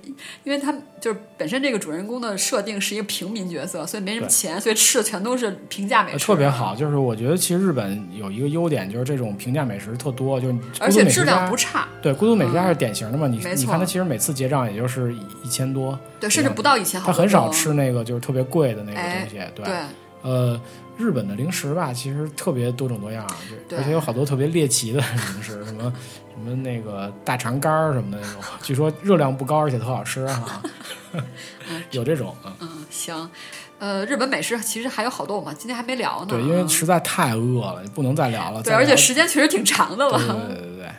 Speaker 2: 因为它就是本身这个主人公的设定是一个平民角色，所以没什么
Speaker 1: 对
Speaker 2: 钱，所以吃的全都是平价美
Speaker 1: 呃
Speaker 2: 食，
Speaker 1: 特别。好，就是我觉得其实日本有一个优点，就是这种平价美食特多，就是孤独
Speaker 2: 而且
Speaker 1: 美
Speaker 2: 质
Speaker 1: 食
Speaker 2: 量
Speaker 1: 家
Speaker 2: 不。差，
Speaker 1: 对，孤独美食家是典型的嘛，你
Speaker 2: 没
Speaker 1: 你
Speaker 2: 错
Speaker 1: 看他其实每次结账也就是一一千多，
Speaker 2: 对，甚至不到以前好
Speaker 1: 他
Speaker 2: 多。哎
Speaker 1: 很少吃那个就是特别贵的那个东西。
Speaker 2: 对，
Speaker 1: 呃，日本的零食吧，其实特别多种多样，就
Speaker 2: 对
Speaker 1: 而且有好多特别猎奇的零食，什么什么那个大肠干儿什么的那种，据说热量不高，而且特好吃啊，有这种啊。
Speaker 2: 嗯，行，呃，日本美食其实还有好多，我们今天还没聊呢。
Speaker 1: 对，因为
Speaker 2: 嗯
Speaker 1: 实在太饿了，不能再聊了。
Speaker 2: 对，
Speaker 1: 再
Speaker 2: 而且
Speaker 1: 聊
Speaker 2: 时间确实挺长的
Speaker 1: 对
Speaker 2: 了。
Speaker 1: 对对对对，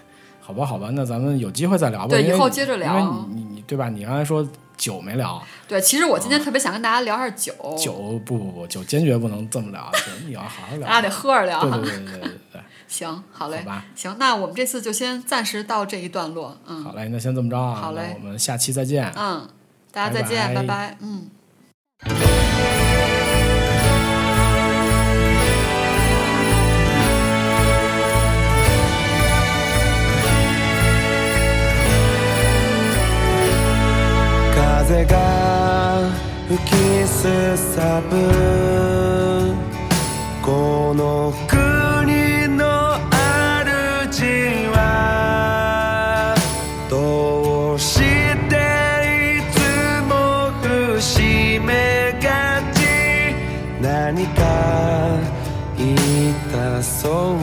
Speaker 1: 好吧好吧，那咱们有机会再聊吧。
Speaker 2: 对
Speaker 1: 因为
Speaker 2: 以后接着聊
Speaker 1: 因为你你你对吧？你刚才说酒没聊，
Speaker 2: 对，其实我今天特别想跟大家聊下酒，
Speaker 1: 嗯酒不不不，酒坚决不能这么聊，酒你要好好聊。
Speaker 2: 大家得喝着聊
Speaker 1: 对
Speaker 2: 哈。
Speaker 1: 对对对对对
Speaker 2: 行，好嘞
Speaker 1: 好吧，
Speaker 2: 行，那我们这次就先暂时到这一段落，嗯
Speaker 1: 对，好嘞，那先这么着啊，
Speaker 2: 好
Speaker 1: 那
Speaker 2: 嘞
Speaker 1: 我们下期再见。
Speaker 2: 嗯，大家再见，
Speaker 1: 拜拜
Speaker 2: 拜拜嗯。
Speaker 3: 風が吹きすさぶこの国の主はどうしていつも節目がち何か言ったそう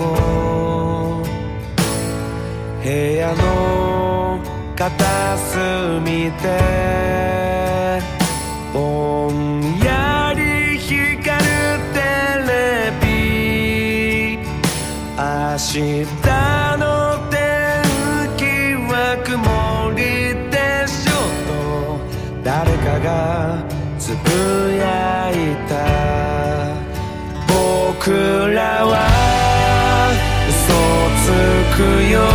Speaker 3: 部屋の片隅でぼんやり光るテレビ明日の天気は曇りでしょと誰かがつぶやいた僕らは嘘つくよ